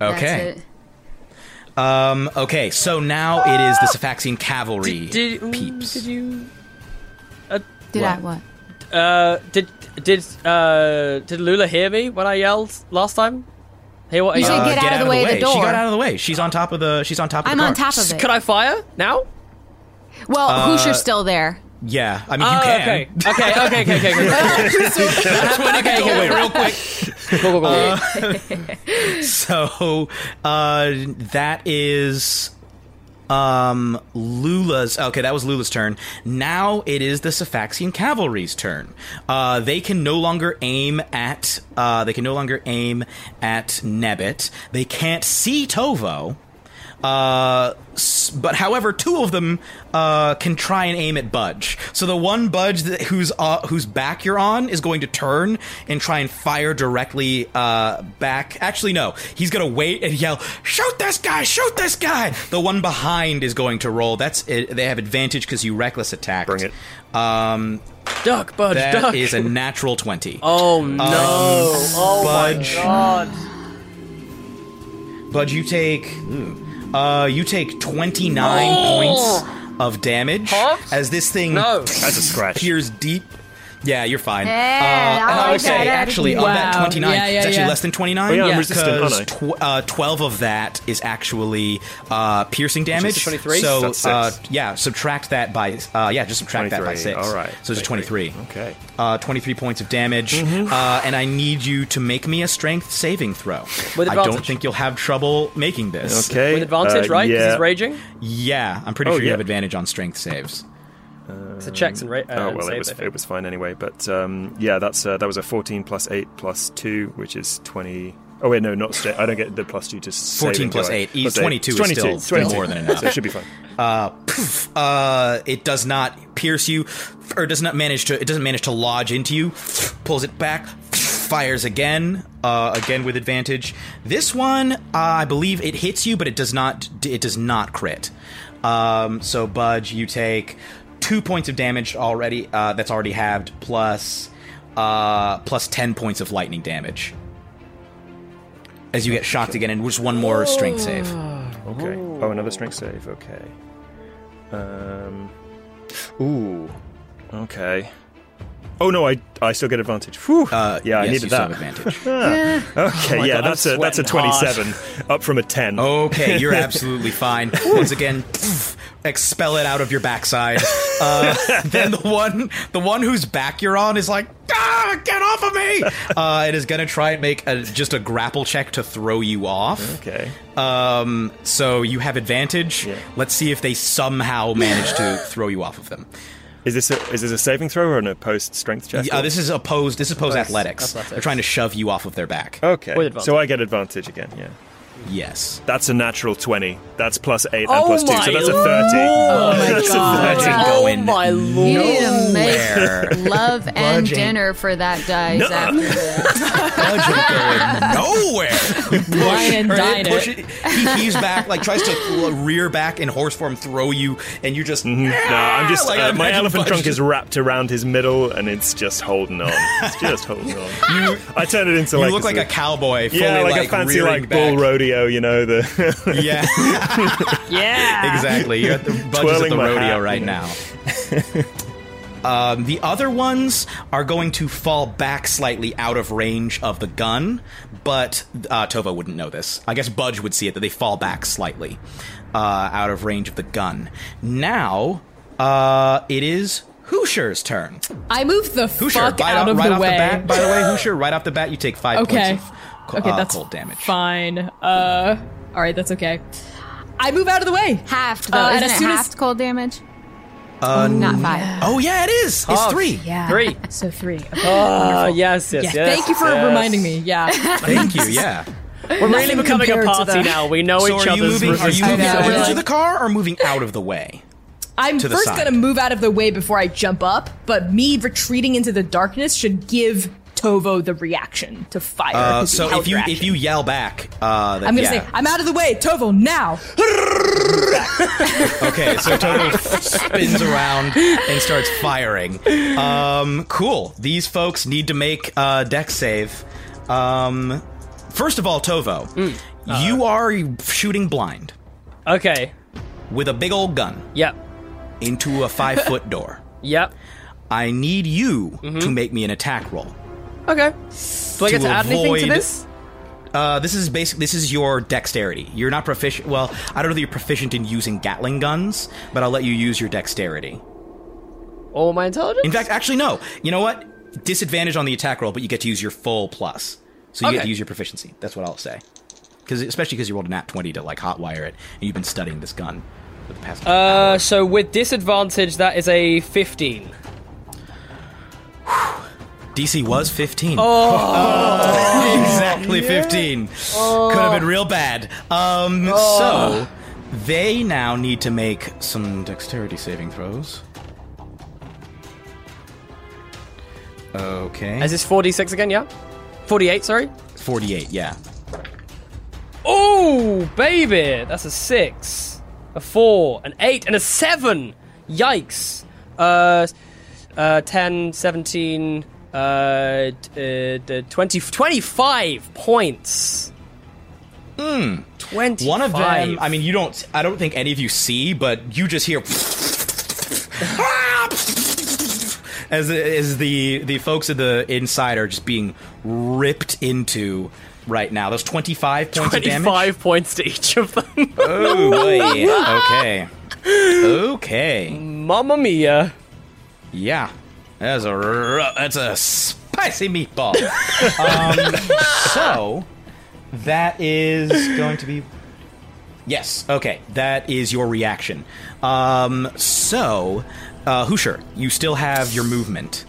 okay, that's it. um, okay. So now it is the Sephaxian cavalry did, mm, peeps. Did you? Did I what? Uh, did did uh did Lula hear me when I yelled last time? Hear what I You yelled? should get, Uh, out, of the way, of the door. She got out of the way. She's on top of the. She's on top of I'm the car. on top of it. Could I fire now? well, Uh, Hoosier's still there. Yeah, I mean Oh, you can. okay. Okay, okay, okay, okay, okay. okay, Go away okay. real quick. Go, go, go. So uh, that uh, is Um, Lula's okay. That was Lula's turn. Now it is the Sephaxian cavalry's turn. Uh, they can no longer aim at. Uh, they can no longer aim at Nebit. They can't see Tovo. Uh, s- but however, two of them uh, can try and aim at Budge. So the one Budge that, whose uh, whose back you're on is going to turn and try and fire directly uh, back. Actually, no, he's gonna wait and yell, "Shoot this guy! Shoot this guy!" The one behind is going to roll. That's it. they have advantage because you reckless attack. Bring it. Um, Duck, Budge, that duck. is a natural twenty. oh Um, no! oh Budge. my god! Budge, you take uh, you take twenty nine points of damage Huh? as this thing No. That's a scratch. peers deep. Yeah, you're fine. Yeah, uh, and I I would like say that. actually on that Wow. 29, Yeah, yeah, it's actually yeah. less than 29. Oh, yeah, I'm resistant, aren't because I? tw- uh, 12 of that is actually uh, piercing damage. 23? So That's six. uh, yeah, subtract that by uh, yeah, just subtract that by 23, six. all right. So it's 23. 23, okay. Uh, 23 points of damage, Mm-hmm. uh, and I need you to make me a strength saving throw. With I don't advantage. think you'll have trouble making this. Okay. With advantage, uh, right? Because Yeah. he's raging. Yeah, I'm pretty Oh, sure you yeah. have advantage on strength saves. So checks and ra- uh, Oh well, it saves, was I think. it was fine anyway. But um, yeah, that's uh, that was a fourteen plus eight plus two, which is twenty. Oh wait, no, not straight. I don't get the plus two 14 to saving, plus do I? eight. Plus E22 is 22, still- still 22. more than enough. So it should be fine. uh, it does not pierce you, or does not manage to. It doesn't manage to lodge into you. Pulls it back. Fires again, uh, again with advantage. This one, uh, I believe, it hits you, but it does not. It does not crit. Um, so Budge, you take two points of damage already. Uh, that's already halved, plus uh, plus ten points of lightning damage. As you get shocked again, and just one more strength save. Okay. Oh, another strength save. Okay. Um. Ooh. Okay. Oh no, I I still get advantage. Whew. Uh, yeah, I yes, needed you still have that. advantage. Oh Okay, yeah, God, I'm that's a that's a sweating hard. twenty-seven, up from a ten. Okay, you're absolutely fine. Once again, pff, expel it out of your backside. Uh, then the one, the one whose back you're on is like, ah, get off of me! Uh, it is gonna try and make a, just a grapple check to throw you off. Okay. Um, so you have advantage. Yeah. Let's see if they somehow manage to throw you off of them. Is this a, is this a saving throw or a post strength check? Uh, this is opposed. This is opposed athletics. athletics. They're trying to shove you off of their back. okay. With So I get advantage again. Yeah. Yes. That's a natural twenty. That's plus eight and Oh plus two, so my that's a lord. thirty. Oh my god. That's Yeah. Oh going my You lord! need to nowhere. make love and Budge ain't- dinner for that dice after this. Budge ain't going nowhere. You push Ryan her, died push it. it. He heaves back, like tries to l- rear back in horse form, throw you, and you just. No, I'm just Like, uh, I my imagine elephant Budge trunk just- is wrapped around his middle, and it's just holding on. It's just holding on. you, I turn it into You like look a like a sort of- cowboy, fully yeah, like, like, a fancy rearing like bull back. rodeo. You know the Yeah, Yeah. exactly. You're at the Budge is at Twirling the my rodeo hat, right you know. now. um, the other ones are going to fall back slightly out of range of the gun, but uh, Tova wouldn't know this. I guess Budge would see it that they fall back slightly uh, out of range of the gun. Now uh, it is Hoosier's turn. I moved the Hoosier, fuck right, off, out of right the off way. the bat. By the way, Hoosier, right off the bat, you take five okay. points of co- okay, uh, that's cold damage. Fine. Uh, all right, that's okay. I move out of the way. Halved though, Uh, isn't and as it soon as- halved cold damage? Uh, not five. Oh yeah, it is. It's Half. three. Yeah. Three. So three. Okay. Ah, yes, yes, Yeah, yes. thank you for yes. reminding me. Yeah. Thank you. Yeah. We're really becoming a compared to party that. now. We know so each are you other's moving? Are you resistance. moving know, over yeah. to the car or moving out of the way? I'm to the first side. gonna move out of the way before I jump up, but me retreating into the darkness should give Tovo the reaction to fire. Uh, his so if counter you if action. you yell back, uh, that, I'm gonna yeah. say, I'm out of the way, Tovo, now! okay. So Toto spins around and starts firing. Um, cool. These folks need to make uh, deck save. Um, first of all, Tovo, you are shooting blind Okay. with a big old gun Yep. into a five foot door. Yep. I need you to make me an attack roll. Okay. Mm-hmm. Do I get to, add anything to avoid- this? Uh, this is basic. This is your dexterity. You're not proficient. Well, I don't know that you're proficient in using Gatling guns, but I'll let you use your dexterity. All my intelligence? In fact, actually, no. You know what? Disadvantage on the attack roll, but you get to use your full plus. So you get Okay. to use your proficiency. That's what I'll say. Because especially because you rolled a nat twenty to like hotwire it, and you've been studying this gun. the past Uh, so with disadvantage, that is a 15. DC was 15. Oh, exactly 15. Could have been real bad. Um, So, they now need to make some dexterity saving throws. Okay. Is this 46 again? Yeah. 48, sorry. 48, yeah. Oh, baby. That's a 6, a 4, an 8, and a 7. Yikes. Uh, uh, 10, 17, uh, d- uh, d- 20, 25 points. Hmm. 25. One of them, I mean, you don't, I don't think any of you see, but you just hear. as, as the, the folks of the inside are just being ripped into right now. Those 25 points of damage. 25 points to each of them. Oh boy. okay. Okay. Mamma mia. Yeah. That's a ru- that's a spicy meatball. um, so that is going to be yes. Okay, that is your reaction. Um, so uh, Hoosier, you still have your movement.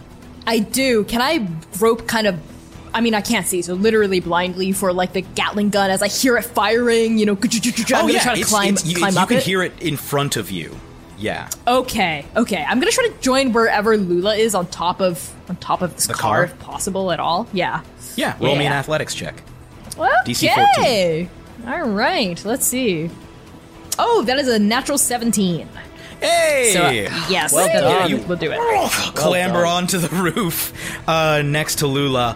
I do. Can I rope kind of? I mean, I can't see, so literally blindly for like the Gatling gun as I hear it firing. You know, I'm gonna try to Oh, it's- climb, it's- you, climb you up can it. Oh. hear it in front of you. Yeah. Okay, okay. I'm gonna try to join wherever Lula is on top of on top of this The car? car, if possible at all. Yeah. Yeah. Roll me an Yeah. athletics check. DC Okay. All right. Let's see. Oh, that is a natural 17. Hey. So, uh, yes, well done. You- we'll do it. clamber onto the roof uh, next to Lula.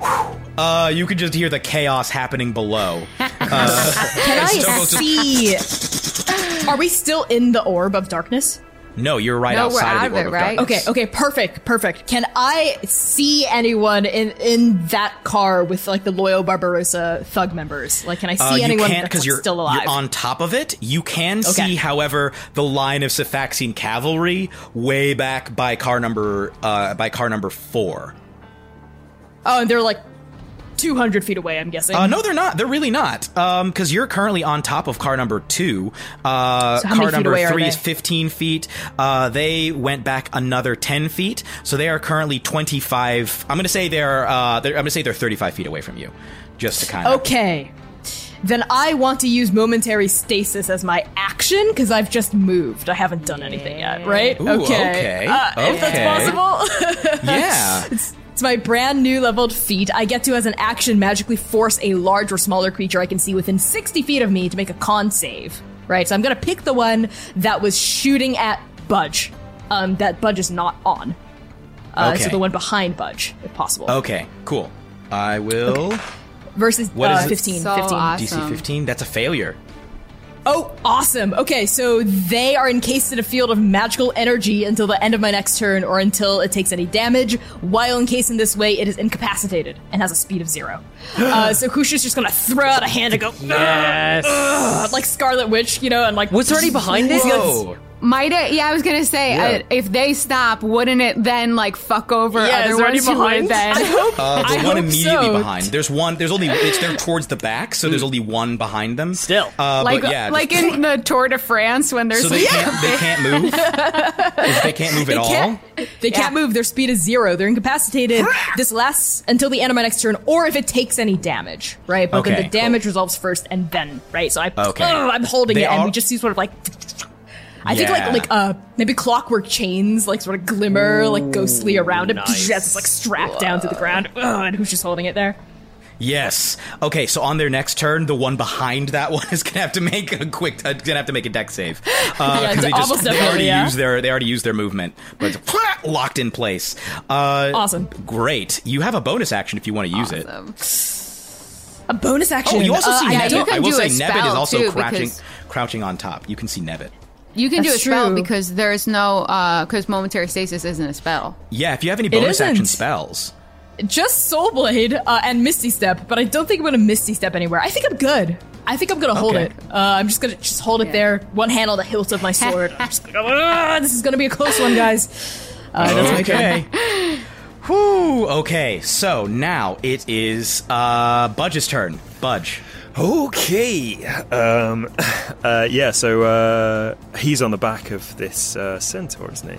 Whew. Uh, you could just hear the chaos happening below. Can I Double to- see? Are we still in the orb of darkness? No, you're right No, we're outside out of of the orb it, of right? darkness. Okay, okay, perfect, perfect. Can I see anyone in in that car with like the loyal Barbarossa thug members? Like, can I see Uh, you anyone can't that's because like, you're, still alive? you're on top of it. You can see, however, the line of Sephaxian cavalry way back by car number uh, by car number four. oh, and they're like 200 feet away. I'm guessing. Uh, no, they're not. They're really not. Um, because you're currently on top of car number two. Uh, So how many car feet number away are three they? is 15 feet. Uh, they went back another 10 feet, so they are currently 25. I'm gonna say they're. Uh, they're I'm gonna say they're 35 feet away from you, just to kind of. Okay. Then I want to use momentary stasis as my action because I've just moved. I haven't done anything yet, right? Ooh, okay, Uh, If okay. that's possible. Yeah. it's my brand new leveled feat. I get to, as an action, magically force a large or smaller creature I can see within 60 feet of me to make a con save, right? So I'm going to pick the one that was shooting at Budge. Um, that Budge is not on. Uh, So Okay. the one behind Budge, if possible. Okay. Cool. I will Versus What uh, is it? 15. So 15. awesome. DC 15. That's a failure. Oh, awesome. Okay, so they are encased in a field of magical energy until the end of my next turn or until it takes any damage. While encased in this way, it is incapacitated and has a speed of zero. uh, so Kusha's just gonna throw out a hand and go, Ah! Yes. "Ugh," like Scarlet Witch, you know, and like. What's already behind it? He's gonna- Whoa. Might it? Yeah, I was gonna say uh, if they stop, wouldn't it then like fuck over Yeah, is other there any ones who behind? would then? Uh, the I one hope immediately so. Mm. behind. There's one. There's only. It's they're towards the back, so there's only one behind them. Still. Uh, like but yeah, like just- in the Tour de France when there's so they can't they can't move. If they can't move at all. can't- They can't move. Their speed is zero. They're incapacitated. this lasts until the end of my next turn, or if it takes any damage, right? But Okay, then the damage cool. resolves first, and then right. So I, Okay. Ugh, I'm holding They it, and are- we just see sort of like. I think Yeah. like like uh maybe clockwork chains like sort of glimmer like ghostly around it nice. as it's like strapped down to the ground. Ugh, and who's just holding it there? Yes. Okay. So on their next turn, the one behind that one is gonna have to make a quick. Uh, gonna have to make a deck save because Yeah, they just almost they definitely, already yeah. used their they already used their movement, but it's locked in place. Uh, Awesome. Great. You have a bonus action if you want to use it. A bonus action. Oh, you also Uh, see I- yeah, Nebit. you I can will do say a Nebit is spell, also too, crouching because- crouching on top. You can see Nebit. You can do a That's spell true. because there's no because momentary stasis isn't a spell. Yeah. If you have any bonus action isn't. spells. just Soul Blade uh, and Misty Step, but I don't think I'm gonna Misty Step anywhere. I think I'm good. I think I'm gonna hold Okay. it. Uh, I'm just gonna just hold it there, one hand on the hilt of my sword. I'm just gonna go, "Ah, this is gonna be a close one, guys. Uh, that's my turn. okay. Whew. Okay. So now it is uh, Budge's turn. Budge. Okay. Um, uh, yeah, so uh, he's on the back of this uh, centaur, isn't he?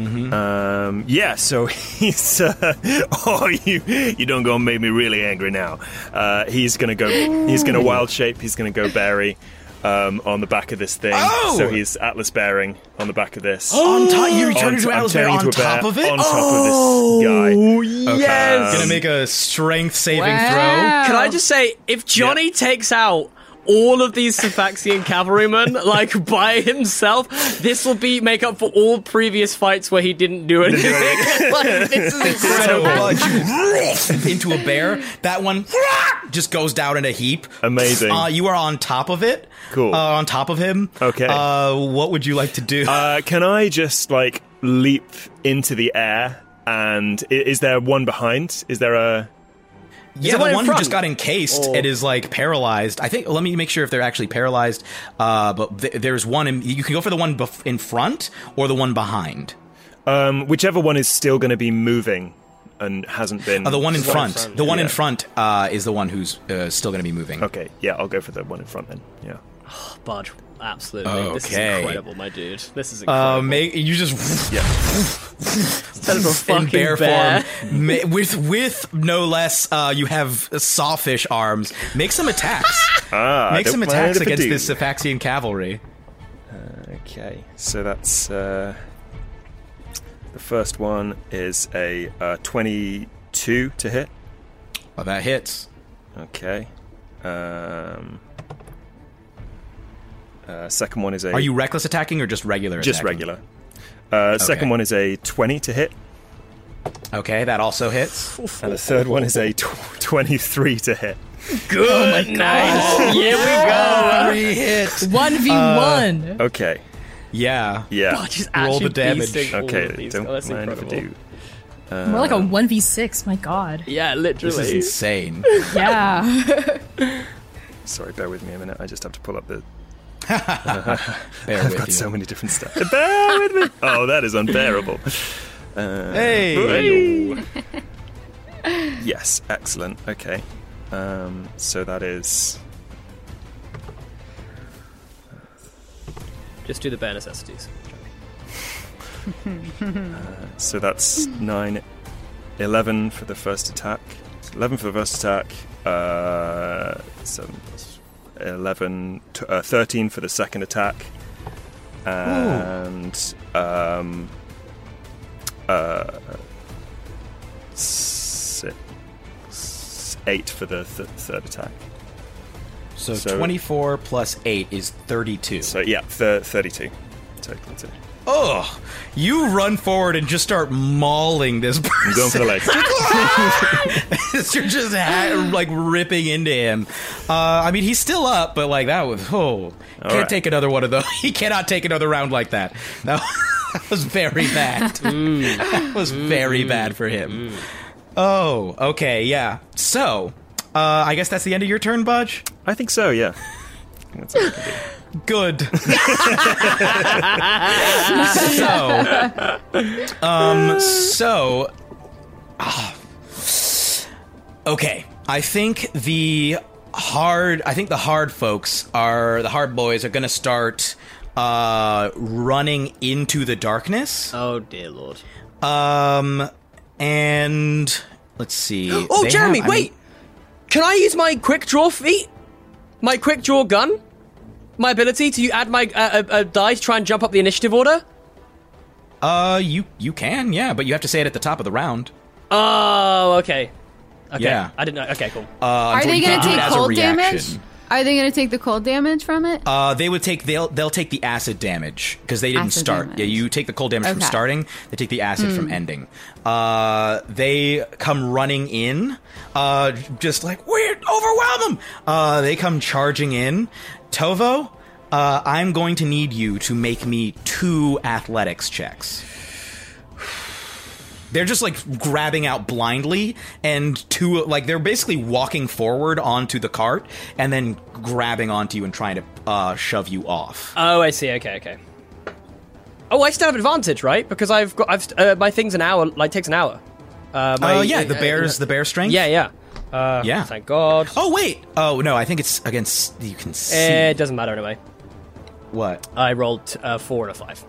Mm-hmm. Um, yeah, so he's. Uh, oh, you you don't go and make me really angry now. Uh, he's gonna go. He's gonna wild shape. He's gonna go berry um, on the back of this thing. Oh! So he's atlas bearing on the back of this. On top, you On turned t- into I'm an Alice turning Bear on into a bear top of it. Oh, On top of this guy. yes. Gonna make a strength saving Wow. Can I just say, if Johnny takes out all of these Sephaxian cavalrymen, like by himself, this will be make up for all previous fights where he didn't do anything. like, this is throw. So incredible. much into a bear. That one just goes down in a heap. Amazing. Uh, you are on top of it. Cool. Uh, on top of him. Okay. Uh, what would you like to do? Uh, can I just like leap into the air? And i- is there one behind? Is there a? yeah, there the one in one who front? just got encased Oh. and is like paralyzed. I think. Let me make sure if they're actually paralyzed. Uh, but th- there's one. In, you can go for the one bef- in front or the one behind. Um, whichever one is still going to be moving and hasn't been. Uh, the one in front. The one in Yeah. front uh, is the one who's uh, still going to be moving. Okay, yeah, I'll go for the one in front then. Yeah. Bud, absolutely. This is Okay. incredible, my dude. This is Uh, incredible. make, you just Instead of a in fucking bear, bear. form ma- with with no less uh, you have sawfish arms make some attacks Ah, make don't some mind attacks if I against do. this Sephaxian cavalry Okay, so that's uh, the first one is a uh, twenty-two to hit. well, Oh, that hits Okay. Um, uh, second one is a are you reckless attacking or just regular just attacking? regular. Uh, Second one is a twenty to hit, okay that also hits and the third one is a tw- twenty-three to hit. Good. nice. Here we go. three hits 1v1. Uh, Okay, yeah yeah. God, she's Roll actually the damage. beasting all okay, of these. don't Oh, that's mind if I incredible. do. uh, More like a 1v6. My god. Yeah, literally. this is insane Yeah. Sorry, bear with me a minute. I just have to pull up the bear I've with got you so many different stuff. Bear with me. Oh, that is unbearable. Uh, Hey. Yes, excellent. Okay. Um, so that is Just do the bare necessities. so that's nine, eleven for the first attack. Eleven for the first attack. Uh, seven plus eleven. T- uh, Thirteen for the second attack. And um, uh, six, eight for the th- third attack. so, So- 24 plus 8 is 32 So yeah, th- thirty-two total. to- oh you run forward and just start mauling this person I'm going for the legs. You're just ha- like ripping into him. Uh, I mean, he's still up, but like that was oh, can't right. take another one of those. He cannot take another round like that. That that was very bad. That was very bad for him. Oh, okay, yeah. So, uh, I guess that's the end of your turn, Budge. I think so. Yeah. That's all I can do. Good. so, um, so, ah. okay. I think the hard, I think the hard folks are the hard boys are going to start uh running into the darkness Oh dear lord. um and let's see Oh, They Jeremy, have- I wait! mean- Can I use my quick draw feat? My quick draw gun? My ability to add my uh, uh, uh, die to try and jump up the initiative order? uh you you can yeah but you have to say it at the top of the round Oh, okay. Okay. Yeah. I didn't know. Okay, cool. Are they you going can't to do it take as a cold damage? reaction. Are they going to take the cold damage from it? Uh, they would take they'll they'll take the acid damage because they didn't Acid start. damage. Yeah, you take the cold damage from Okay. starting. They take the acid from ending. Uh, they come running in, uh, just like weird, overwhelm them. Uh, they come charging in. Tovo, uh, I'm going to need you to make me two athletics checks. They're just like grabbing out blindly, and two like they're basically walking forward onto the cart and then grabbing onto you and trying to uh, shove you off. oh, I see. Okay, okay. Oh, I still have advantage, right? Because I've got I've uh, my thing's an hour. Like takes an hour. Uh, Oh my- yeah, the uh, bears, the bear strength. Yeah, yeah. Uh, Yeah. Thank God. Oh wait. Oh no, I think it's against you can see Eh, It doesn't matter anyway. what. I rolled uh, four and a five.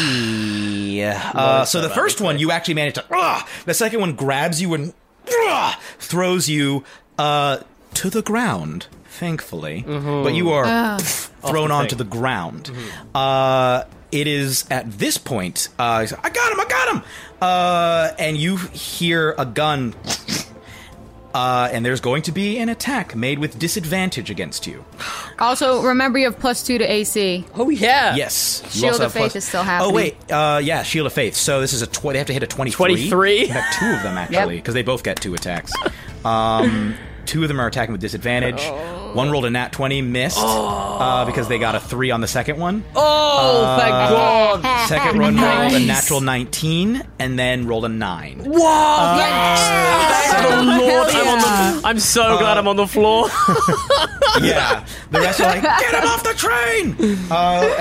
Yeah. Uh, so the first one you actually manage to. ah! the second one grabs you and ah! throws you uh, to the ground. Thankfully, but you are pff, thrown the onto thing. Mm-hmm. the ground. Uh, it is at this point. Uh, he's like, I got him! I got him! Uh, and you hear a gun. Uh, and there's going to be an attack made with disadvantage against you. Also, remember you have plus two to AC. Oh yeah. Yes. you Shield also of have Faith is still happening. Oh wait, uh, yeah, Shield of Faith. So this is a tw- they have to hit a twenty-three. 23? In fact, two of them actually, Yep. because they both get two attacks. Um, two of them are attacking with disadvantage. One rolled a nat twenty, missed uh, because they got a three on the second one. Oh, thank Uh, God. Second one rolled a Nice. natural nineteen, and then rolled a nine. Whoa! Uh, Thank the Lord, I'm, on the, I'm so Uh, glad I'm on the floor. yeah, the rest are like, "Get him off the train!" Uh, uh,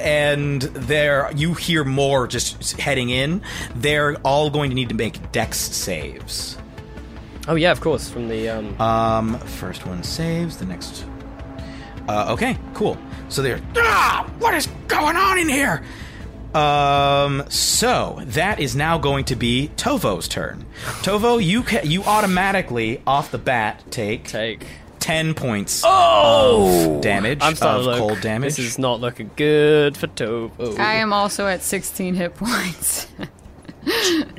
and there, you hear more just heading in. They're all going to need to make dex saves. oh yeah, of course. From the um, Um, first one saves. The next. Uh, okay, cool. So they're. Ah, what is going on in here? Um, so that is now going to be Tovo's turn. Tovo, you ca- you automatically off the bat take take. ten points Oh, of damage I'm starting of to look. cold damage. This is not looking good for Tovo. I am also at 16 hit points.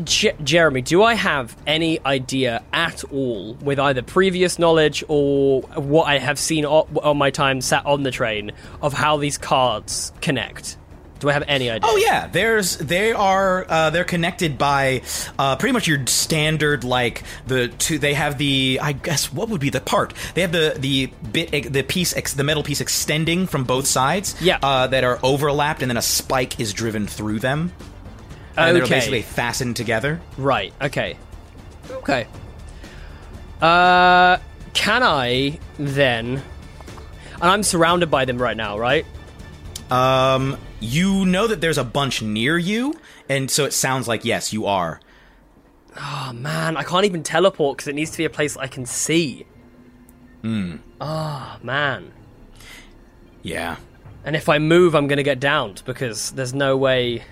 Je- Jeremy, do I have any idea at all, with either previous knowledge or what I have seen o- on my time sat on the train, of how these cards connect? Do I have any idea? Oh yeah, there's they are uh, they're connected by uh, pretty much your standard like the two. They have the I guess what would be the part? They have the the bit the piece ex, the metal piece extending from both sides. Yeah. uh, that are overlapped, and then a spike is driven through them. And they're Okay. basically fastened together. Right. Okay. Okay. Uh, can I then? And I'm surrounded by them right now, right? Um, you know that there's a bunch near you, and so it sounds like yes, you are. Oh man, I can't even teleport because it needs to be a place I can see. Hmm. Oh man. Yeah. And if I move, I'm gonna get downed because there's no way.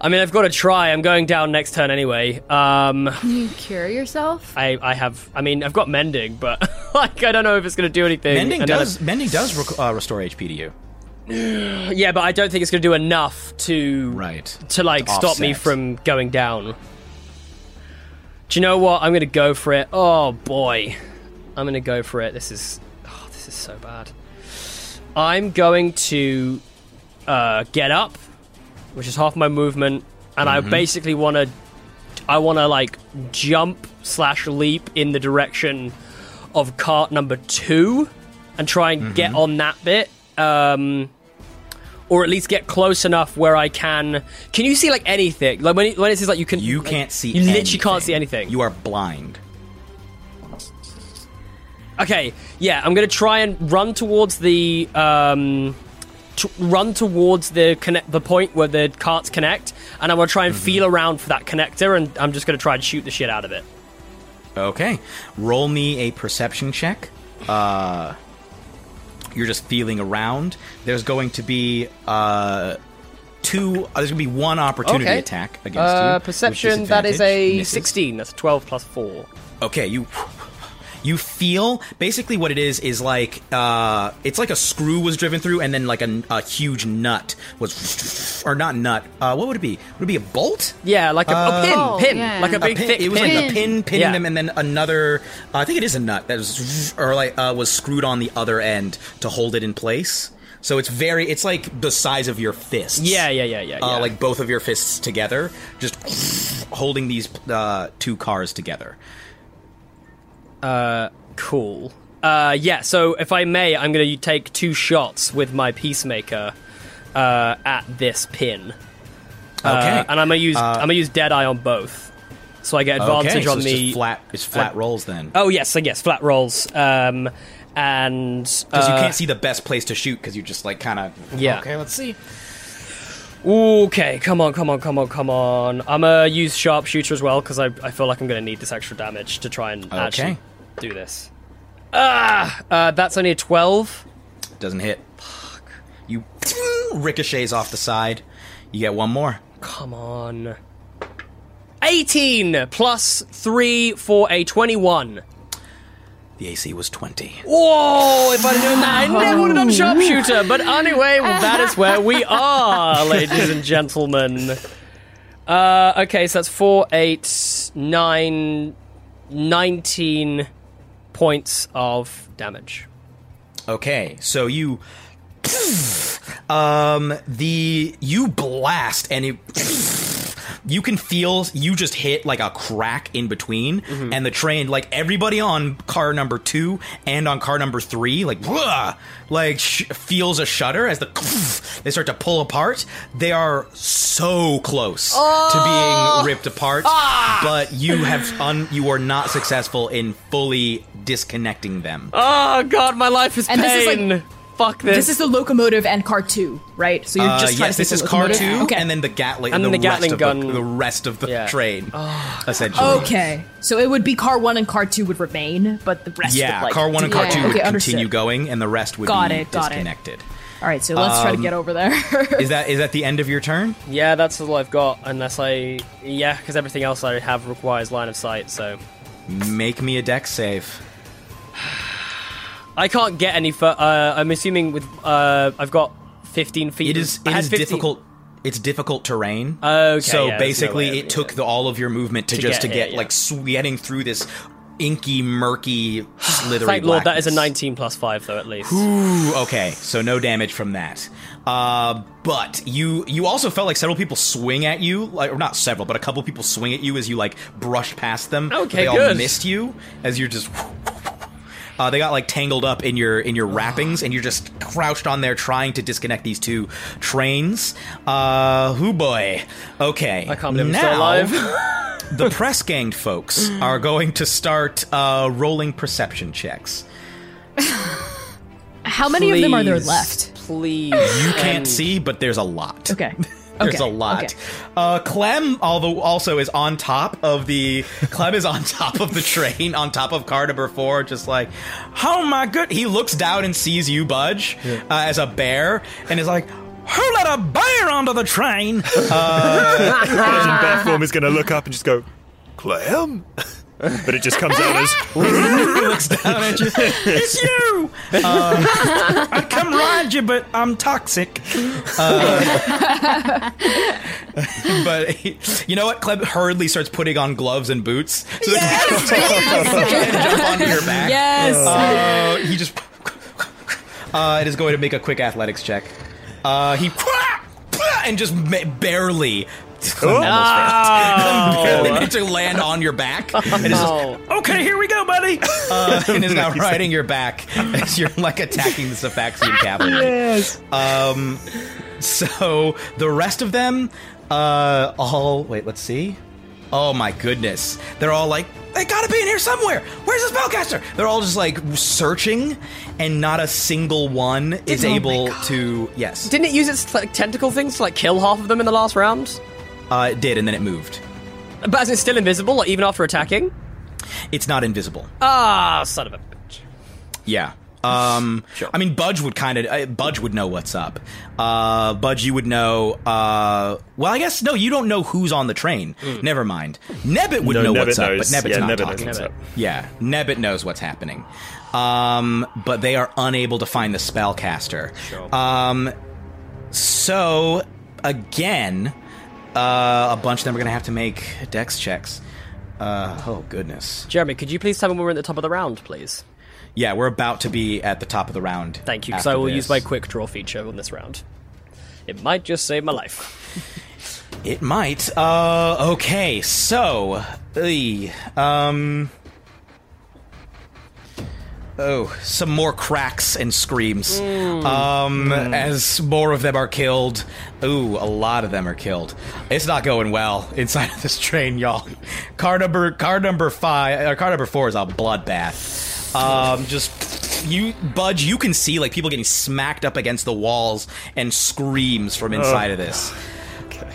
I mean, I've got to try. I'm going down next turn anyway. Um, you cure yourself? I, I have. I mean, I've got mending, but like, I don't know if it's gonna do anything. Mending And then does mending does rec- uh, restore HP to you. Yeah, but I don't think it's going to do enough to Right. to like To stop me offset. from going down. Do you know what? I'm going to go for it. Oh boy, I'm going to go for it. This is oh, this is so bad. I'm going to uh, get up, which is half my movement, and Mm-hmm. I basically want to I want to like jump slash leap in the direction of cart number two and try and get Mm-hmm. on that bit. Um, or at least get close enough where I can. Can you see like anything? Like when it, when it says like you can, You can't see. You literally can't see anything. You are blind. Okay, yeah, I'm gonna try and run towards the um, t- run towards the connect the point where the carts connect, and I'm gonna try Mm-hmm. and feel around for that connector, and I'm just gonna try and shoot the shit out of it. Okay. Roll me a perception check. Uh, you're just feeling around. There's going to be uh, two. Uh, there's going to be one opportunity Okay. attack against you. Uh, with perception. That is disadvantage. a Misses. 16. That's 12 plus four. Okay, you. You feel basically what it is is like uh, it's like a screw was driven through and then like a, a huge nut was or not nut uh, what would it be would it be a bolt Yeah, like a, a pin, Oh, pin, yeah. like a A big pin, thick it was pin. like a pin pinning Yeah. them, and then another. Uh, I think it is a nut that was or like uh, was screwed on the other end to hold it in place. So it's very. It's like the size of your fists. Yeah, yeah, yeah, yeah, yeah. Uh, like both of your fists together, just holding these uh, two cars together. Cool. Uh, yeah, so if I may, I'm going to take two shots with my peacemaker uh, at this pin. Okay, Uh, and I'm going to use I'm going to use Deadeye on both. So I get advantage okay, so on it's the just flat. It's flat rolls then. Oh yes, I guess flat rolls. Um and Because uh, you can't see the best place to shoot because you just like kind of yeah. Okay, let's see. Okay, come on, come on, come on, come on. I'm gonna use sharpshooter as well because I, I feel like I'm gonna need this extra damage to try and actually Okay. do this. Ah, uh, that's only a twelve. Doesn't hit. You ricochets off the side. You get one more. Come on. 18 plus 3 for a 21. The AC was 20. Whoa, Oh, if I'd known that, I Oh. never would have done sharpshooter. But anyway, well, that is where we are, ladies and gentlemen. Uh, okay, so that's 4, 8, 9, 19 points of damage. Okay, so you um the you blast and it you can feel you just hit like a crack in between and the train like everybody on car number 2 and on car number 3 like "Wah!" like sh- feels a shudder as the they start to pull apart they are so close to being ripped apart but you have un- you are not successful in fully disconnecting them Oh, God, my life is And this is like- pain. Fuck this. This is the locomotive and car two, right? So you're Uh, just trying yes, to this is fix the car two, locomotive? Okay. and then the Gatling, And the, the Gatling rest of gun. the, the rest of the Yeah. Oh. train, essentially. okay. So it would be car one and car two would remain, but the rest. Yeah, would, like, car one and car yeah. two Okay, would understood. continue going, and the rest would Got be it, got it. disconnected. All right, so let's try to get over there. Um, Is that is that the end of your turn? Yeah, that's all I've got, unless I. Yeah, because everything else I have requires line of sight, so. Make me a deck save. I can't get any fur. Uh, I'm assuming with. Uh, I've got 15 It feet. is I it had is 15 difficult. It's difficult terrain. Okay, so yeah, there's no basically, way, it took yeah. the, all of your movement to, To just get to here, get yeah. like sweating through this inky, murky, slithery. Thank Lord that is a blackness. 19 plus 5, though, at least. Ooh, okay, so no damage from that. Uh, but you you also felt like several people swing at you, like or not several, but a couple people swing at you as you like brush past them. but Okay, they all good. missed you as you're just. Uh, they got like tangled up in your in your wrappings, and you're just crouched on there trying to disconnect these two trains. Uh, who boy? Okay, I can't believe I'm still Now, alive. the press ganged folks are going to start uh, rolling perception checks. How many of them are there Please, left? Please. Um, You can't see, but there's a lot. Okay. There's Okay, a lot. okay. Uh, Clem although also is on top of the Clem is on top of the train, on top of car number four, just like, oh my good. He looks down and sees you, Budge, uh, as a bear, and is like, who let a bear onto the train? College in bear form is going to look up and just go, Clem? but it just comes out as, he looks down at you. It's you. Uh, I come ride you, but I'm toxic. Uh, but he- you know what? Clem hurriedly starts putting on gloves and boots so that he can jump onto your back. Yes. Uh, he just. Uh, it is going to make a quick athletics check. Uh, he and just ma- barely. Clem almost failed. barely made to land on your back. And it's just, Oh. okay, here we go, buddy. Uh, and is now riding your back as you're like attacking the Sephaxian cavalry. Yes. Um, so the rest of them, uh, all wait, let's see. Oh my goodness. They're all like, they gotta be in here somewhere. Where's the spellcaster? They're all just like searching, and not a single one is able to. Yes. Didn't it use its like, tentacle things to like kill half of them in the last round? Uh, it did, and then it moved. But is it still invisible, like, even after attacking? It's not invisible. Ah, son of a bitch. Yeah. Um, I mean, Budge would kind of uh, Budge would know what's up. Uh, Budge, you would know. Uh, well, I guess no, you don't know who's on the train. Never mind. Nebbit would Hmm. no, know Nebbit what's up, but knows. Nebbit's yeah, not Nebbit knows talking. what's up. Yeah, Nebbit knows what's happening, um, but they are unable to find the spellcaster. Um, so again, uh, a bunch of them are going to have to make dex checks. Uh, oh goodness! Jeremy, could you please tell me when we're at the top of the round, please? Yeah, we're about to be at the top of the round. Thank you, because after I will this. use my quick draw feature on this round. It might just save my life. It might. Uh, okay, so, ey, um, oh, some more cracks and screams. Um, as more of them are killed. Ooh, a lot of them are killed. It's not going well inside of this train, y'all. uh, Car number, car number five, or car number four is a bloodbath. Um, just you budge. You can see like people getting smacked up against the walls and screams from inside of this.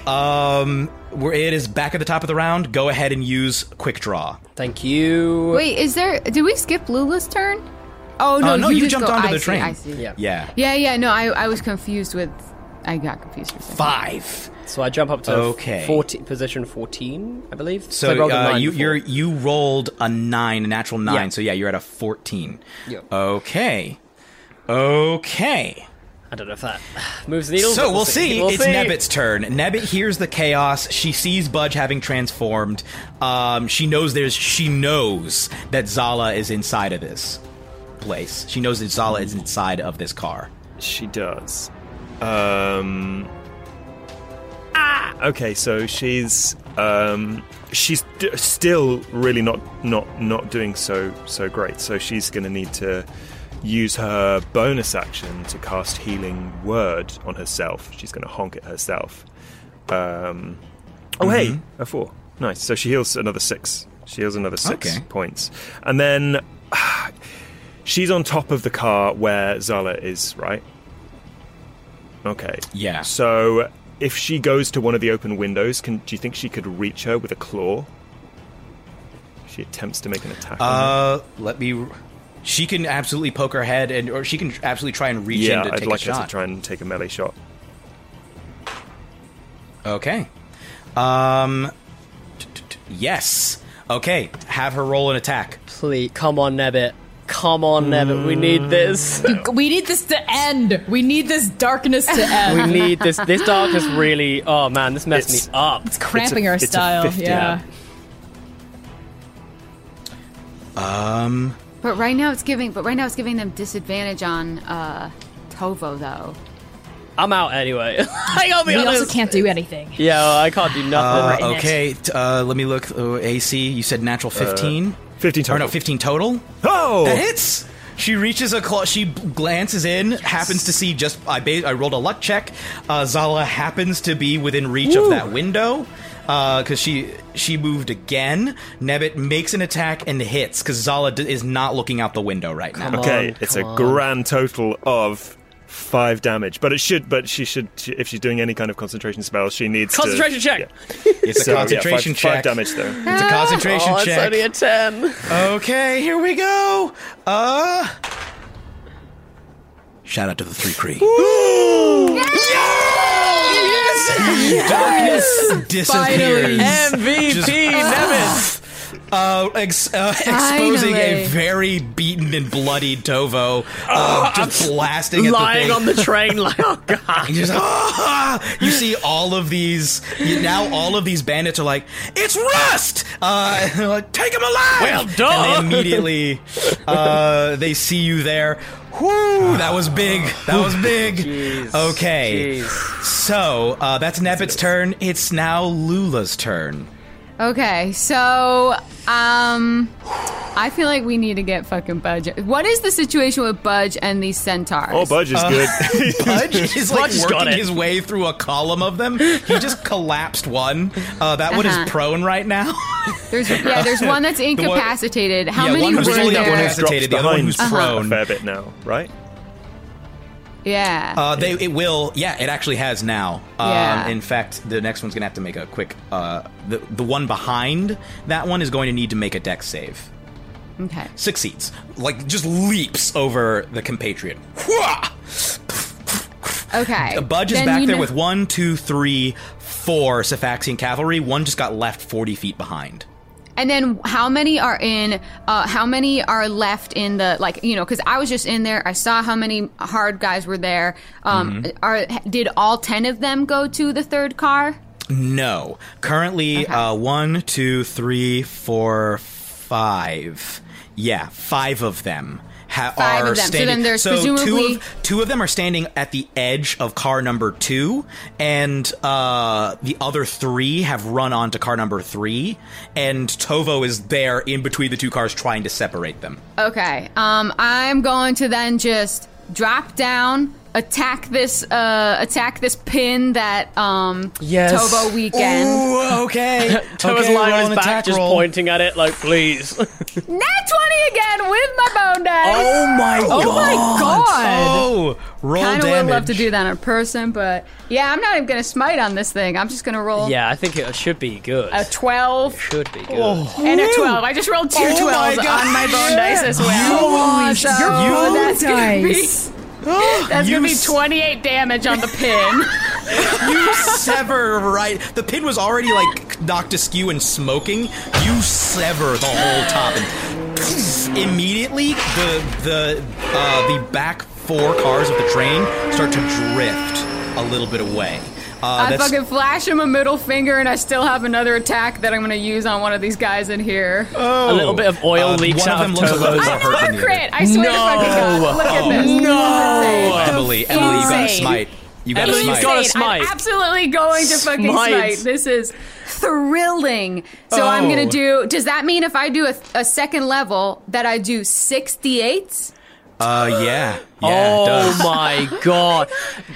Um, we're, it is back at the top of the round. Go ahead and use quick draw. Thank you. Wait, is there? Did we skip Lula's turn? Oh no, Uh, no, you did jumped go- onto I the see, train. I see. Yeah. Yeah, Yeah, yeah. No, I, I was confused with. I got confused for a second. five. So I jump up to Okay. 40, position 14, I believe. I So rolled a uh, nine you before. you're, you rolled a nine, a natural nine. Yeah. So yeah, you're at a fourteen. Yeah. Okay. Okay. I don't know if that moves the needle. but So we'll see. We'll it's see. Nebit's turn. Nebit hears the chaos. She sees Budge having transformed. Um, she knows there's. She knows that Zala is inside of this place. She knows that Zala is inside of this car. She does. Um. Ah. Okay, so she's um she's d- still really not not not doing so so great. So she's going to need to use her bonus action to cast healing word on herself. She's going to honk at herself. Um. Oh hey, a four. Nice. So she heals another six. She heals another six Okay. points, and then. She's on top of the car where Zala is, right? Okay. Yeah. So if she goes to one of the open windows, can do you think she could reach her with a claw? She attempts to make an attack. on her. Uh, let me. She can absolutely poke her head, and or she can absolutely try and reach yeah, in to I'd take like a her shot. to try and take a melee shot. Okay. Um. t- t- t- Yes. Okay. Have her roll an attack. Please, come on, Nebit. Come on, Nebit. We Mm. need this. We need this to end. We need this darkness to we end. need this. This darkness really. Oh man, this messed It's- me up. it's cramping our it's a style. 50. yeah. But right now it's giving. But right now it's giving them disadvantage on uh, Tovo though. I'm out anyway. I gotta be We honest. also can't do anything. Yeah, well, I can't do Uh, nothing. Oh, in it. okay. T- uh, let me look. Uh, AC. You said natural fifteen. 15 or Uh, total. no, fifteen total. Oh! That hits. She reaches a claw. She b- glances in. Happens to see just. I ba- I rolled a luck check. Uh, Zala happens to be within reach of that window because she she moved again. Nebit makes an attack and hits because Zala d- is not looking out the window right now. Okay, on, it's a come on. grand total of five damage, but it should. But she should, she, if she's doing any kind of concentration spells, she needs to- Concentration check. Yeah. It's So, a yeah, concentration five, check. Five damage though. It's a concentration oh, it's check. only a ten. Okay, here we go. Uh. Shout out to the three Kree. Darkness disappears. MVP Just- Nevis. Uh, ex- uh, exposing Finally. a very beaten and bloody Tovo, uh, just blasting at the lying thing. on the train like oh god. You just, ah! you see all of these. You, now all of these bandits are like, "It's Rust! Uh, and they're like, Take him alive!" Well, duh. And they immediately, uh, they see you there. Whoo! That was big. That was big. okay, so uh, that's Nepit's turn. It's now Lula's turn. Okay, so um, I feel like we need to get fucking Budge. What is the situation with Budge and these centaurs? Oh, Budge Uh, is good. Budge is like Budge has got working it. his way through a column of them. He just collapsed one. Uh, that one Uh-huh. is prone right now. There's yeah, there's one that's incapacitated. How Yeah, many one were who's really there? one who's incapacitated, the other one behind who's a prone. fair bit now, right? yeah. Uh, they it will yeah it actually has now. Um, Yeah. In fact, the next one's gonna have to make a quick. Uh, the the one behind that one is going to need to make a deck save. Uh, okay. Succeeds, like just leaps over the compatriot. Hwah! Okay. Budge is Then back you there know- with one, two, three, four Sephaxian cavalry. One just got left forty feet behind. And then how many are in? Uh, how many are left in the like? You know, because I was just in there. I saw how many hard guys were there. Um, Mm-hmm. Are did all ten of them go to the third car? No, currently uh, one, two, three, four, five. Yeah, five of them. Ha- Five are of them. So then Standing, there's two presumably- of two of them are standing at the edge of car number two, and uh, the other three have run onto car number three, and Tovo is there in between the two cars trying to separate them. Okay. Um, I'm going to then just drop down attack this uh, attack this pin that um Yes. Tobo weekend. Ooh, okay. Toa's okay, lying roll on an his back, attack just roll. pointing at it, like, please. Nat twenty again with my bone dice. Oh my god. Oh my god. Oh, roll Kind of damage. would love to do that in person, but yeah, I'm not even gonna smite on this thing. I'm just gonna roll yeah, I think it should be good. a twelve should be good. and a twelve. I just rolled two Oh my 12s God. on my bone Yeah. dice as well. Oh, Holy so shit. Your bone that's gonna be dice. that's You gonna be s- twenty eight damage on the pin. You sever right. The pin was already like knocked askew and smoking. You sever the whole top, and immediately the the uh, the back four cars of the train start to drift a little bit away. Uh, I that's fucking flash him a middle finger, and I still have another attack that I'm gonna use on one of these guys in here. A little bit of oil leaks oh, uh, one of out them of looks a little Tovo's. bit hurt than Another the crit! I swear to fucking god! Look at this. No! other. Emily, Emily, you got a smite. You got a Emily's smite. got a Insane. smite. I'm absolutely going to fucking Smite. smite. This is thrilling. So I'm Oh. gonna do. Does that mean if I do a, a second level that I do 68? Uh, yeah, yeah, it Oh does. my god.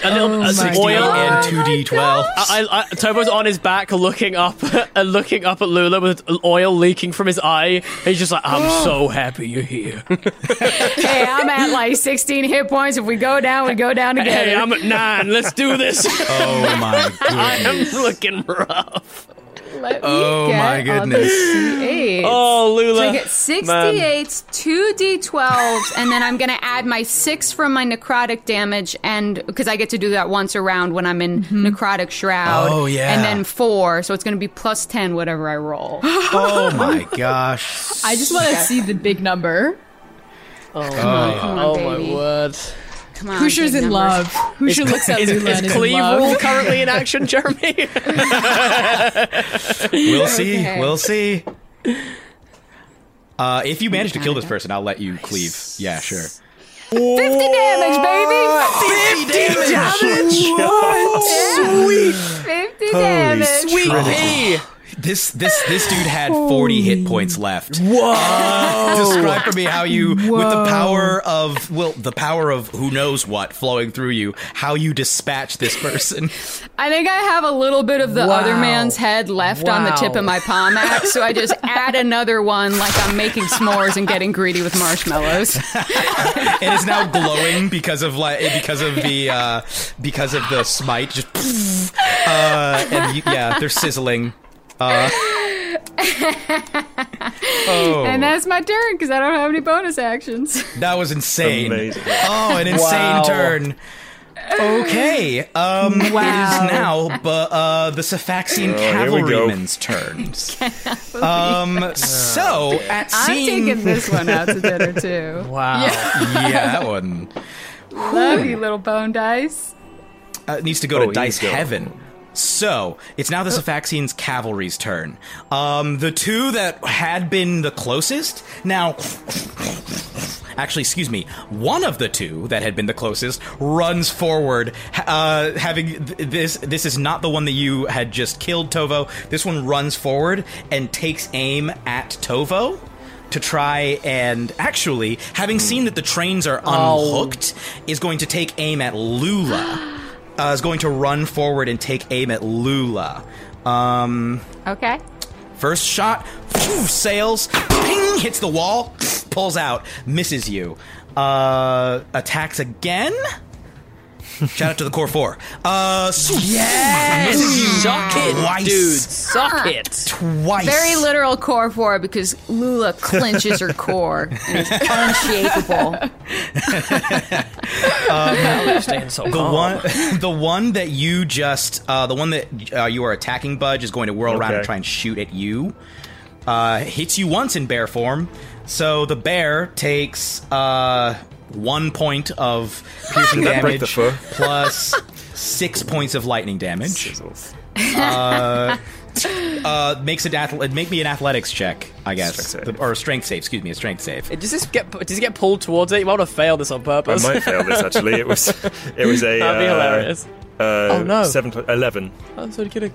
A Oh little a my oil Oil and and two d twelve. I, I, Turbo's on his back, looking up, and looking up at Lula with oil leaking from his eye. He's just like, "I'm so happy you're here." hey, I'm at like 16 hit points. If we go down, we go down together. hey, I'm at nine. Let's do this. Oh my I goodness. am looking rough. Let me Oh get my on the goodness. 68. Oh, Lula. So I get 68, two d12s, and then I'm going to add my six from my necrotic damage, and because I get to do that once a round when I'm in necrotic shroud. Oh, yeah. And then four, so it's going to be plus 10, whatever I roll. Oh my gosh. I just want to see the big number. Come on, Oh baby. my word. Come on, Hoosier's big in numbers. love. Hoosier looks at Lula Is and is in Cleve love. Rule currently in action, Jeremy? We'll see. Okay. We'll see. Uh, if you manage to kill this person, I'll let you cleave. Yeah, sure. 50 damage, baby! 50 damage! Sweet! 50 damage. Sweet pea. This this this dude had 40 hit points left. Whoa! Describe for me how you, with the power of well, the power of who knows what flowing through you, how you dispatch this person. I think I have a little bit of the other man's head left on the tip of my palm axe, so I just add another one like I'm making s'mores and getting greedy with marshmallows. and it's now glowing because of like because of the uh, because of the smite. Just pfft. uh, and you, yeah, they're sizzling. Uh, oh, And that's my turn because I don't have any bonus actions. that was insane! Amazing. Oh, an insane Wow. turn. Okay, um, it is Wow. now bu- uh, the Sephaxian Oh, here we go. cavalryman's turns. um, so at I'm seeing taking this one out to dinner too. Wow. yeah, that one Love you, little bone dice. uh, needs to go Oh, to he's dice going. heaven. So it's now the Sephaxian's cavalry's turn. Um, the two that had been the closest now. Actually, excuse me. One of the two that had been the closest runs forward, ha- uh, having th- this. This is not the one that you had just killed, Tovo. This one runs forward and takes aim at Tovo to try and actually, having seen that the trains are unhooked, is going to take aim at Lula. uh, is going to run forward and take aim at Lula. Um, Okay. First shot, phew, sails, ping, hits the wall, pulls out, misses you. Uh, attacks again. Shout out to the core four. Uh, yes, misses you Suck it, twice, dude. Suck it. twice. Very literal core four because Lula clinches her core and is unshakable. Staying so The calm. one, the one that you just, uh, the one that uh, you are attacking, Budge, is going to whirl around and Okay. try and shoot at you. Uh, hits you once in bear form, so the bear takes uh, one point of piercing Did that break damage the fur? plus six points of lightning damage. Sizzles. Uh, makes it athle- make me an athletics check, I guess, Strength The- save. or a strength save. Excuse me, a strength save. Does this get does it get pulled towards it? You might have failed this on I purpose. might fail this actually. It was it was a That'd be uh, hilarious. Uh, no. seven pl- 11. I'm so kidding.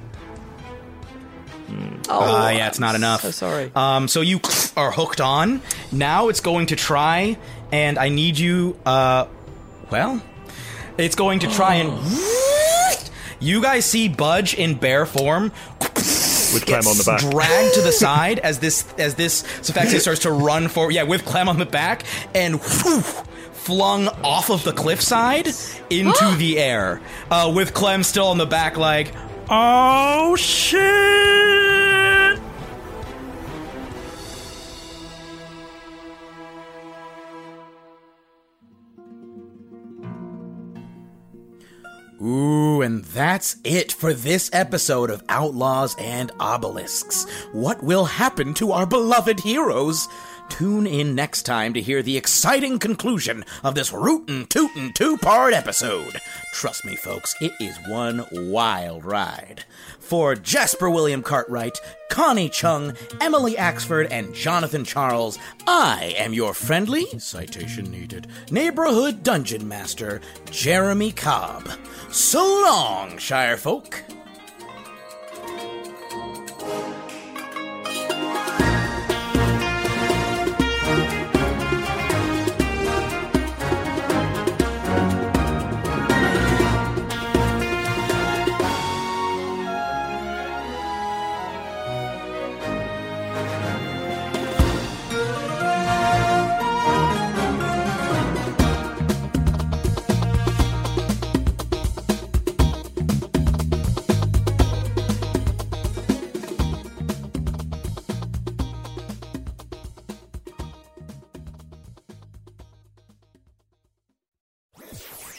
Uh, yeah, it's not enough. Oh. so oh, sorry. Um, so you are hooked on. Now it's going to try, and I need you. Uh, well, It's going to try and. You guys see Budge in bear form with Clem on the back. dragged to the side as this as this Sephaxia starts to run forward. Yeah, with Clem on the back and whew, flung off of the cliffside into the air. Uh, with Clem still on the back, like, oh shit! Ooh, and that's it for this episode of Outlaws and Obelisks. What will happen to our beloved heroes? Tune in next time to hear the exciting conclusion of this rootin' tootin' two part episode. Trust me, folks, it is one wild ride. For Jasper William Cartwright, Connie Chung, Emily Axford, and Jonathan Charles, I am your friendly, citation needed, neighborhood dungeon master, Jeremy Cobb. So long, Shire folk.